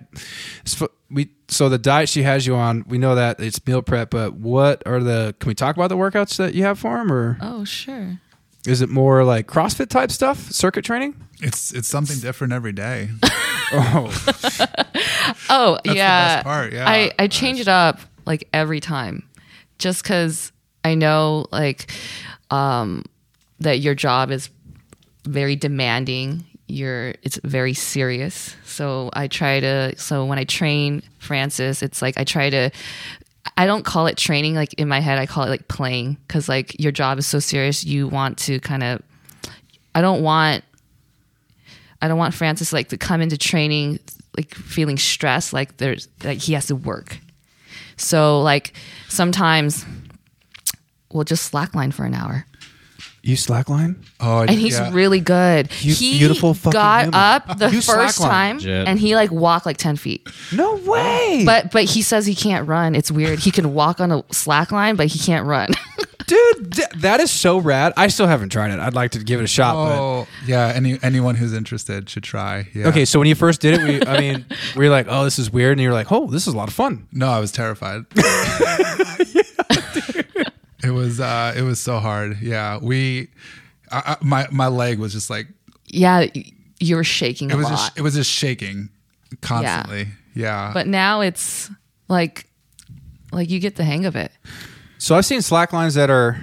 S1: s- f- we so the diet she has you on? We know that it's meal prep, but what are the? Can we talk about the workouts that you have for him, or
S5: Oh, sure.
S1: is it more like CrossFit type stuff, circuit training?
S3: It's it's something different every day.
S1: Oh,
S5: Oh,
S3: the
S5: yeah.
S3: best part, yeah.
S5: I, I change it up like every time just because I know like um, that your job is very demanding. You're, it's very serious. So I try to, so when I train Francis, it's like I try to, I don't call it training. Like in my head, I call it like playing because like your job is so serious. You want to kind of, I don't want I don't want Francis like to come into training like feeling stressed, like there's like he has to work. So like sometimes we'll just slackline for an hour,
S1: you slackline?
S3: Oh, I-
S5: and he's
S3: yeah.
S5: really good.
S1: You
S5: he
S1: beautiful fucking
S5: got
S1: woman.
S5: up the
S1: You
S5: first
S1: slackline.
S5: time,
S4: Legit.
S5: and he like walked like ten feet.
S1: No way,
S5: But but he says he can't run. It's weird. He can walk on a slack line, but he can't run.
S1: dude, th- that is so rad. I still haven't tried it. I'd like to give it a shot.
S3: Oh, yeah, any anyone who's interested should try. Yeah.
S1: But. Okay, so when you first did it, we, I mean, we were like, "Oh, this is weird," and you're like, "Oh, this is a lot of fun."
S3: No, I was terrified. it was uh, it was so hard. Yeah, we I, I, my my leg was just like
S5: yeah, y- you were shaking
S3: it
S5: a
S3: was
S5: lot.
S3: just, it was just shaking constantly. Yeah,
S5: but now it's like like you get the hang of it.
S1: So I've seen slack lines that are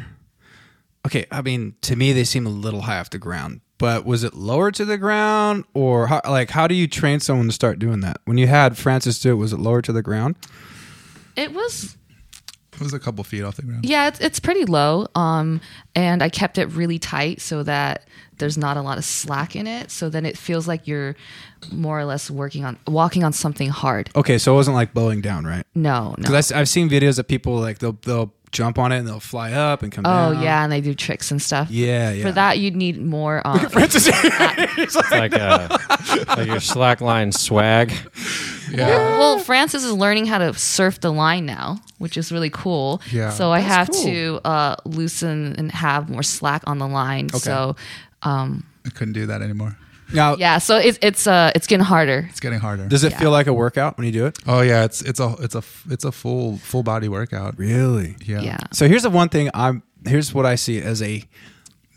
S1: okay. I mean, to me, they seem a little high off the ground. But was it lower to the ground, or how, like how do you train someone to start doing that? When you had Francis do it, was it lower to the ground?
S5: It was
S3: it was a couple feet off the ground.
S5: Yeah, it's, it's pretty low. Um, and I kept it really tight so that there's not a lot of slack in it. So then it feels like you're more or less working on walking on something hard.
S1: Okay, so it wasn't like bowing down, right?
S5: No, no.
S1: Oh. Because I've seen videos of people like they'll they'll jump on it and they'll fly up and come
S5: oh
S1: down.
S5: yeah, and they do tricks and stuff.
S1: yeah, yeah.
S5: For that, you'd need more. Um,
S1: Francis,
S4: It's like, uh like your slackline swag.
S5: well, Francis is learning how to surf the line now, which is really cool.
S3: Yeah.
S5: So I have
S1: cool.
S5: to uh, loosen and have more slack on the line. So um,
S3: I couldn't do that anymore.
S1: now
S5: yeah, so it's it's uh it's getting harder.
S3: It's getting harder.
S1: does it feel like a workout when you do it?
S3: oh yeah, it's it's a it's a it's a full full body workout.
S1: Really?
S3: Yeah.
S5: yeah.
S1: So here's the one thing I'm here's what I see as a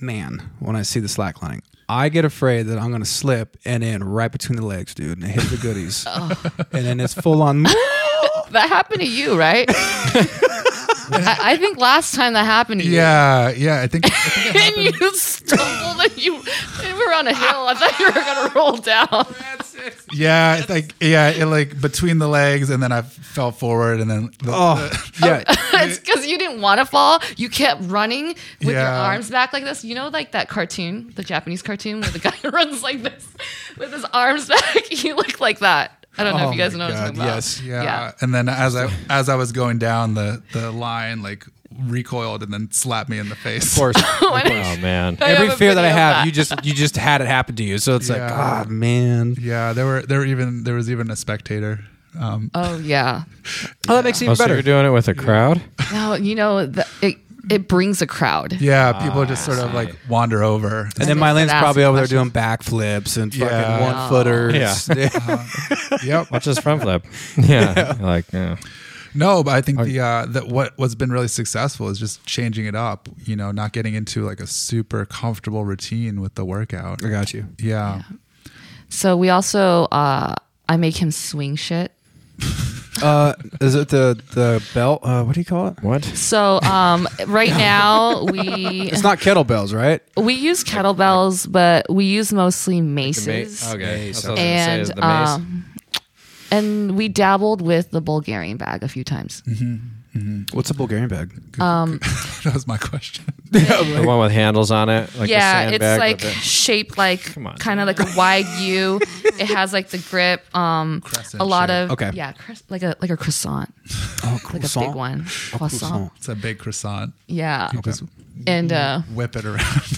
S1: man when I see the slacklining. I get afraid that I'm gonna slip and in right between the legs, dude, and hit the goodies.
S5: Oh.
S1: And then it's full on
S5: That happened to you, right? I, I think last time that happened to you.
S3: Yeah, yeah, I think
S5: And you stumbled and you, you were on a hill. I thought you were going to roll down.
S3: yeah, it's like yeah, it like between the legs, and then I fell forward, and then the,
S1: Oh, yeah.
S5: it's because you didn't want to fall. You kept running with your
S3: Yeah.
S5: arms back like this. You know, like that cartoon, the Japanese cartoon where the guy runs like this with his arms back. You look like that. I don't know if you
S1: Oh
S5: guys know what I'm talking about.
S3: Oh Yes, yeah. And then as I as I was going down, the the line like recoiled and then slapped me in the face.
S1: Of course.
S4: Oh man.
S5: I
S1: Every
S5: have a
S1: fear that I
S5: video of
S1: have,
S5: that.
S1: you just you just had it happen to you. So it's like,
S3: Yeah.
S1: ah, man.
S3: Yeah, there were there were even there was even a spectator. Um,
S5: Oh yeah.
S1: Oh, that makes it
S4: Oh,
S1: even
S4: so
S1: better.
S4: you're doing it with a crowd?
S5: No, you know, the, it it brings a crowd.
S3: yeah, people just sort of like wander over.
S1: and then
S5: That
S1: Mylene's
S5: makes it
S1: probably
S5: ask
S1: over there doing
S5: questions.
S1: backflips and fucking
S3: Yeah.
S5: Oh.
S1: one footers. Yeah. Uh-huh.
S3: yep.
S4: Watch this front flip. Yeah. Like, uh, yeah.
S3: No, but I think the uh, that what what's been really successful is just changing it up. You know, not getting into like a super comfortable routine with the workout.
S1: I got you.
S3: Yeah,
S5: So we also uh I make him swing shit.
S1: Uh, is it the the belt? Uh, what do you call it?
S4: What?
S5: So um right now we
S1: It's not kettlebells, right?
S5: we use kettlebells, but we use mostly maces.
S4: oh, Okay.
S1: Mace.
S4: That's what I was gonna say,
S5: and
S4: is the mace.
S5: um and we dabbled with the Bulgarian bag a few times.
S1: What's a Bulgarian bag?
S3: that was my question.
S4: the one with handles on it. Like
S5: yeah,
S4: the
S5: it's
S4: sandbag
S5: like
S4: with it.
S5: shaped like
S4: Come on.
S5: kind of like a wide U. it has like the grip. Um,
S3: Crescent
S5: a lot
S3: shape.
S5: of
S1: Okay.
S5: yeah, cres- like a like a croissant,
S1: Oh,
S5: like a big one, croissant.
S3: It's a big croissant.
S5: Yeah,
S3: Just
S5: and uh,
S3: whip it around.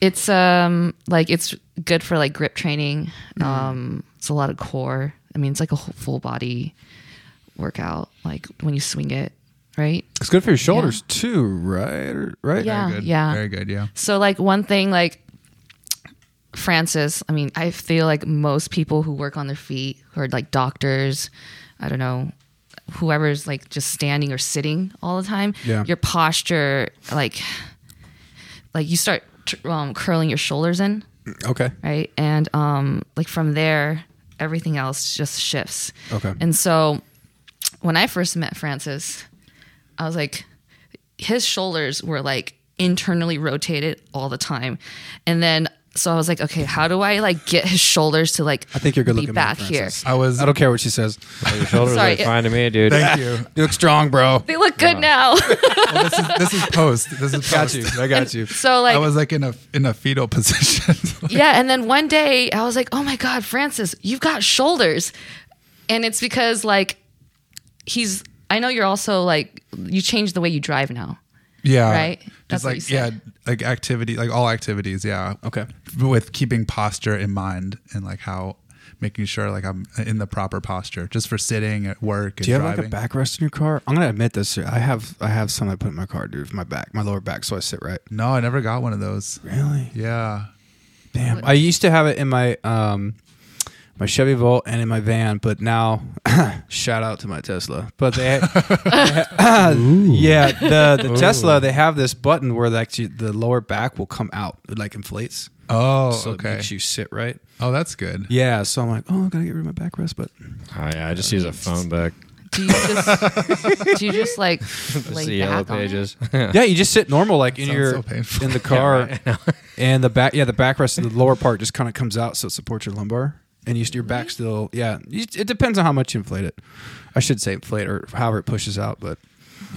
S5: it's um like it's good for like grip training.
S3: Mm-hmm.
S5: Um, it's a lot of core. I mean, it's like a whole full body workout. Like when you swing it, right?
S1: It's good for your shoulders too, right? Or- Right?
S5: Yeah.
S3: Good.
S5: yeah.
S3: Very good. Yeah.
S5: So like one thing like Francis, I mean, I feel like most people who work on their feet who are like doctors, I don't know, whoever's like just standing or sitting all the time,
S1: Yeah.
S5: your posture like like you start tr- um, curling your shoulders in,
S1: Okay.
S5: right? And um like from there everything else just shifts.
S1: Okay.
S5: And so when I first met Francis, I was like, his shoulders were like internally rotated all the time. And then, so I was like, okay, how do I like get his shoulders to like,
S1: I think you're good
S5: be
S1: looking. man,
S5: back here?
S1: Francis.
S3: I was.
S1: I don't care what she says.
S4: Oh, your shoulders
S5: Sorry,
S4: look
S5: it-
S4: fine to me, dude.
S3: Thank you.
S1: You look strong, bro.
S5: They look good now.
S3: Well, this is this is post. This is
S1: Got
S3: post.
S1: you. I got you.
S5: so like,
S3: I was like in a in a fetal position.
S5: yeah. And then one day I was like, oh my God, Francis, you've got shoulders. And it's because like, he's, I know you're also like, you changed the way you drive now.
S3: yeah.
S5: Right? That's
S3: Just
S5: what
S3: like
S5: you said.
S3: yeah, like activity, like all activities. Yeah.
S1: Okay.
S3: With keeping posture in mind and like how making sure like I'm in the proper posture just for sitting at work. And
S1: Do you have
S3: driving.
S1: like a backrest in your car? I'm gonna admit this. I have I have some I put in my car, dude, for my back, my lower back, so I sit right.
S3: No, I never got one of those.
S1: Really?
S3: Yeah.
S1: Damn. I used to have it in my um my Chevy Volt and in my van, but now shout out to my Tesla. But they, yeah, the the Tesla they have this button where like you- the lower back will come out, it like inflates,
S3: Oh,
S1: so it
S3: okay.
S1: makes you sit right.
S3: oh, that's good.
S1: Yeah, so I'm like, oh, I gotta get rid of my backrest, but
S4: Oh, yeah, I just use a phone book.
S5: Do you just, do you just like
S4: Just the
S5: lay
S4: yellow
S5: back on it?
S4: pages.
S1: yeah, you just sit normal like in
S3: Sounds
S1: your
S3: so painful.
S1: in the car, and the back, yeah, the backrest and the lower part just kind of comes out, so it supports your lumbar, and you, your back still, yeah. You, it depends on how much you inflate it. I should say inflate or however it pushes out, but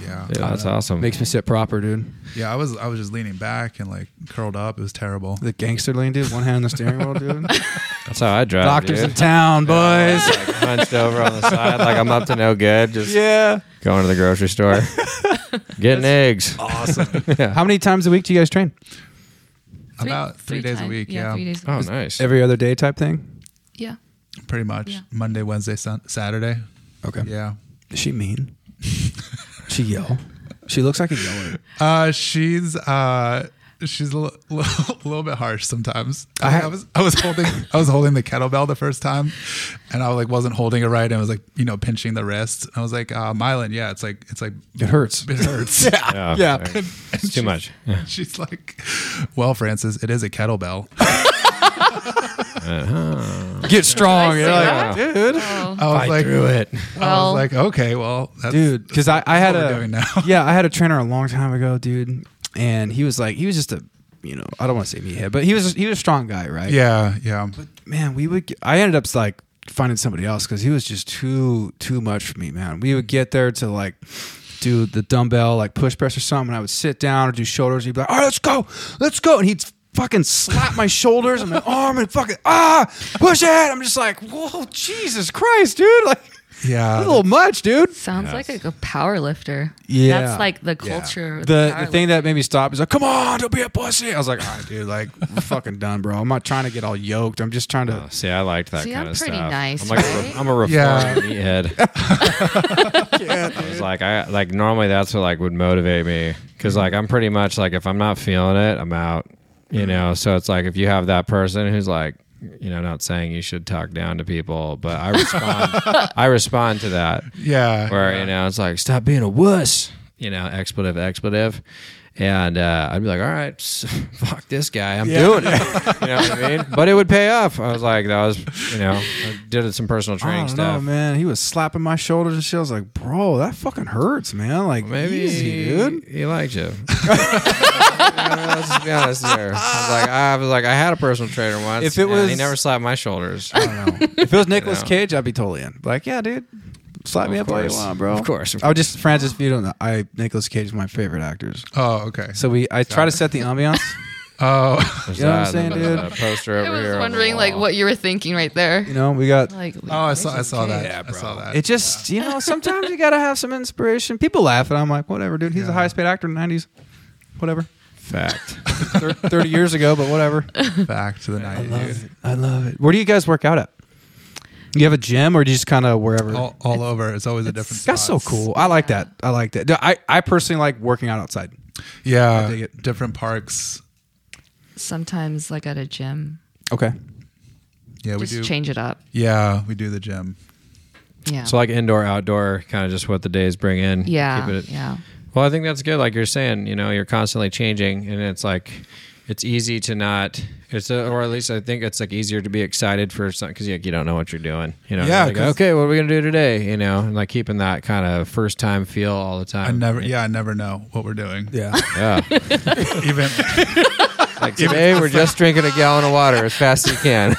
S3: Yeah.
S4: Dude, that's awesome.
S1: makes me sit proper, dude.
S3: Yeah, I was I was just leaning back and like curled up. It was terrible.
S1: The gangster lane, dude. One hand on the steering wheel, dude.
S4: That's how I drive.
S1: Doctors
S4: dude.
S1: in town, boys.
S4: Like, hunched over on the side, like I'm up to no good. Just
S1: Yeah.
S4: going to the grocery store, getting eggs.
S3: Awesome.
S1: How many times a week do you guys train?
S3: About three, days a
S5: times.
S3: week.
S5: Yeah,
S3: Yeah,
S5: three days.
S4: Oh, nice.
S1: Every other day type thing.
S5: Yeah.
S3: pretty much
S5: Yeah.
S3: Monday, Wednesday, sun- Saturday.
S1: Okay.
S3: Yeah.
S1: Is she mean? she yell. She looks like a yeller.
S3: Uh, she's uh, she's a li- li- little bit harsh sometimes. I, mean, I was I was holding I was holding the kettlebell the first time, and I like wasn't holding it right, and I was like you know pinching the wrist. I was like, uh, Mylan, yeah, it's like it's like
S1: It hurts.
S3: it hurts. yeah.
S4: Yeah,
S1: Yeah.
S4: sorry. it's too much.
S3: She's like, well, Francis, it is a kettlebell.
S1: Oh Get strong.
S5: Did
S1: You're
S5: I say
S1: like, dude.
S5: Oh,
S3: I was like,
S4: it.
S3: I was
S5: Well-
S3: like, okay, well, that's,
S1: dude because I, I had
S3: what
S1: a
S3: we're doing now.
S1: yeah i had a trainer a long time ago dude and he was like he was just a you know, I don't want to say meathead, but he was he was a strong guy, right?
S3: Yeah, yeah.
S1: man, we would. Get, I ended up like finding somebody else because he was just too too much for me, man. We would get there to like do the dumbbell like push press or something, and I would sit down or do shoulders. And he'd be like, "All right, let's go, let's go," and he'd fucking slap my shoulders and my arm and fucking ah push it. I'm just like, whoa, Jesus Christ, dude, like.
S3: Yeah.
S1: that's a little much, dude.
S5: Sounds like a, a power lifter.
S1: Yeah.
S5: That's like the culture. of
S1: The, the
S5: power
S1: thing that made me stop is like, come on, don't be a pussy. I was like, all right, dude, like, we're fucking done, bro. I'm not trying to get all yoked. I'm just trying to
S4: Oh, see, I liked that
S5: See,
S4: kind
S5: I'm
S4: of
S5: pretty
S4: stuff.
S5: nice,
S4: I'm like, a re-
S5: right?
S4: I'm a reformed
S3: Yeah.
S4: meathead. I was like, I like normally that's what like would motivate me because like I'm pretty much like if I'm not feeling it, I'm out. You know, so it's like if you have that person who's like, you know, not saying you should talk down to people, but I respond, I respond to that
S3: Yeah.
S4: where you know it's like stop being a wuss you know expletive expletive and uh, I'd be like, all right, fuck this guy. I'm doing it. You know what I mean? But it would pay off. I was like, that was, you know, I did some personal
S1: I
S4: training
S1: don't
S4: stuff.
S1: know, man. He was slapping my shoulders and shit. I was like, bro, that fucking hurts, man. Like,
S4: Maybe
S1: easy, dude.
S4: he liked you. You know, Let's just be honest here. I was like, I was like, I had a personal trainer once.
S1: If it
S4: and
S1: was-
S4: he never slapped my shoulders.
S1: if it was Nicolas
S4: know.
S1: Cage, I'd be totally in. Like, yeah, dude, slap me
S4: Of
S1: up all you
S4: course.
S1: want, bro.
S4: Of course, of
S1: I would just Francis Vito. I Nicolas Cage is my favorite actors.
S3: Oh, okay.
S1: So we, I try to set the ambiance.
S3: Oh,
S1: You know what I'm saying,
S4: There's a-
S1: dude?
S4: a poster
S5: lifter.
S4: over
S5: I
S4: here on
S5: was
S4: the
S5: wondering like
S4: wall.
S5: what you were thinking right there.
S1: You know, we got.
S5: Like,
S3: oh, I saw, I saw that.
S1: Yeah,
S3: I saw that.
S1: It just, you know, sometimes you gotta have some inspiration. People laugh, and I'm like, whatever, dude. He's the highest paid actor in the '90s. Whatever.
S4: Fact.
S1: Thir- Thirty years ago, but whatever.
S3: back to the nineties.
S1: I love it. Where do you guys work out at? You have a gym, or do you just kind of wherever?
S3: All, all over. It's always a different.
S1: That's so
S3: spot.
S1: cool. I like that. I like that. No, I, I personally like working out outside.
S3: Yeah,
S1: dig it.
S3: different parks.
S5: sometimes like at a gym,
S1: Okay.
S3: Yeah, we
S5: just
S3: do.
S5: change it up.
S3: Yeah, we do the gym.
S5: Yeah.
S4: So like indoor, outdoor, kind of just what the days bring in.
S5: yeah.
S4: Keep it-
S5: yeah.
S4: Well, I think that's good. Like you're saying, you know, you're constantly changing, and it's like it's easy to not. It's a, or at least I think it's like easier to be excited for something because like, you don't know what you're doing. You know,
S3: Yeah,
S4: Like,
S3: 'cause-
S4: okay, what are we gonna do today? You know, and like keeping that kind of first time feel all the time.
S3: I never. Yeah, I never know what we're doing.
S1: Yeah.
S4: Yeah.
S3: Even
S4: like today we're just drinking a gallon of water as fast as you can.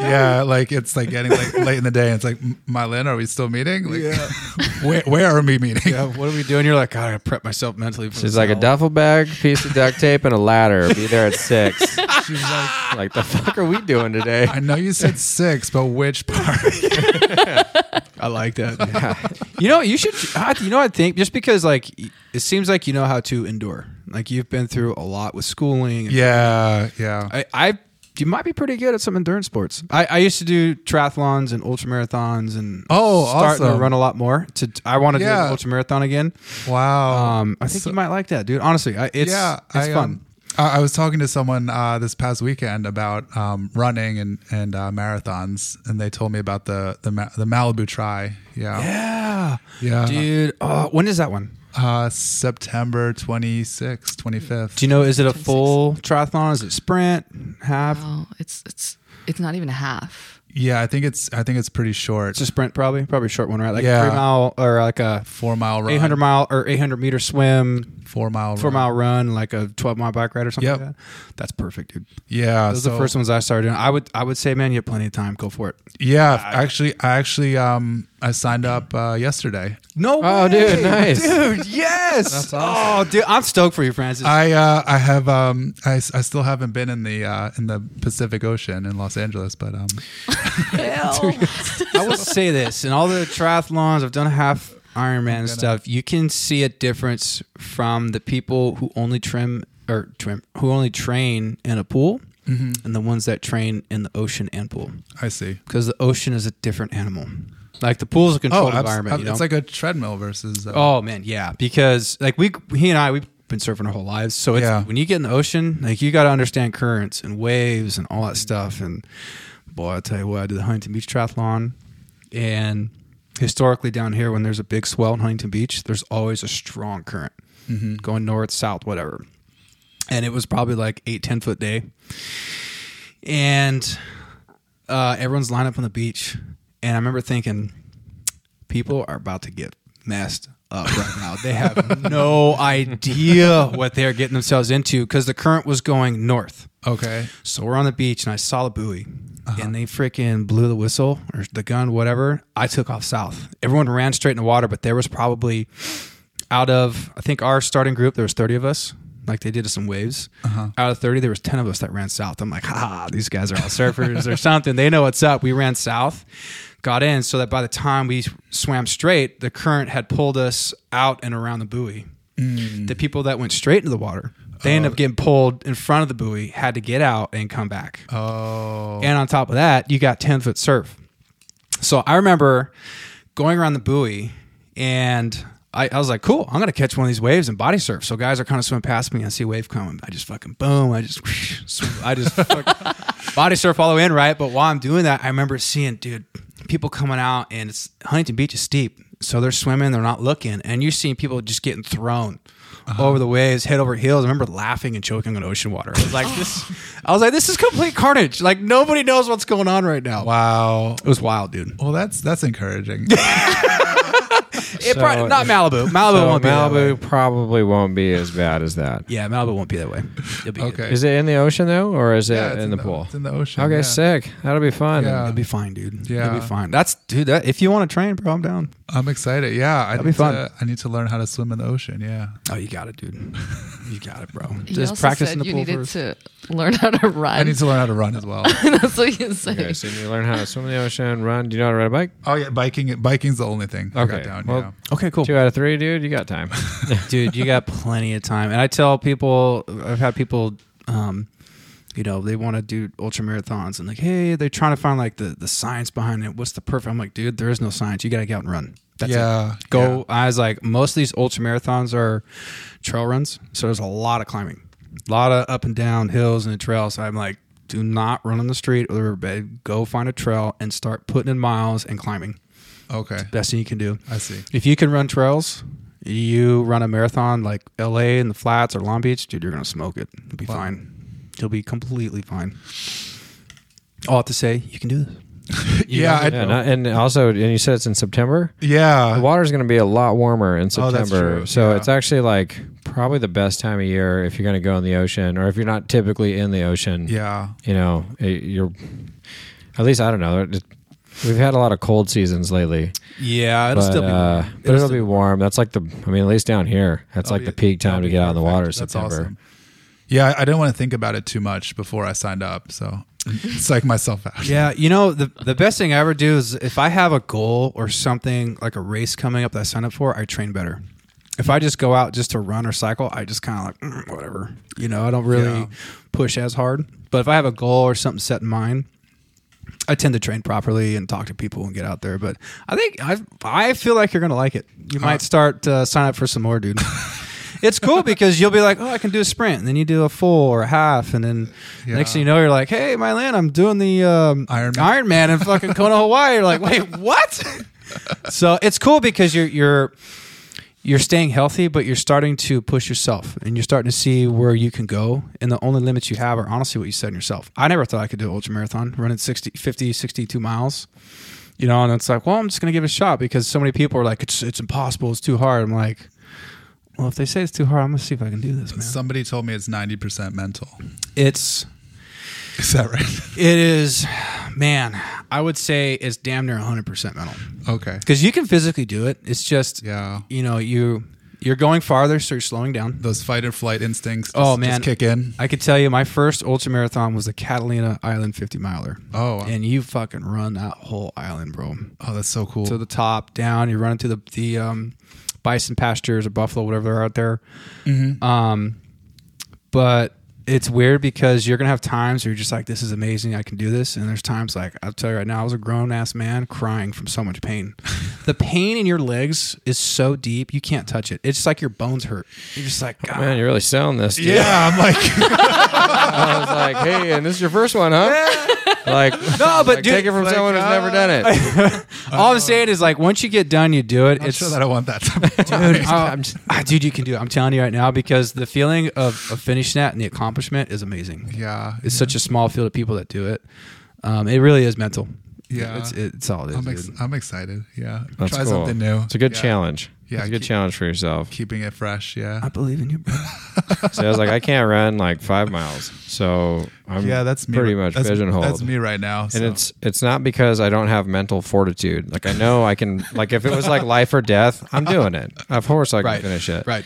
S3: yeah, like it's like getting like late in the day. And it's like, "M- Mylin, are we still meeting? Like, where, where are we meeting?
S1: yeah. What are we doing? You're like, God, I gotta prep myself mentally. For
S4: She's like a duffel bag, piece of duct tape, and a ladder. Be there at six.
S3: She's like,
S4: Like the fuck are we doing today?
S3: I know you said six, but which park?
S1: I like that. you know, you should. I- You know, I think just because like it seems like you know how to endure. Like you've been through a lot with schooling. and-
S3: Yeah, yeah.
S1: I, I you might be pretty good at some endurance sports. I, I used to do triathlons and ultramarathons and
S3: Oh,
S1: starting to
S3: awesome.
S1: run a lot more. To I want to
S3: Yeah.
S1: do an ultramarathon again.
S3: Wow.
S1: Um, I think you might like that, dude. Honestly, I, it's
S3: yeah,
S1: it's
S3: I,
S1: fun.
S3: um, I, I was talking to someone uh, this past weekend about um, running and and uh, marathons, and they told me about the the, Ma- the Malibu Try. Yeah,
S1: Yeah.
S3: yeah.
S1: Dude, uh, when is that one?
S3: Uh, September 26th, 25th.
S1: Do you know, is it a full triathlon? Is it sprint, half?
S5: Oh, it's it's it's not even a half.
S3: yeah, I think it's I think it's pretty short.
S1: It's a sprint, probably. Probably a short one, right? Like a
S3: Yeah.
S1: three mile or like a
S3: four mile run,
S1: 800 mile or 800 meter swim,
S3: four mile,
S1: four
S3: run.
S1: mile run, like a 12 mile bike ride or something
S3: Yep.
S1: like that. That's perfect, dude.
S3: Yeah,
S1: Those
S3: so,
S1: are the first ones I started doing. I would, I would say, man, you have plenty of time. Go for it.
S3: Yeah, actually, I actually um I signed up uh, yesterday.
S1: No,
S4: Oh, dude,
S1: way!
S4: nice.
S1: dude, yes. Oh, dude, I'm stoked for you, Francis.
S3: I uh, I have um I, s- I still haven't been in the uh, in the Pacific Ocean in Los Angeles, but um
S1: I will say this: in all the triathlons I've done, half Ironman and stuff, you can see a difference from the people who only trim or trim who only train in a pool,
S3: Mm-hmm.
S1: and the ones that train in the ocean and pool
S3: I see.
S1: because the ocean is a different animal. Like the pool's a controlled
S3: Oh, abs-
S1: environment.
S3: abs-
S1: you know?
S3: it's like a treadmill versus. Uh,
S1: Oh man, yeah. Because like we, he and I, we've been surfing our whole lives. So it's,
S3: Yeah.
S1: when you get in the ocean, like you got to understand currents and waves and all that stuff. And boy, I tell you what, I did the Huntington Beach Triathlon, and historically down here, when there's a big swell in Huntington Beach, there's always a strong current going north, south, whatever. And it was probably like eight, ten foot day, and uh, everyone's lined up on the beach, and I remember thinking, people are about to get messed up right now. They have no idea what they're getting themselves into because the current was going north.
S3: Okay.
S1: So we're on the beach and I saw the buoy and they freaking blew the whistle or the gun, whatever. I took off south. Everyone ran straight in the water, but there was probably out of I think our starting group, there was 30 of us. Like they did us some waves. Out of 30, there was 10 of us that ran south. I'm like, ha, these guys are all surfers or something. They know what's up. We ran south, got in so that by the time we swam straight, the current had pulled us out and around the buoy the people that went straight into the water they ended up getting pulled in front of the buoy had to get out and come back
S3: Oh.
S1: and on top of that you got 10 foot surf so i remember going around the buoy and I, I was like cool i'm gonna catch one of these waves and body surf so guys are kind of swimming past me and I see a wave coming i just fucking boom i just sw- i just fuck- body surf all the way in right but while i'm doing that i remember seeing dude people coming out and it's huntington beach is steep so they're swimming they're not looking and you're seeing people just getting thrown over the waves, head over heels. I remember laughing and choking on ocean water. I was like, this. I was like, this is complete carnage. Like nobody knows what's going on right now.
S3: Wow.
S1: It was wild, dude.
S3: Well, that's that's encouraging.
S1: It probably, not Malibu. Malibu
S4: So
S1: won't be that way.
S4: Malibu probably won't be as bad as that. Is
S1: Yeah, Malibu won't be that way. It'll be okay.
S3: Okay.
S4: it in the ocean though, or is it
S3: Yeah, it's
S4: in, the, pool?
S3: It's in the ocean.
S4: okay,
S3: yeah.
S4: sick. That'll be fun.
S3: Yeah.
S1: It'll be fine, dude.
S3: Yeah.
S1: it'll be fine. That's dude. That if you want to train, bro, I'm down.
S3: I'm excited. Yeah, I
S1: That'd
S3: need
S1: be fun.
S3: To, I need to learn how to swim in the ocean. Yeah.
S1: Oh, you got it, dude. You got it, bro.
S5: You
S1: Just
S5: also
S1: practice
S5: said
S1: in the
S5: you
S1: pool
S5: needed
S1: first.
S5: to learn how to run.
S3: I need to learn how to run as well.
S5: That's what you say.
S4: Okay, so you learn how to swim in the ocean, run. Do you know how to ride a bike?
S3: oh yeah, biking. Biking's the only thing I
S4: Okay,
S3: got down.
S4: well-
S3: yeah.
S1: Okay, cool,
S4: Two out of three, dude. You got time.
S1: dude. You got plenty of time. And I tell people, I've had people. Um, you know, they want to do ultra marathons and like, hey, they're trying to find like the, the science behind it. What's the perfect? I'm like, dude, there is no science. You got to get out and run. That's it.
S3: yeah.
S1: go i was like most of these ultra marathons are trail runs so there's a lot of climbing a lot of up and down hills and trails so i'm like do not run on the street or the riverbed go find a trail and start putting in miles and climbing
S3: Yeah. Okay.
S1: best thing you can do
S3: I see.
S1: if you can run trails you run a marathon like la in the flats or long beach dude you're gonna smoke it you'll be
S3: Wow.
S1: fine you'll be completely fine all i have to say you can do this
S3: yeah. I,
S4: Yeah, not- and also, and you said it's in September.
S3: yeah.
S4: The water's going to be a lot warmer in
S3: Oh,
S4: September.
S3: that's true,
S4: So
S3: yeah.
S4: it's actually like probably the best time of year if you're going to go in the ocean or if you're not typically in the ocean.
S3: Yeah.
S4: You know, it- you're at least, I don't know. It- We've had a lot of cold seasons lately,
S1: yeah
S4: but, uh, but it'll, be warm. That's like the, I mean, at least down here, that's like
S3: That'll
S4: the
S3: be-
S4: peak time
S3: that'll
S4: to
S3: be
S4: get out in the
S3: perfect.
S4: water. is
S3: That's
S4: September.
S3: awesome. Yeah, I- I didn't want to think about it too much before I signed up, so psych myself out.
S1: Yeah, you know the the best thing I ever do is if I have a goal or something like a race coming up that I sign up for, I train better. If I just go out just to run or cycle, I just kind of like "Mm, whatever, you know. I don't really
S3: Yeah.
S1: push as hard. But if I have a goal or something set in mind, I tend to train properly and talk to people and get out there. But I think I I feel like you're gonna like it. You might start uh, sign up for some more, dude. it's cool because you'll be like, oh, I can do a sprint, and then you do a full or a half, and then
S3: Yeah.
S1: next thing you know, you're like, hey, my land, I'm doing the um,
S3: Iron Man.
S1: Iron Man in fucking Kona, Hawaii. You're like, wait, what? so it's cool because you're you're you're staying healthy, but you're starting to push yourself and you're starting to see where you can go. And the only limits you have are honestly what you set in yourself. I never thought I could do an ultra marathon, running 60, 50, 62 miles. You know, and it's like, well, I'm just going to give it a shot because so many people are like, it's, it's impossible. It's too hard. I'm like, well, if they say it's too hard, I'm going to see if I can do this, man.
S3: Somebody told me it's ninety percent mental.
S1: It's,
S3: Is that right?
S1: it is, man, I would say it's damn near 100% mental
S3: okay.
S1: because you can physically do it. It's just,
S3: Yeah.
S1: you know, you, you're going farther, so you're slowing down.
S3: Those fight or flight instincts. Just,
S1: Oh, man.
S3: just kick in.
S1: I could tell you my first ultra marathon was the Catalina Island 50 miler.
S3: Oh, wow.
S1: And you fucking run that whole island, bro.
S3: Oh, that's so cool.
S1: To the top, down, you're running through the, the um, bison pastures or buffalo, whatever they're out there.
S3: Mm-hmm.
S1: Um, but it's weird because you're going to have times where you're just like, this is amazing. I can do this. And there's times like, I'll tell you right now, I was a grown ass man crying from so much pain. the pain in your legs is so deep, you can't touch it. It's just like your bones hurt. You're just like, God.
S4: Man, you're really selling this. Dude.
S3: yeah, I'm like,
S4: I was like, hey, and this is your first one, huh? like, no,
S1: but dude-
S4: take it from
S3: like,
S4: someone who's never done it.
S1: All I'm saying is like once you get done, you do it.
S3: I'm
S1: It's
S3: sure that I want that. Dude,
S1: dude, uh, ah, dude, you can do it. I'm telling you right now because the feeling of, of finishing that and the accomplishment is amazing.
S3: yeah,
S1: It's such a small field of people that do it. Um, it really is mental.
S3: Yeah.
S1: it's, it's all it is,
S3: I'm, ex-
S1: dude.
S3: I'm excited. Yeah,
S4: That's
S3: try
S4: cool.
S3: something new.
S4: It's a good
S3: Yeah.
S4: challenge.
S3: Yeah,
S4: It's a good
S3: keep-
S4: challenge for yourself.
S3: keeping it fresh.
S1: I
S3: Yeah,
S1: believe in you, bro.
S4: So I was like, I can't run like five miles. So I'm
S3: yeah, that's me.
S4: pretty much
S3: that's,
S4: pigeonholed.
S3: That's me right now. so.
S4: And it's it's not because I don't have mental fortitude. Like I know I can. Like if it was like life or death, I'm doing it. Of course I can
S1: Right.
S4: finish it.
S1: Right.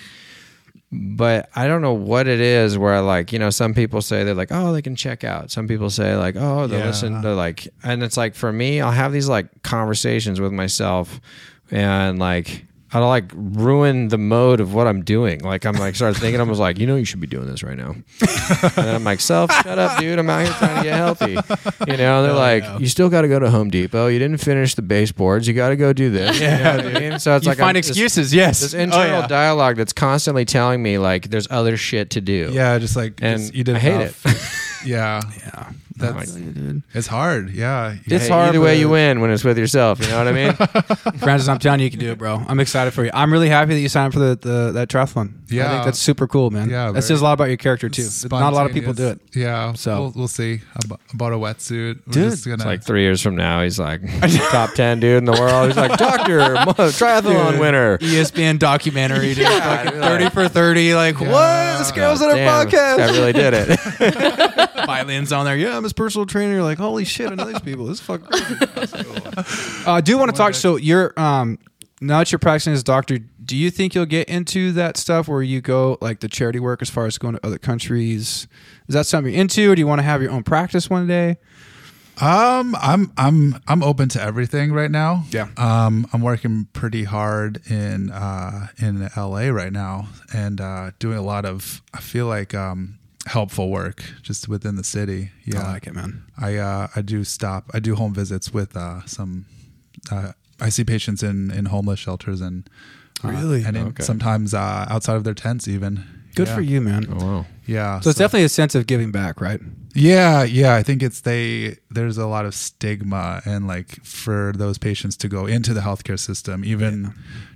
S4: But I don't know what it is where I like you know some people say they're like oh they can check out. Some people say like oh they
S3: Yeah.
S4: listen. They're like and it's like for me I'll have these like conversations with myself and like. I'll like ruin the mode of what I'm doing. Like I'm like started thinking I was like, you know, you should be doing this right now. And I'm like, self, shut up, dude. I'm out here trying to get healthy. You know,
S1: Oh,
S4: they're like, you still got to go to Home Depot. You didn't finish the baseboards. You got to go do this. You know what I mean? So it's
S1: you
S4: like
S1: find
S4: I'm just-
S1: excuses, yes.
S4: This internal
S1: oh, yeah.
S4: dialogue that's constantly telling me like there's other shit to do.
S3: yeah, just like
S4: And
S3: just- you did
S4: I hate
S3: enough. yeah,
S1: yeah.
S3: that's
S1: Dude.
S3: it's hard. Yeah, You-
S4: It's hard. Either way, you win when it's with yourself. You know what I mean?
S1: Francis, I'm telling you, you can do it, bro. I'm excited for you. I'm really happy that you signed up for the, the that triathlon. I
S3: Yeah.
S1: think that's super cool, man.
S3: Yeah,
S1: that
S3: very-
S1: says a lot about your character too. Not a lot of people do it.
S3: Spontaneous. Yeah,
S1: So.
S3: so we'll, we'll see. I bu- I bought a wetsuit. We're
S1: Dude.
S3: just gonna
S4: It's like three years from now, he's like top ten dude in the world. He's like doctor, triathlon
S1: Dude.
S4: winner.
S1: ESPN documentary, dude. Fucking
S4: dude, like-
S1: thirty for thirty. Like what? This girl's on our
S4: Damn, I
S1: podcast.
S4: really did it.
S1: Violin's on there. Yeah, I'm his personal trainer. Like holy shit, I know these people. This is fucking. crazy. Uh, I do want to talk. So you're um now that you're practicing as a doctor, do you think you'll get into that stuff where you go like the charity work as far as going to other countries? Is that something you're into, or do you want to have your own practice one day?
S3: Um, I'm I'm I'm open to everything right now.
S1: Yeah.
S3: Um, I'm working pretty hard in uh in LA right now and uh doing a lot of I feel like um helpful work just within the city. Yeah.
S1: I like it, man.
S3: I uh I do stop I do home visits with uh some uh I see patients in in homeless shelters and uh,
S1: Really?
S3: and in,
S4: Okay.
S3: sometimes uh outside of their tents even.
S1: Good
S3: Yeah.
S1: for you, man.
S4: wow.
S3: Yeah.
S1: So it's definitely a sense of giving back, right?
S3: Yeah, yeah, I think it's they there's a lot of stigma and like for those patients to go into the healthcare system even
S1: Uh,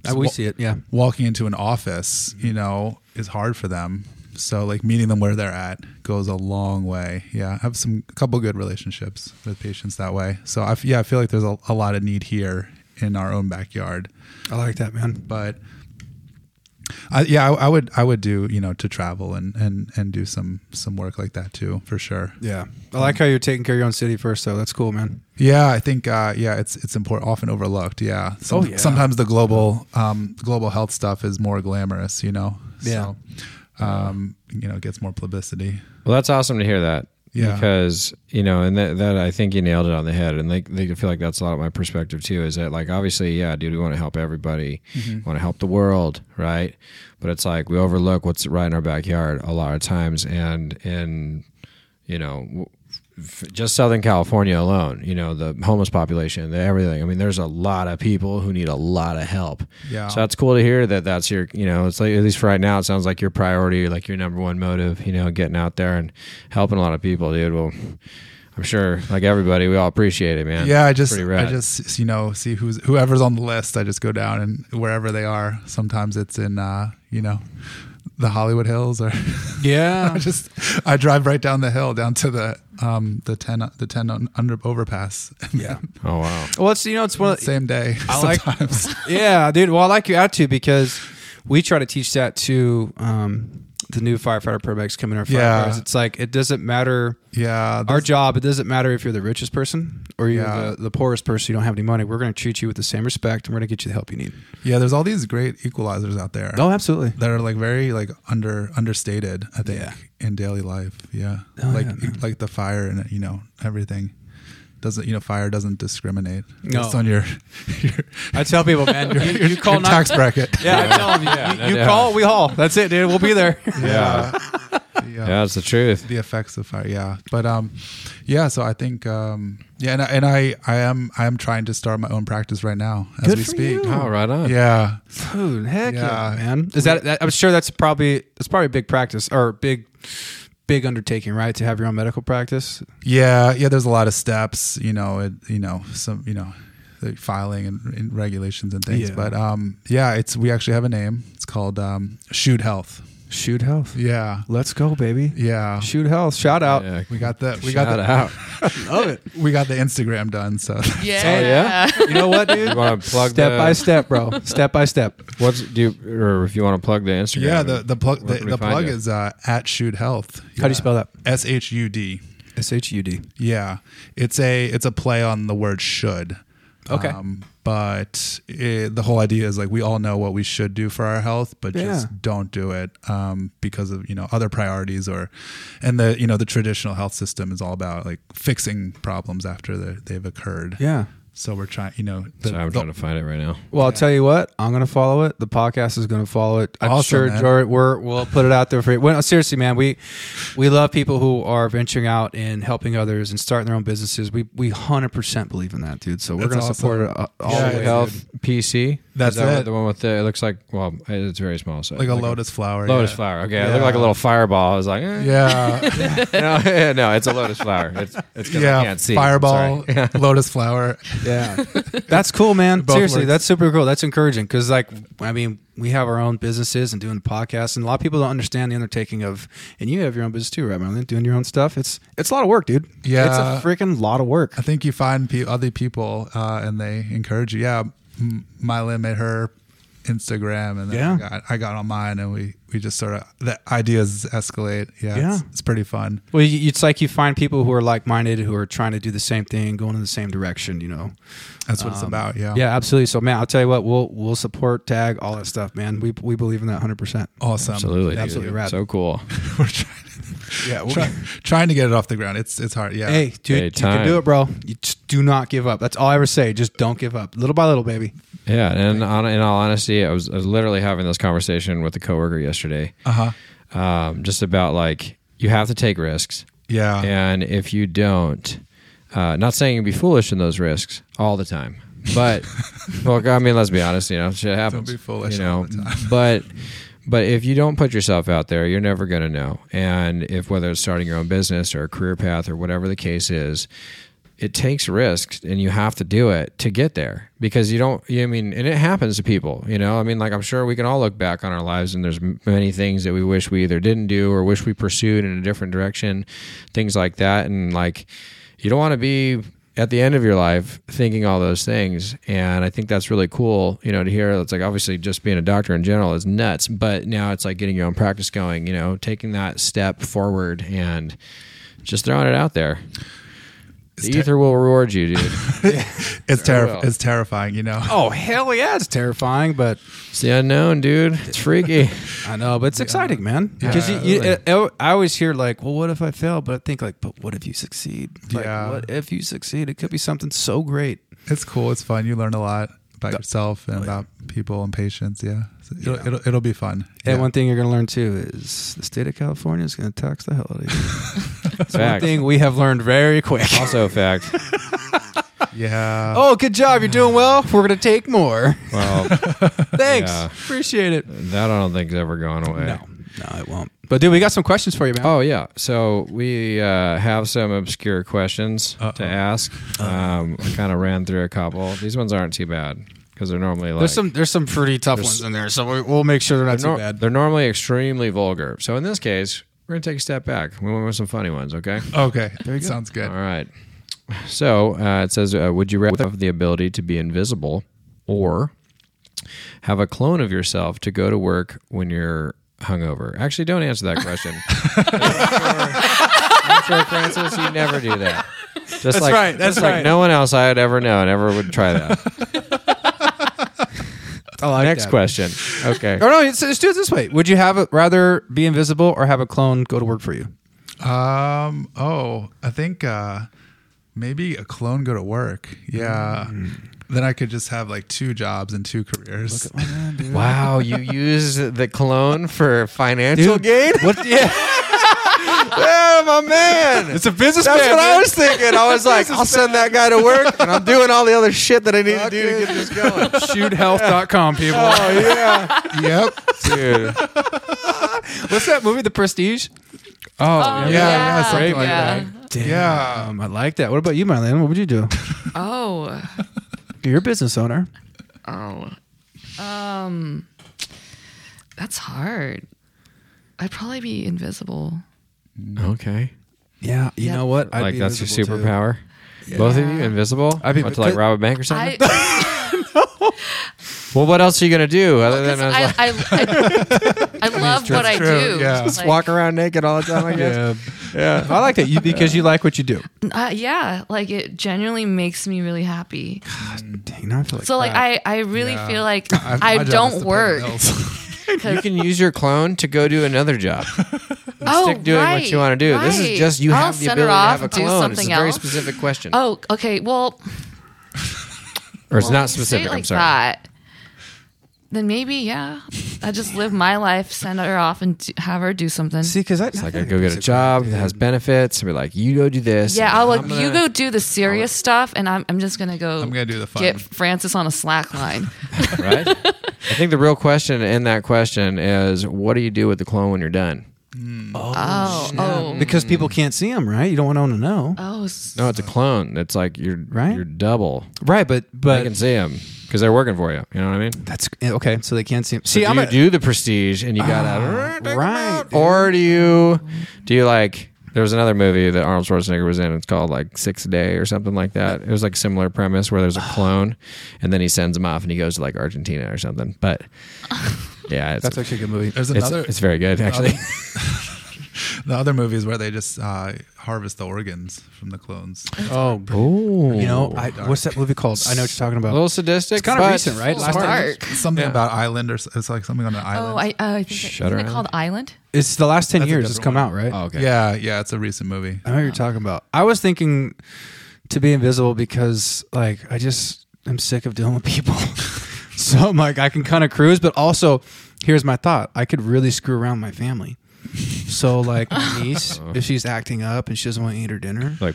S3: just
S1: we
S3: wa-
S1: see it, yeah.
S3: Walking into an office, you know, is hard for them. So like meeting them where they're at goes a long way. Yeah, I have some a couple good relationships with patients that way. So I f- yeah, I feel like there's a, a lot of need here in our own backyard
S1: I like that, man.
S3: but I, yeah, I, I would I would do you know to travel and and and do some some work like that too for sure.
S1: Yeah, I like how you're taking care of your own city first, though. That's cool, man.
S3: Yeah, I think uh, yeah, it's it's important, often overlooked. Yeah, Some-
S1: Oh, yeah.
S3: sometimes the global um, global health stuff is more glamorous, you know.
S1: Yeah.
S3: so, um, you know, it gets more publicity.
S4: Well, that's awesome to hear that.
S3: Yeah.
S4: Because you know, and that, that I think you nailed it on the head, and they they feel like that's a lot of my perspective too. Is that like obviously, yeah, dude, we want to help everybody, we want to help the world, right? But it's like we overlook what's right in our backyard a lot of times, and and you know, w- f- just Southern California alone, you know, the homeless population, the everything. I mean, there's a lot of people who need a lot of help.
S3: Yeah.
S4: So that's cool to hear that that's your, you know, it's like, at least for right now, it sounds like your priority, like your number one motive, you know, getting out there and helping a lot of people, dude. Well, I'm sure, like everybody, we all appreciate it, man.
S3: Yeah, I just
S4: Pretty rad.
S3: I just you know see who's whoever's on the list. I just go down and wherever they are. Sometimes it's in uh, you know the Hollywood Hills or
S1: Yeah,
S3: I just I drive right down the hill down to the um the ten the ten un- under overpass.
S1: yeah.
S4: Oh, wow.
S1: Well, it's you know, it's one. Of,
S3: Same day
S1: I like-
S3: sometimes.
S1: yeah, dude. Well, I like your attitude because we try to teach that to um, the new firefighter paramedics coming in our
S3: Yeah.
S1: firefighters. It's like it doesn't matter
S3: yeah,
S1: our
S3: those-
S1: job. It doesn't matter if you're the richest person or you're
S3: Yeah.
S1: the, the poorest person. You don't have any money. We're going to treat you with the same respect, and we're going to get you the help you need.
S3: yeah. There's all these great equalizers out
S1: Oh,
S3: there
S1: absolutely.
S3: that are like very like under understated. I think
S1: Yeah. Oh,
S3: in daily life. Yeah, like
S1: yeah, man.
S3: like the fire and you know everything doesn't you know fire doesn't discriminate
S1: No.
S3: based on your your,
S1: I tell people, man, you, you call
S3: your
S1: not.
S3: tax bracket.
S1: yeah, I tell them. you- you
S4: yeah.
S1: call, we haul. That's it, dude. We'll be there.
S4: Yeah.
S3: yeah.
S4: Yeah, it's the truth.
S3: the effects of fire yeah but um yeah so i think um yeah and, I- and i i am i am trying to start my own practice right now as
S1: Good
S3: we
S1: for
S3: speak
S1: you.
S4: Oh, right on.
S3: yeah
S1: Dude, heck yeah,
S3: Yeah.
S1: man! Is that, that? I'm sure that's probably that's probably a big practice or a big, big undertaking, right? To have your own medical practice.
S3: yeah yeah there's a lot of steps you know it you know some you know like filing and, and regulations and things
S1: Yeah.
S3: but um yeah it's we actually have a name it's called um shoot health
S1: Shoot health.
S3: Yeah.
S1: Let's go, baby.
S3: Yeah.
S1: Shoot health. Shout out.
S4: Yeah.
S3: We got the we
S4: Shout
S3: got the
S4: out.
S1: Love it.
S3: we got the Instagram done. So
S4: yeah?
S1: You know what, dude?
S4: You want to plug
S1: step
S4: the,
S1: by step, bro. step by step.
S4: What's do you, or if you want to plug the Instagram?
S3: yeah, the the plug
S4: where
S3: the,
S4: can we
S3: the
S4: find
S3: plug
S4: you?
S3: is uh, at Shoot Health.
S1: How do you spell that?
S3: S H U D.
S1: S H U D.
S3: Yeah, it's a it's a play on the word should. Um,
S1: Okay.
S3: but it, the whole idea is like we all know what we should do for our health, but
S1: Yeah.
S3: just don't do it um, because of you know other priorities or, and the you know the traditional health system is all about like fixing problems after the, they've occurred.
S1: Yeah.
S3: So we're trying, you know, the,
S4: Sorry, I'm
S3: the-
S4: trying to find it right now.
S1: Well, I'll tell you what. I'm gonna follow it. The podcast is gonna follow it. I'm
S3: Awesome,
S1: sure
S3: man.
S1: Jordan, we're, we'll put it out there for you. Well, no, seriously, man, we we love people who are venturing out and helping others and starting their own businesses. We we hundred percent believe in that, dude. So we're
S3: That's
S1: gonna
S3: awesome.
S1: support it uh, all
S3: Yeah,
S1: the
S3: dude.
S1: way.
S4: Health PC.
S3: That's
S4: Is that what-
S3: it.
S4: The one with the it looks like well, it's very small. So
S3: like a lotus flower.
S4: Lotus
S3: yeah.
S4: flower. Okay, it
S3: Yeah.
S4: looked like a little fireball. I was like, eh.
S3: Yeah,
S4: no, no, it's a lotus flower. It's, it's 'cause I
S3: yeah.
S4: can't see.
S3: Fireball,
S4: Sorry.
S3: lotus flower.
S1: Yeah, that's cool, man.
S3: Both
S1: Seriously,
S3: works.
S1: that's super cool. That's encouraging because, like, I mean, we have our own businesses and doing podcasts, and a lot of people don't understand the undertaking of. And you have your own business too, right, Marlon? Doing your own stuff. It's it's a lot of work, dude.
S3: Yeah.
S1: it's a freaking lot of work.
S3: I think you find pe- other people uh, and they encourage you. Yeah, M- Myla made her Instagram, and then
S1: Yeah.
S3: I, got, I got on mine, and we we just sort of the ideas escalate. Yeah, It's,
S1: Yeah.
S3: it's pretty fun.
S1: Well, you- it's like you find people who are like minded, who are trying to do the same thing, going in the same direction. You know.
S3: That's what it's about. Yeah,
S1: Um, Yeah, absolutely. So, man, I'll tell you what, we'll we'll support, tag, all that stuff, man. We we believe in that hundred percent.
S3: awesome.
S4: Absolutely, dude.
S1: Absolutely rad.
S4: So cool.
S3: We're trying,
S1: Yeah.
S3: try, trying to get it off the ground. It's it's hard. Yeah,
S1: Hey, dude, you can
S4: time.
S1: do it, bro. You just do not give up. That's all I ever say. Just don't give up, little by little, baby.
S4: Yeah, and on, in all honesty, I was, I was literally having this conversation with a coworker yesterday,
S3: uh huh.
S4: um, just about like you have to take risks,
S3: Yeah,
S4: and if you don't, uh, not saying you be foolish in those risks all the time, but well, I mean, let's be honest, you know, shit happens.
S3: be foolish
S4: you
S3: all
S4: know,
S3: the time.
S4: but but if you don't put yourself out there, you're never going to know. And if whether it's starting your own business or a career path or whatever the case is, it takes risks and you have to do it to get there because you don't you, I mean and it happens to people, you know? I mean like I'm sure we can all look back on our lives and there's m- many things that we wish we either didn't do or wish we pursued in a different direction, things like that and like you don't want to be at the end of your life thinking all those things and i think that's really cool you know to hear it's like obviously just being a doctor in general is nuts but now it's like getting your own practice going you know taking that step forward and just throwing it out there the ether will reward you dude
S3: it's
S4: well.
S3: terrifying. It's terrifying. You know.
S1: Oh hell yeah, it's terrifying, but
S4: it's the unknown dude it's freaky
S1: I know, but it's exciting, man. Because you, you, I- I always hear like, "Well, what if I fail?" But I think like, "But what if you succeed?" Like,
S3: Yeah.
S1: What if you succeed? It could be something so great.
S3: It's cool. It's fun. You learn a lot about yourself and about people and patients. Yeah, So it'll, it'll it'll be fun.
S1: And
S3: Yeah.
S1: one thing you're going to learn too is the state of California is going to tax the hell out of you. one
S4: fact
S1: thing we have learned very quick.
S4: also a fact
S3: yeah.
S1: Oh, good job! You're doing well. We're going to take more.
S4: well
S1: Thanks,
S4: Yeah.
S1: appreciate it.
S4: that i don't think is ever going away
S1: No, no, it won't. But dude, we got some questions for you, man.
S4: Oh yeah, so we uh, have some obscure questions to ask. Um, I kind of ran through a couple. These ones aren't too bad because they're normally like
S1: There's some there's some pretty tough ones in there, so we- we'll make sure they're not
S4: nor-
S1: too bad.
S4: they're normally extremely vulgar. So in this case, we're gonna take a step back. We went with some funny ones, okay?
S3: Okay, sounds good.
S4: All right. So uh, it says, uh, would you rather have the ability to be invisible or have a clone of yourself to go to work when you're hungover? Actually, don't answer that question. I'm, sure, I'm sure, Francis, you never do that. Just that's like,
S1: right, that's
S4: just
S1: right.
S4: Like no one else I had ever known ever would try that.
S1: I like
S4: Next
S1: that.
S4: question. Okay.
S1: Oh no, let's, let's do it this way. Would you have it rather be invisible or have a clone go to work for you?
S3: Um. Oh, I think uh, maybe a clone go to work. Yeah.
S4: Mm.
S3: Then I could just have like two jobs and two careers.
S4: Wow, you use the clone for financial
S1: Dude,
S4: gain?
S1: What? Yeah,
S4: Yeah, my man.
S1: it's a business.
S4: That's
S1: plan,
S4: what I
S1: dude.
S4: was thinking. I was like, I'll send that guy to work, and I'm doing all the other shit that I need to do to get this going.
S1: Shoothealth.com, people.
S3: yep.
S4: Dude,
S1: What's that movie, The Prestige?
S5: Oh,
S3: yeah, yeah, something like
S5: yeah.
S3: Yeah.
S1: Um, I like that. What about you, Marlene? What would you do?
S5: Oh,
S1: You're a business owner.
S5: oh, um, that's hard. I'd probably be invisible.
S4: Okay.
S1: Yeah, you
S5: Yep.
S1: know what? I'd
S4: like
S1: be
S4: that's your
S1: invisible, too.
S4: superpower. Both of you invisible.
S1: I'd be-
S4: Want to like rob a bank or something.
S5: I,
S4: well, what else are you gonna do other than I was
S5: I,
S4: like,
S5: I, I, I love what I
S3: true,
S5: do.
S3: yeah.
S4: just walk around naked all the time? I guess.
S3: Yeah.
S1: I like that you because you like what you do.
S5: Uh, yeah, like it genuinely makes me really happy.
S1: Dang, now I feel like
S5: So like I, I really
S3: Yeah.
S5: feel like
S3: I-
S5: I,
S3: my job is to pay
S5: don't
S3: the
S5: work.
S3: bills.
S4: You can use your clone to go do another job.
S5: Oh,
S4: Stick doing
S5: right,
S4: what you want to do. This
S5: right.
S4: is just you
S5: I'll
S4: have the
S5: send
S4: ability
S5: her
S4: to
S5: off
S4: have a
S5: and do
S4: clone. It's a
S5: something
S4: very
S5: else.
S4: specific question,
S5: Oh, okay. Well,
S4: or it's
S5: well,
S4: not
S5: if you say it
S4: specific. I'm
S5: like
S4: sorry.
S5: That, then maybe yeah, I just live my life, send her off, and do, have her do something.
S1: see because I
S4: It's like I go get a job that has benefits. And be like, you go do this.
S5: yeah,
S4: and
S5: I'll
S4: I'm
S5: like
S4: gonna-
S5: you go do the serious stuff, and I'm I'm just gonna go.
S3: I'm gonna do the fun.
S5: Get Francis on a slack line.
S4: right? I think the real question in that question is, what do you do with the clone when you're done?
S5: oh, oh,
S1: because
S4: mm.
S1: people can't see them, right? You don't want 'em to know,
S5: oh, s-
S4: No, it's a clone. It's like you're
S1: Right?
S4: You're double.
S1: right? But
S4: they can
S1: but
S4: see them because they're working for you. You know what I mean?
S1: that's eh, okay. So they can't see. 'em. See,
S4: do
S1: I'm
S4: you
S1: a,
S4: do the prestige and you got out,
S1: right.
S4: or do you do you like? There was another movie that Arnold Schwarzenegger was in. It's called like Six Day or something like that. It was like similar premise where there's
S1: Ah.
S4: a clone, and then he sends him off and he goes to like Argentina or something. But yeah, it's
S1: That's actually a good movie.
S3: There's
S4: it's,
S3: another.
S4: it's very good actually.
S3: the other movies where they just uh, harvest the organs from the clones.
S1: Oh,
S4: Oh,
S1: you know, I, what's that movie called? I know what you're talking
S4: a
S1: about.
S4: little sadistic.
S1: It's kind of
S4: but-
S1: recent, right?
S5: Last
S1: time,
S5: dark.
S3: Something about island or s- it's like something on an island.
S5: Oh, I, uh, I think
S4: Shutter
S5: isn't it called Island?
S1: it's the last ten
S3: That's a
S1: years. It's
S3: different
S1: come
S3: one.
S1: out, right?
S4: Oh, okay.
S3: Yeah, yeah, it's a recent movie.
S1: I know what you're talking about. I was thinking to be invisible because like I just am sick of dealing with people. so I'm like I can kind of cruise, but also here's my thought. I could really screw around my family. So like my niece, if she's acting up and she doesn't want to eat her dinner,
S4: Like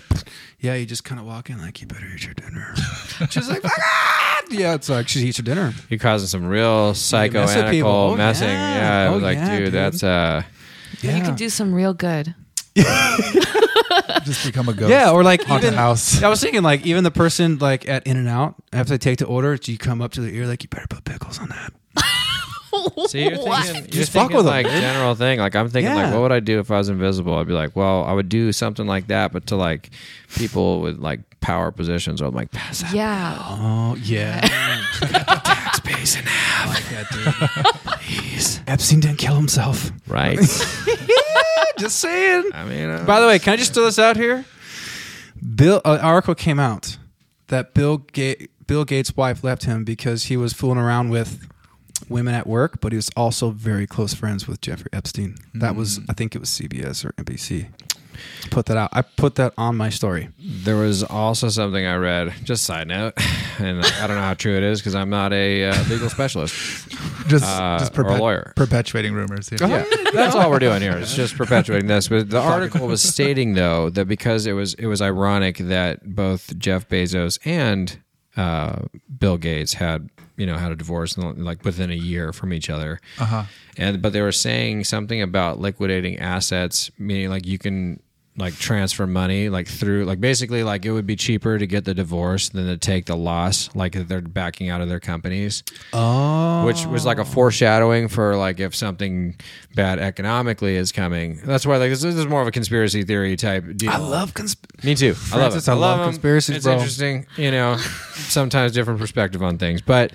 S1: yeah, you just kind of walk in like you better eat your dinner. she's like, "Fuck it!" yeah, it's like she eats her dinner.
S4: You're causing some real
S1: mess with people.
S4: psychoanalytical
S1: Oh,
S4: messing.
S1: yeah.
S4: Yeah, I
S1: Oh,
S4: was like,
S1: yeah,
S4: dude,
S1: dude.
S4: that's uh,
S1: Yeah,
S5: You can do some real good.
S3: Just become a ghost.
S1: yeah, or like
S3: haunted
S1: even,
S3: house.
S1: I was thinking like even the person like at In and Out after they take the order, you come up to the ear like you better put pickles on that.
S4: So you're thinking,
S5: What?
S4: you're
S1: Just fuck
S4: thinking
S1: with 'em,
S4: like
S1: dude.
S4: general thing. Like I'm thinking
S1: Yeah.
S4: like, what would I do if I was invisible? I'd be like, well, I would do something like that, but to like people with like power positions. I'm like, pass that
S5: Yeah.
S1: Oh yeah.
S4: space in half,
S1: Epstein didn't kill himself.
S4: right?
S1: Just saying.
S4: I mean, uh,
S1: By the way, can I just throw this out here? Bill, uh, an article came out that Bill Ga- Bill Gates' wife left him because he was fooling around with women at work, but he was also very close friends with Jeffrey Epstein. That was, I think, it was CBS or NBC. Put that out. I put that on my story.
S4: there was also something I read. Just side note, and like, I don't know how true it is because I'm not a uh, legal specialist.
S3: just
S4: uh,
S3: just
S4: or a
S3: perpet-
S4: lawyer.
S3: perpetuating rumors. Here.
S4: Uh-huh. Yeah, that's all we're doing here. It's just perpetuating this. But the article was stating though that because it was it was ironic that both Jeff Bezos and uh, Bill Gates had you know had a divorce in, like within a year from each other. Uh-huh. And but they were saying something about liquidating assets, meaning like you can like transfer money like through like basically like it would be cheaper to get the divorce than to take the loss like if they're backing out of their companies which was like a foreshadowing for like if something bad economically is coming. That's why like this, this is more of a conspiracy theory type deal.
S1: I love consp-
S4: me too. I love
S1: Francis,
S4: it.
S1: I love
S4: 'em.
S1: conspiracies,
S4: It's
S1: bro.
S4: interesting, you know, sometimes different perspective on things, but.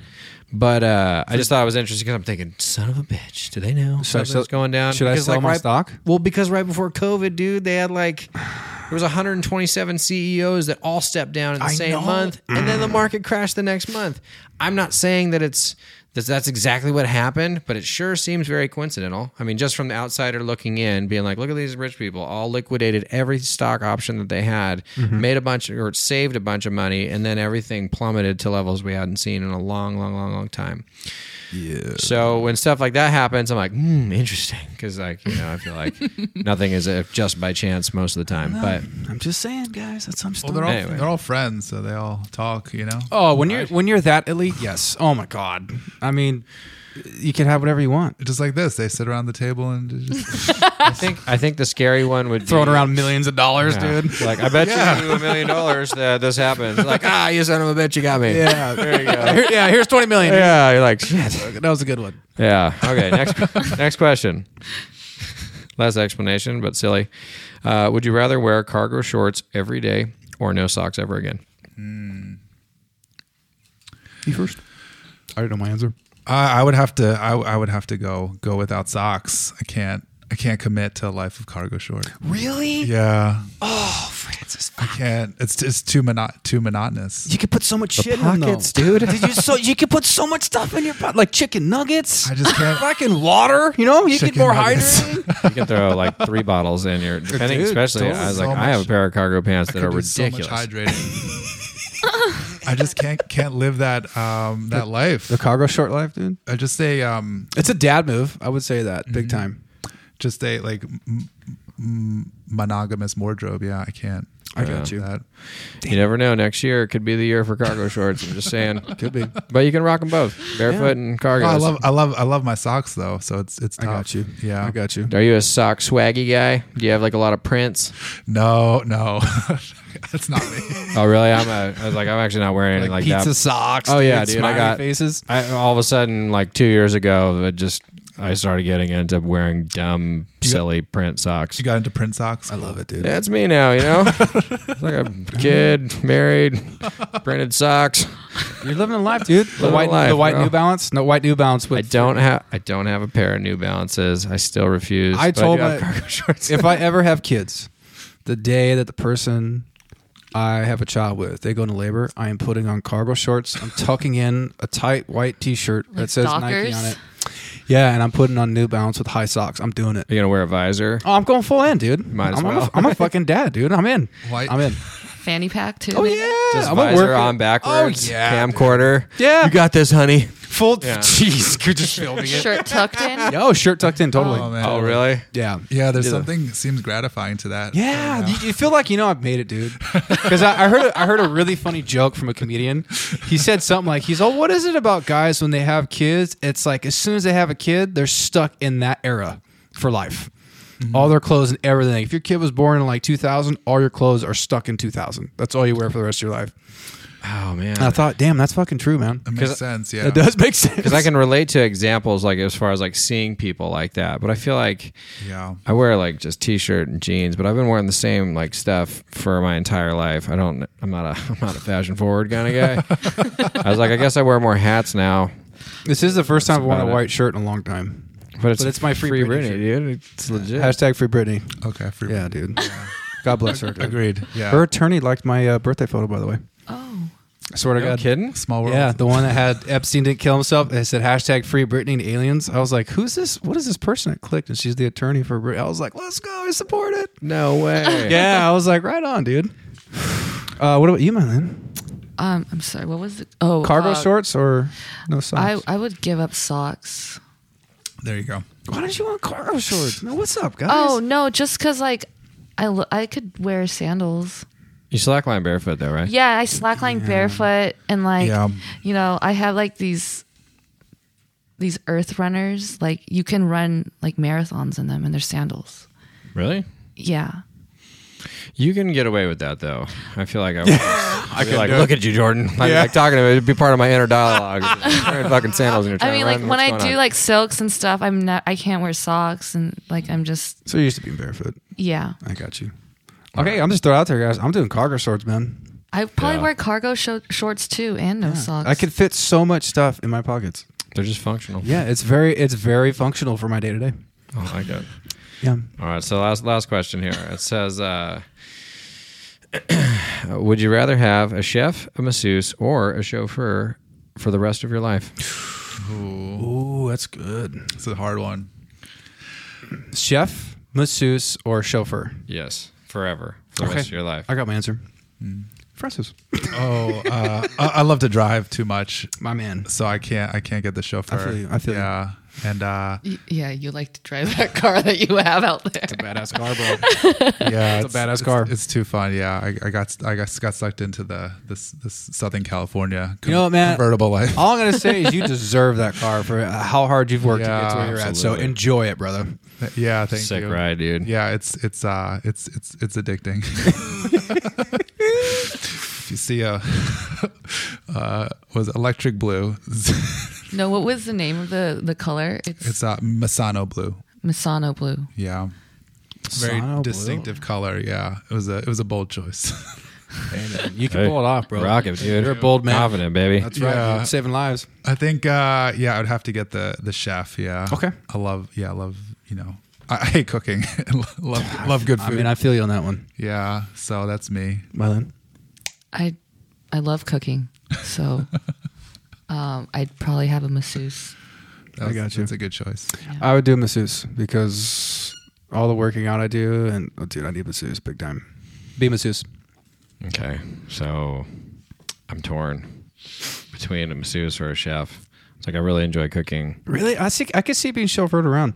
S4: But uh, I just thought it was interesting because I'm thinking, son of a bitch, do they know
S1: Should I
S4: something's
S1: sell-
S4: going down?
S1: should I
S4: Because,
S1: sell
S4: like,
S1: my
S4: right-
S1: stock?
S4: Well, because right before COVID, dude, they had like there was 127 CEOs E that all stepped down in the
S1: I
S4: same
S1: know.
S4: month, and then the market crashed the next month. I'm not saying that it's that that's exactly what happened, but it sure seems very coincidental. I mean, just from the outsider looking in, being like, "Look at these rich people! All liquidated every stock option that they had,
S1: Mm-hmm.
S4: made a bunch or saved a bunch of money, and then everything plummeted to levels we hadn't seen in a long, long, long, long time." So when stuff like that happens, I'm like, hmm, interesting, because like you know, I feel like nothing is uh, just by chance most of the time. But
S1: I'm just saying, guys. That's some story.
S3: Well, they're all
S4: Anyway.
S3: they're all friends, so they all talk. You know.
S1: oh, when you're when you're that elite, yes. Oh my god. I mean, you can have whatever you want.
S3: Just like this, they sit around the table and just
S4: I think I think the scary one would
S1: Throwing
S4: be,
S1: around millions of dollars,
S4: Yeah.
S1: dude.
S4: Like I bet you a million dollars that this happens. Like ah, you son of a bitch, you got me.
S1: Yeah.
S4: there you go.
S1: Here- yeah, here's twenty million.
S4: Yeah, you're like shit.
S1: That was a good one.
S4: Yeah. Okay. Next next question. Last explanation, but silly. Uh, would you rather wear cargo shorts every day or no socks ever again?
S1: You first. I already know my answer.
S3: I, I would have to. I, I would have to go go without socks. I can't. I can't commit to a life of cargo shorts.
S1: Really?
S3: Yeah,
S1: Oh, Francis.
S3: I can't. It's it's too mono- too monotonous.
S1: You could put so much shit in them,
S4: pockets, dude.
S1: Did you so you could put so much stuff in your butt, like chicken nuggets.
S3: I just can't.
S1: fucking water. You know, you get
S3: Chicken
S1: more
S3: nuggets.
S1: hydrated.
S4: You can throw like three bottles in your depending,
S1: Dude,
S4: especially.
S1: totally.
S4: I was like,
S3: So
S4: I have a
S3: much-
S4: pair of cargo pants that
S3: could
S4: are
S3: do so much
S4: ridiculous.
S3: hydrating. I just can't can't live that um that life.
S1: the cargo short life, dude.
S3: I just say um
S1: It's a dad move. I would say that big time.
S3: just say like m- m- monogamous wardrobe. Yeah, I can't.
S1: I got you.
S3: That.
S4: you never know. Next year could be the year for cargo shorts. I'm just saying, could be. But you can rock them both, barefoot and cargo.
S3: Oh, I love I love I love my socks though. So it's it's.
S1: I
S3: Tough.
S1: got you.
S3: Yeah.
S1: I got you.
S4: Are you a sock swaggy guy? Do you have like a lot of prints?
S3: No, no, that's not me.
S4: Oh, really? I'm a. I was like, I'm actually not wearing anything like,
S1: pizza
S4: that.
S1: socks.
S4: Oh, yeah, dude, I
S1: Smiley
S4: got-
S1: faces.
S4: I, all of a sudden, like two years ago, it just I started getting into wearing dumb, silly print socks.
S3: You got into print socks.
S1: I love it, dude.
S4: That's me now, you know. It's like a kid, married, printed socks.
S1: You're living a life, dude. The
S4: Living
S1: white,
S4: a life,
S1: the white
S4: bro.
S1: New Balance. No white New Balance. With
S4: I don't have I don't have a pair of New Balances. I still refuse.
S1: I
S4: but
S1: told
S4: do have
S1: my-
S4: cargo shorts.
S1: if I ever have kids, the day that the person I have a child with, they go into labor, I am putting on cargo shorts. I'm tucking in a tight white T-shirt that says Nike
S5: stalkers?
S1: on it. Yeah, and I'm putting on New Balance with high socks. I'm doing it.
S4: You're gonna wear a visor.
S1: Oh, I'm going full in, dude.
S4: Might as
S1: I'm,
S4: well.
S1: I'm a, I'm a fucking dad, dude. I'm in.
S3: White-
S1: I'm in.
S5: Fanny pack too.
S1: Oh
S5: They-
S1: yeah,
S4: Just
S1: I'm a
S4: visor
S1: worker.
S4: on backwards.
S1: Oh yeah, dude.
S4: Camcorder.
S1: Yeah.
S4: You got this, honey.
S1: Full.
S4: Yeah.
S1: Jeez, you're just filming it.
S5: Shirt tucked in.
S1: Oh, Yo, shirt tucked in, totally.
S3: Oh, man.
S4: Oh really?
S1: Yeah.
S3: Yeah, there's something that seems gratifying to that.
S1: Yeah,
S3: I don't know.
S1: you, you feel like you know I've made it, dude. Because I, I heard a, I heard a really funny joke from a comedian. He said something like, "He's all, what is it about guys when they have kids? It's like as soon as they have a kid, they're stuck in that era for life.
S4: Mm-hmm.
S1: All their clothes and everything. If your kid was born in like 2000, all your clothes are stuck in 2000. That's all you wear for the rest of your life."
S4: Oh man.
S1: And I thought, damn, that's fucking true, man.
S3: it makes sense. Yeah,
S1: That does make sense.
S4: Because I can relate to examples like as far as like seeing people like that. But I feel like
S3: Yeah,
S4: I wear like just t-shirt and jeans, but I've been wearing the same like stuff for my entire life. I don't. I'm not a. I'm not a fashion forward kind of guy. I was like, I guess I wear more hats now.
S1: This is the first time I've worn a
S4: about it.
S1: white shirt in a long time.
S4: But it's,
S1: But it's my free Britney shirt.
S4: dude. It's legit.
S1: Hashtag free Britney.
S3: okay, for,
S1: Yeah, dude. God bless her. dude.
S3: agreed. Yeah,
S1: Her attorney liked my uh, birthday photo, by the way.
S5: Oh.
S1: I swear to
S4: Are you
S1: God.
S4: kidding?
S3: small world.
S1: Yeah, the one that had Epstein didn't kill himself. It said hashtag free Britney and aliens. I was like, who's this? What is this person? I clicked and she's the attorney for Britney. I was like, let's go. I support it.
S4: No way.
S1: Yeah, I was like, right on, dude. Uh, what about you, my man?
S5: Um, I'm sorry. What was it? Oh,
S1: Cargo
S5: uh,
S1: shorts or no
S5: I
S1: socks?
S5: I would give up socks.
S3: there you go.
S1: Why don't you want cargo shorts? No, what's up, guys?
S5: Oh no, just because like I lo- I could wear sandals.
S4: You slackline barefoot though, right?
S5: Yeah, I slackline barefoot and like
S3: Yeah.
S5: you know I have like these these earth runners. Like you can run like marathons in them and they're sandals.
S4: Really?
S5: Yeah.
S4: You can get away with that though. I feel like I. would I could like look at you, Jordan. I'm
S1: Yeah.
S4: like talking to him. It'd be part of my inner dialogue. Wearing fucking sandals and you're trying
S5: I mean,
S4: to
S5: like
S4: run.
S5: when
S4: What's
S5: I
S4: going
S5: do
S4: on?
S5: like silks and stuff, I'm not. I can't wear socks and like I'm just
S1: So you used to being barefoot.
S5: yeah.
S1: I got you. Okay, I'm just throwing out there, guys. I'm doing cargo shorts, man.
S5: I probably
S4: Yeah.
S5: wear cargo sho- shorts too and no socks.
S1: I could fit so much stuff in my pockets.
S4: they're just functional.
S1: Yeah, it's very it's very functional for my day to day.
S4: I like that.
S1: Yeah.
S4: All right, so last last question here. It says, uh, "Would you rather have a chef, a masseuse, or a chauffeur for the rest of your life?"
S3: Ooh,
S1: Ooh, that's good.
S3: it's a hard one.
S1: chef, masseuse, or chauffeur?
S4: Yes, forever for the
S1: Okay.
S4: rest of your life.
S1: I got my answer.
S3: Hmm.
S1: Francis,
S3: Oh, uh, I, I love to drive too much,
S1: my man.
S3: so I can't. I can't get the chauffeur.
S1: I feel you, I feel you.
S3: yeah, and uh,
S5: Y- yeah, you like to drive that car that you have out there.
S1: Badass car, bro.
S3: yeah,
S1: It's a badass car.
S3: It's, too fun. Yeah, I, I got I got, got sucked into the this this Southern California
S1: You know what, man?
S3: convertible life.
S1: All I'm gonna say is you deserve that car for how hard you've worked to get to where
S3: Yeah,
S1: you're at. So
S4: absolutely.
S1: enjoy it, brother.
S3: yeah, thank
S4: Sick
S3: you.
S4: ride, dude.
S3: Yeah, it's it's uh it's it's it's addicting. if you see a uh was it electric blue.
S5: No, what was the name of the the color? It's,
S3: It's uh Misano blue.
S5: Misano blue.
S3: Yeah. Very
S1: Sino blue.
S3: distinctive color. Yeah, it was a it was a bold choice.
S1: You can
S4: Hey,
S1: pull it off, bro.
S4: Rock it, dude.
S1: You're a bold man.
S4: Confident, baby.
S1: That's right.
S3: Yeah.
S1: dude. Saving lives.
S3: I think uh, yeah, I would have to get the the chef. Yeah.
S1: Okay.
S3: I love yeah, I love you know I, I hate cooking. love love good
S1: I
S3: food.
S1: mean, I feel you on that one,
S3: yeah. So that's me.
S1: Mylan.
S5: I I love cooking, so um, I'd probably have a masseuse.
S3: That
S1: I got you.
S3: That's a good choice.
S1: I would do masseuse because all the working out I do, and oh, dude, I need masseuse big time. Be masseuse.
S4: Okay, so I'm torn between a masseuse or a chef. It's like I really enjoy cooking.
S1: Really, I see. I could see you being chauffeured around.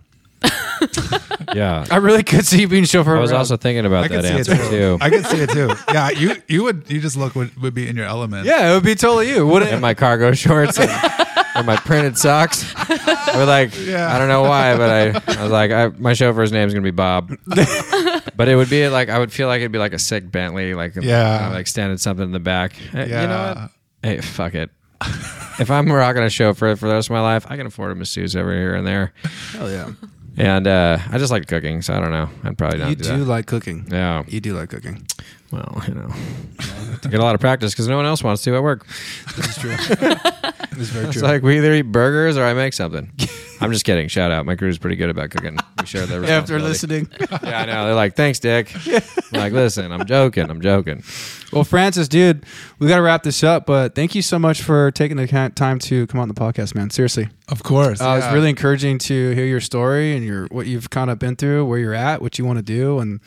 S4: Yeah,
S1: I really could see you being chauffeured.
S4: I was
S1: around.
S4: also thinking about that
S3: could
S4: answer too.
S3: I could see it too. Yeah, you you would you just look would, would be in your element.
S1: yeah, it would be totally you.
S4: In
S1: Wouldn't
S4: my cargo shorts and, and my printed socks. We're like,
S3: Yeah.
S4: I don't know why, but I, I was like, I, my chauffeur's name's gonna be Bob. but it would be like I would feel like it'd be like a sick Bentley, like
S3: Yeah.
S4: uh, like standing something in the back. Eh, You know
S3: Yeah.
S4: what? Hey, fuck it. if I'm rocking a chauffeur for the rest of my life, I can afford a masseuse every here and there.
S1: hell yeah.
S4: And uh, I just like cooking, so I don't know. I'd probably not
S1: You
S4: do,
S1: do
S4: that.
S1: like cooking.
S4: yeah.
S1: You do like cooking.
S4: Well, you know, I get a lot of practice because no one else wants to at work.
S1: This is true. this is very
S4: It's
S1: true.
S4: like we either eat burgers or I make something. I'm just kidding. Shout out, my crew's pretty good about cooking. We share their
S1: After
S4: responsibility.
S1: listening,
S4: Yeah, I know. They're like, thanks, Dick. I'm like, listen, I'm joking. I'm joking.
S1: well, Francis, dude, we got to wrap this up. But thank you so much for taking the ki- time to come on the podcast, man. Seriously,
S3: Of course.
S1: uh, it's
S3: yeah.
S1: really encouraging to hear your story and your what you've kind of been through, where you're at, what you want to do, and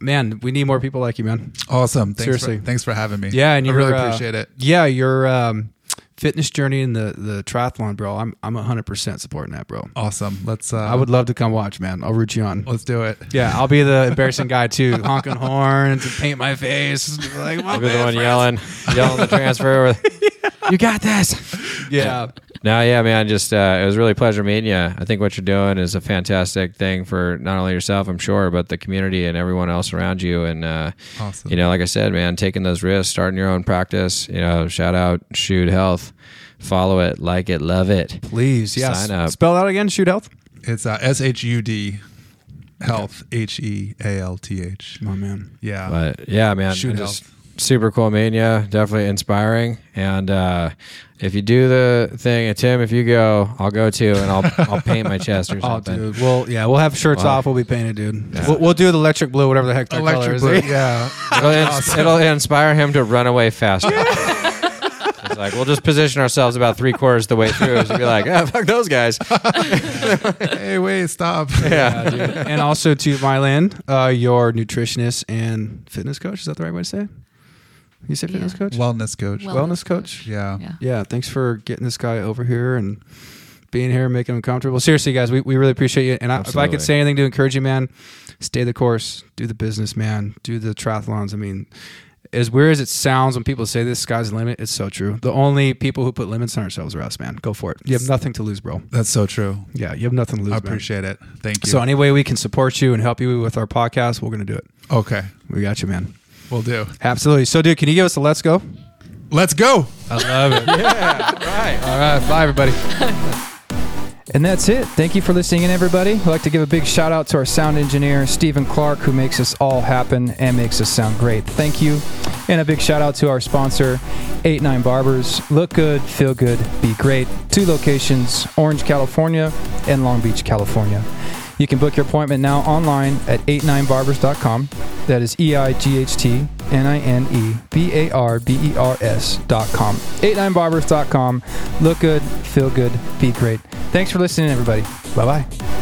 S1: man, we need more people like you, man.
S3: awesome. Thanks
S1: Seriously.
S3: For, thanks for having me.
S1: Yeah, and
S3: I
S1: you
S3: really appreciate it.
S1: Yeah, your um, fitness journey and the the triathlon, bro. I'm I'm 100 percent supporting that, bro.
S3: Awesome. Let's uh
S1: I would love to come watch, man. I'll root you on.
S3: let's do it.
S1: Yeah, I'll be the embarrassing guy too, honking horns and paint my face. Like, my
S4: I'll be the
S1: bad,
S4: one
S1: Francis.
S4: yelling, yelling the transfer. Over. you got this.
S1: Yeah,
S4: No, yeah, man. Just uh, it was really a pleasure meeting you. I think what you're doing is a fantastic thing for not only yourself, I'm sure, but the community and everyone else around you. And uh,
S3: Awesome.
S4: you know, like I said, man, taking those risks, starting your own practice. You know, shout out Shoot Health, follow it, like it, love it.
S1: please. Yes.
S4: Sign up.
S1: Spell out again. Shoot health.
S3: It's uh S H U D health H E A L T H.
S1: My man.
S3: Yeah.
S4: But yeah, man,
S3: Shoot
S4: I just- super cool mania, definitely inspiring. And uh, if you do the thing, and Tim, if you go, I'll go too, and I'll I'll paint my chest or
S1: Oh,
S4: something.
S1: dude. Well, yeah, we'll have shirts
S4: Wow.
S1: off. We'll be painted, dude. We'll, we'll do the electric blue, whatever the heck that color
S3: Electric
S1: is.
S3: blue. Yeah.
S4: It'll, ins- it'll inspire him to run away faster. it's like we'll just position ourselves about three quarters the way through and be like, ah, fuck those guys.
S3: hey, wait, stop.
S1: Yeah, dude. and also to Mylan, uh, your nutritionist and fitness coach. Is that the right way to say it? You say fitness
S5: Yeah.
S1: coach?
S3: Wellness coach.
S5: Well-
S1: Wellness coach?
S3: yeah.
S5: Yeah.
S1: Yeah, thanks for getting this guy over here and being here, making him comfortable. Seriously, guys, we, we really appreciate you. And I, if I
S4: Absolutely.
S1: could say anything to encourage you, man, stay the course, do the business, man, do the triathlons. I mean, as weird as it sounds when people say this sky's the limit, it's so true. The only people who put limits on ourselves are us, man. Go for it. You have nothing to lose, bro.
S3: That's so true.
S1: Yeah, you have nothing to lose.
S3: I
S1: man.
S3: appreciate it. Thank you.
S1: So any way we can support you and help you with our podcast, we're gonna do it.
S3: okay.
S1: We got you, man.
S3: We'll do.
S1: Absolutely. So, dude, can you give us a let's go?
S3: Let's go.
S1: I love it. All right. Bye, everybody. And that's it. Thank you for listening in, everybody. I'd like to give a big shout out to our sound engineer, Stephen Clark, who makes this all happen and makes us sound great. Thank you. And a big shout out to our sponsor, 89 Barbers. Look good, feel good, be great. Two locations Orange, California, and Long Beach, California. You can book your appointment now online at 89barbers.com. That is E I G H T N I N E B A R B E R S.com. 89barbers.com. Look good, feel good, be great. Thanks for listening, everybody. Bye bye.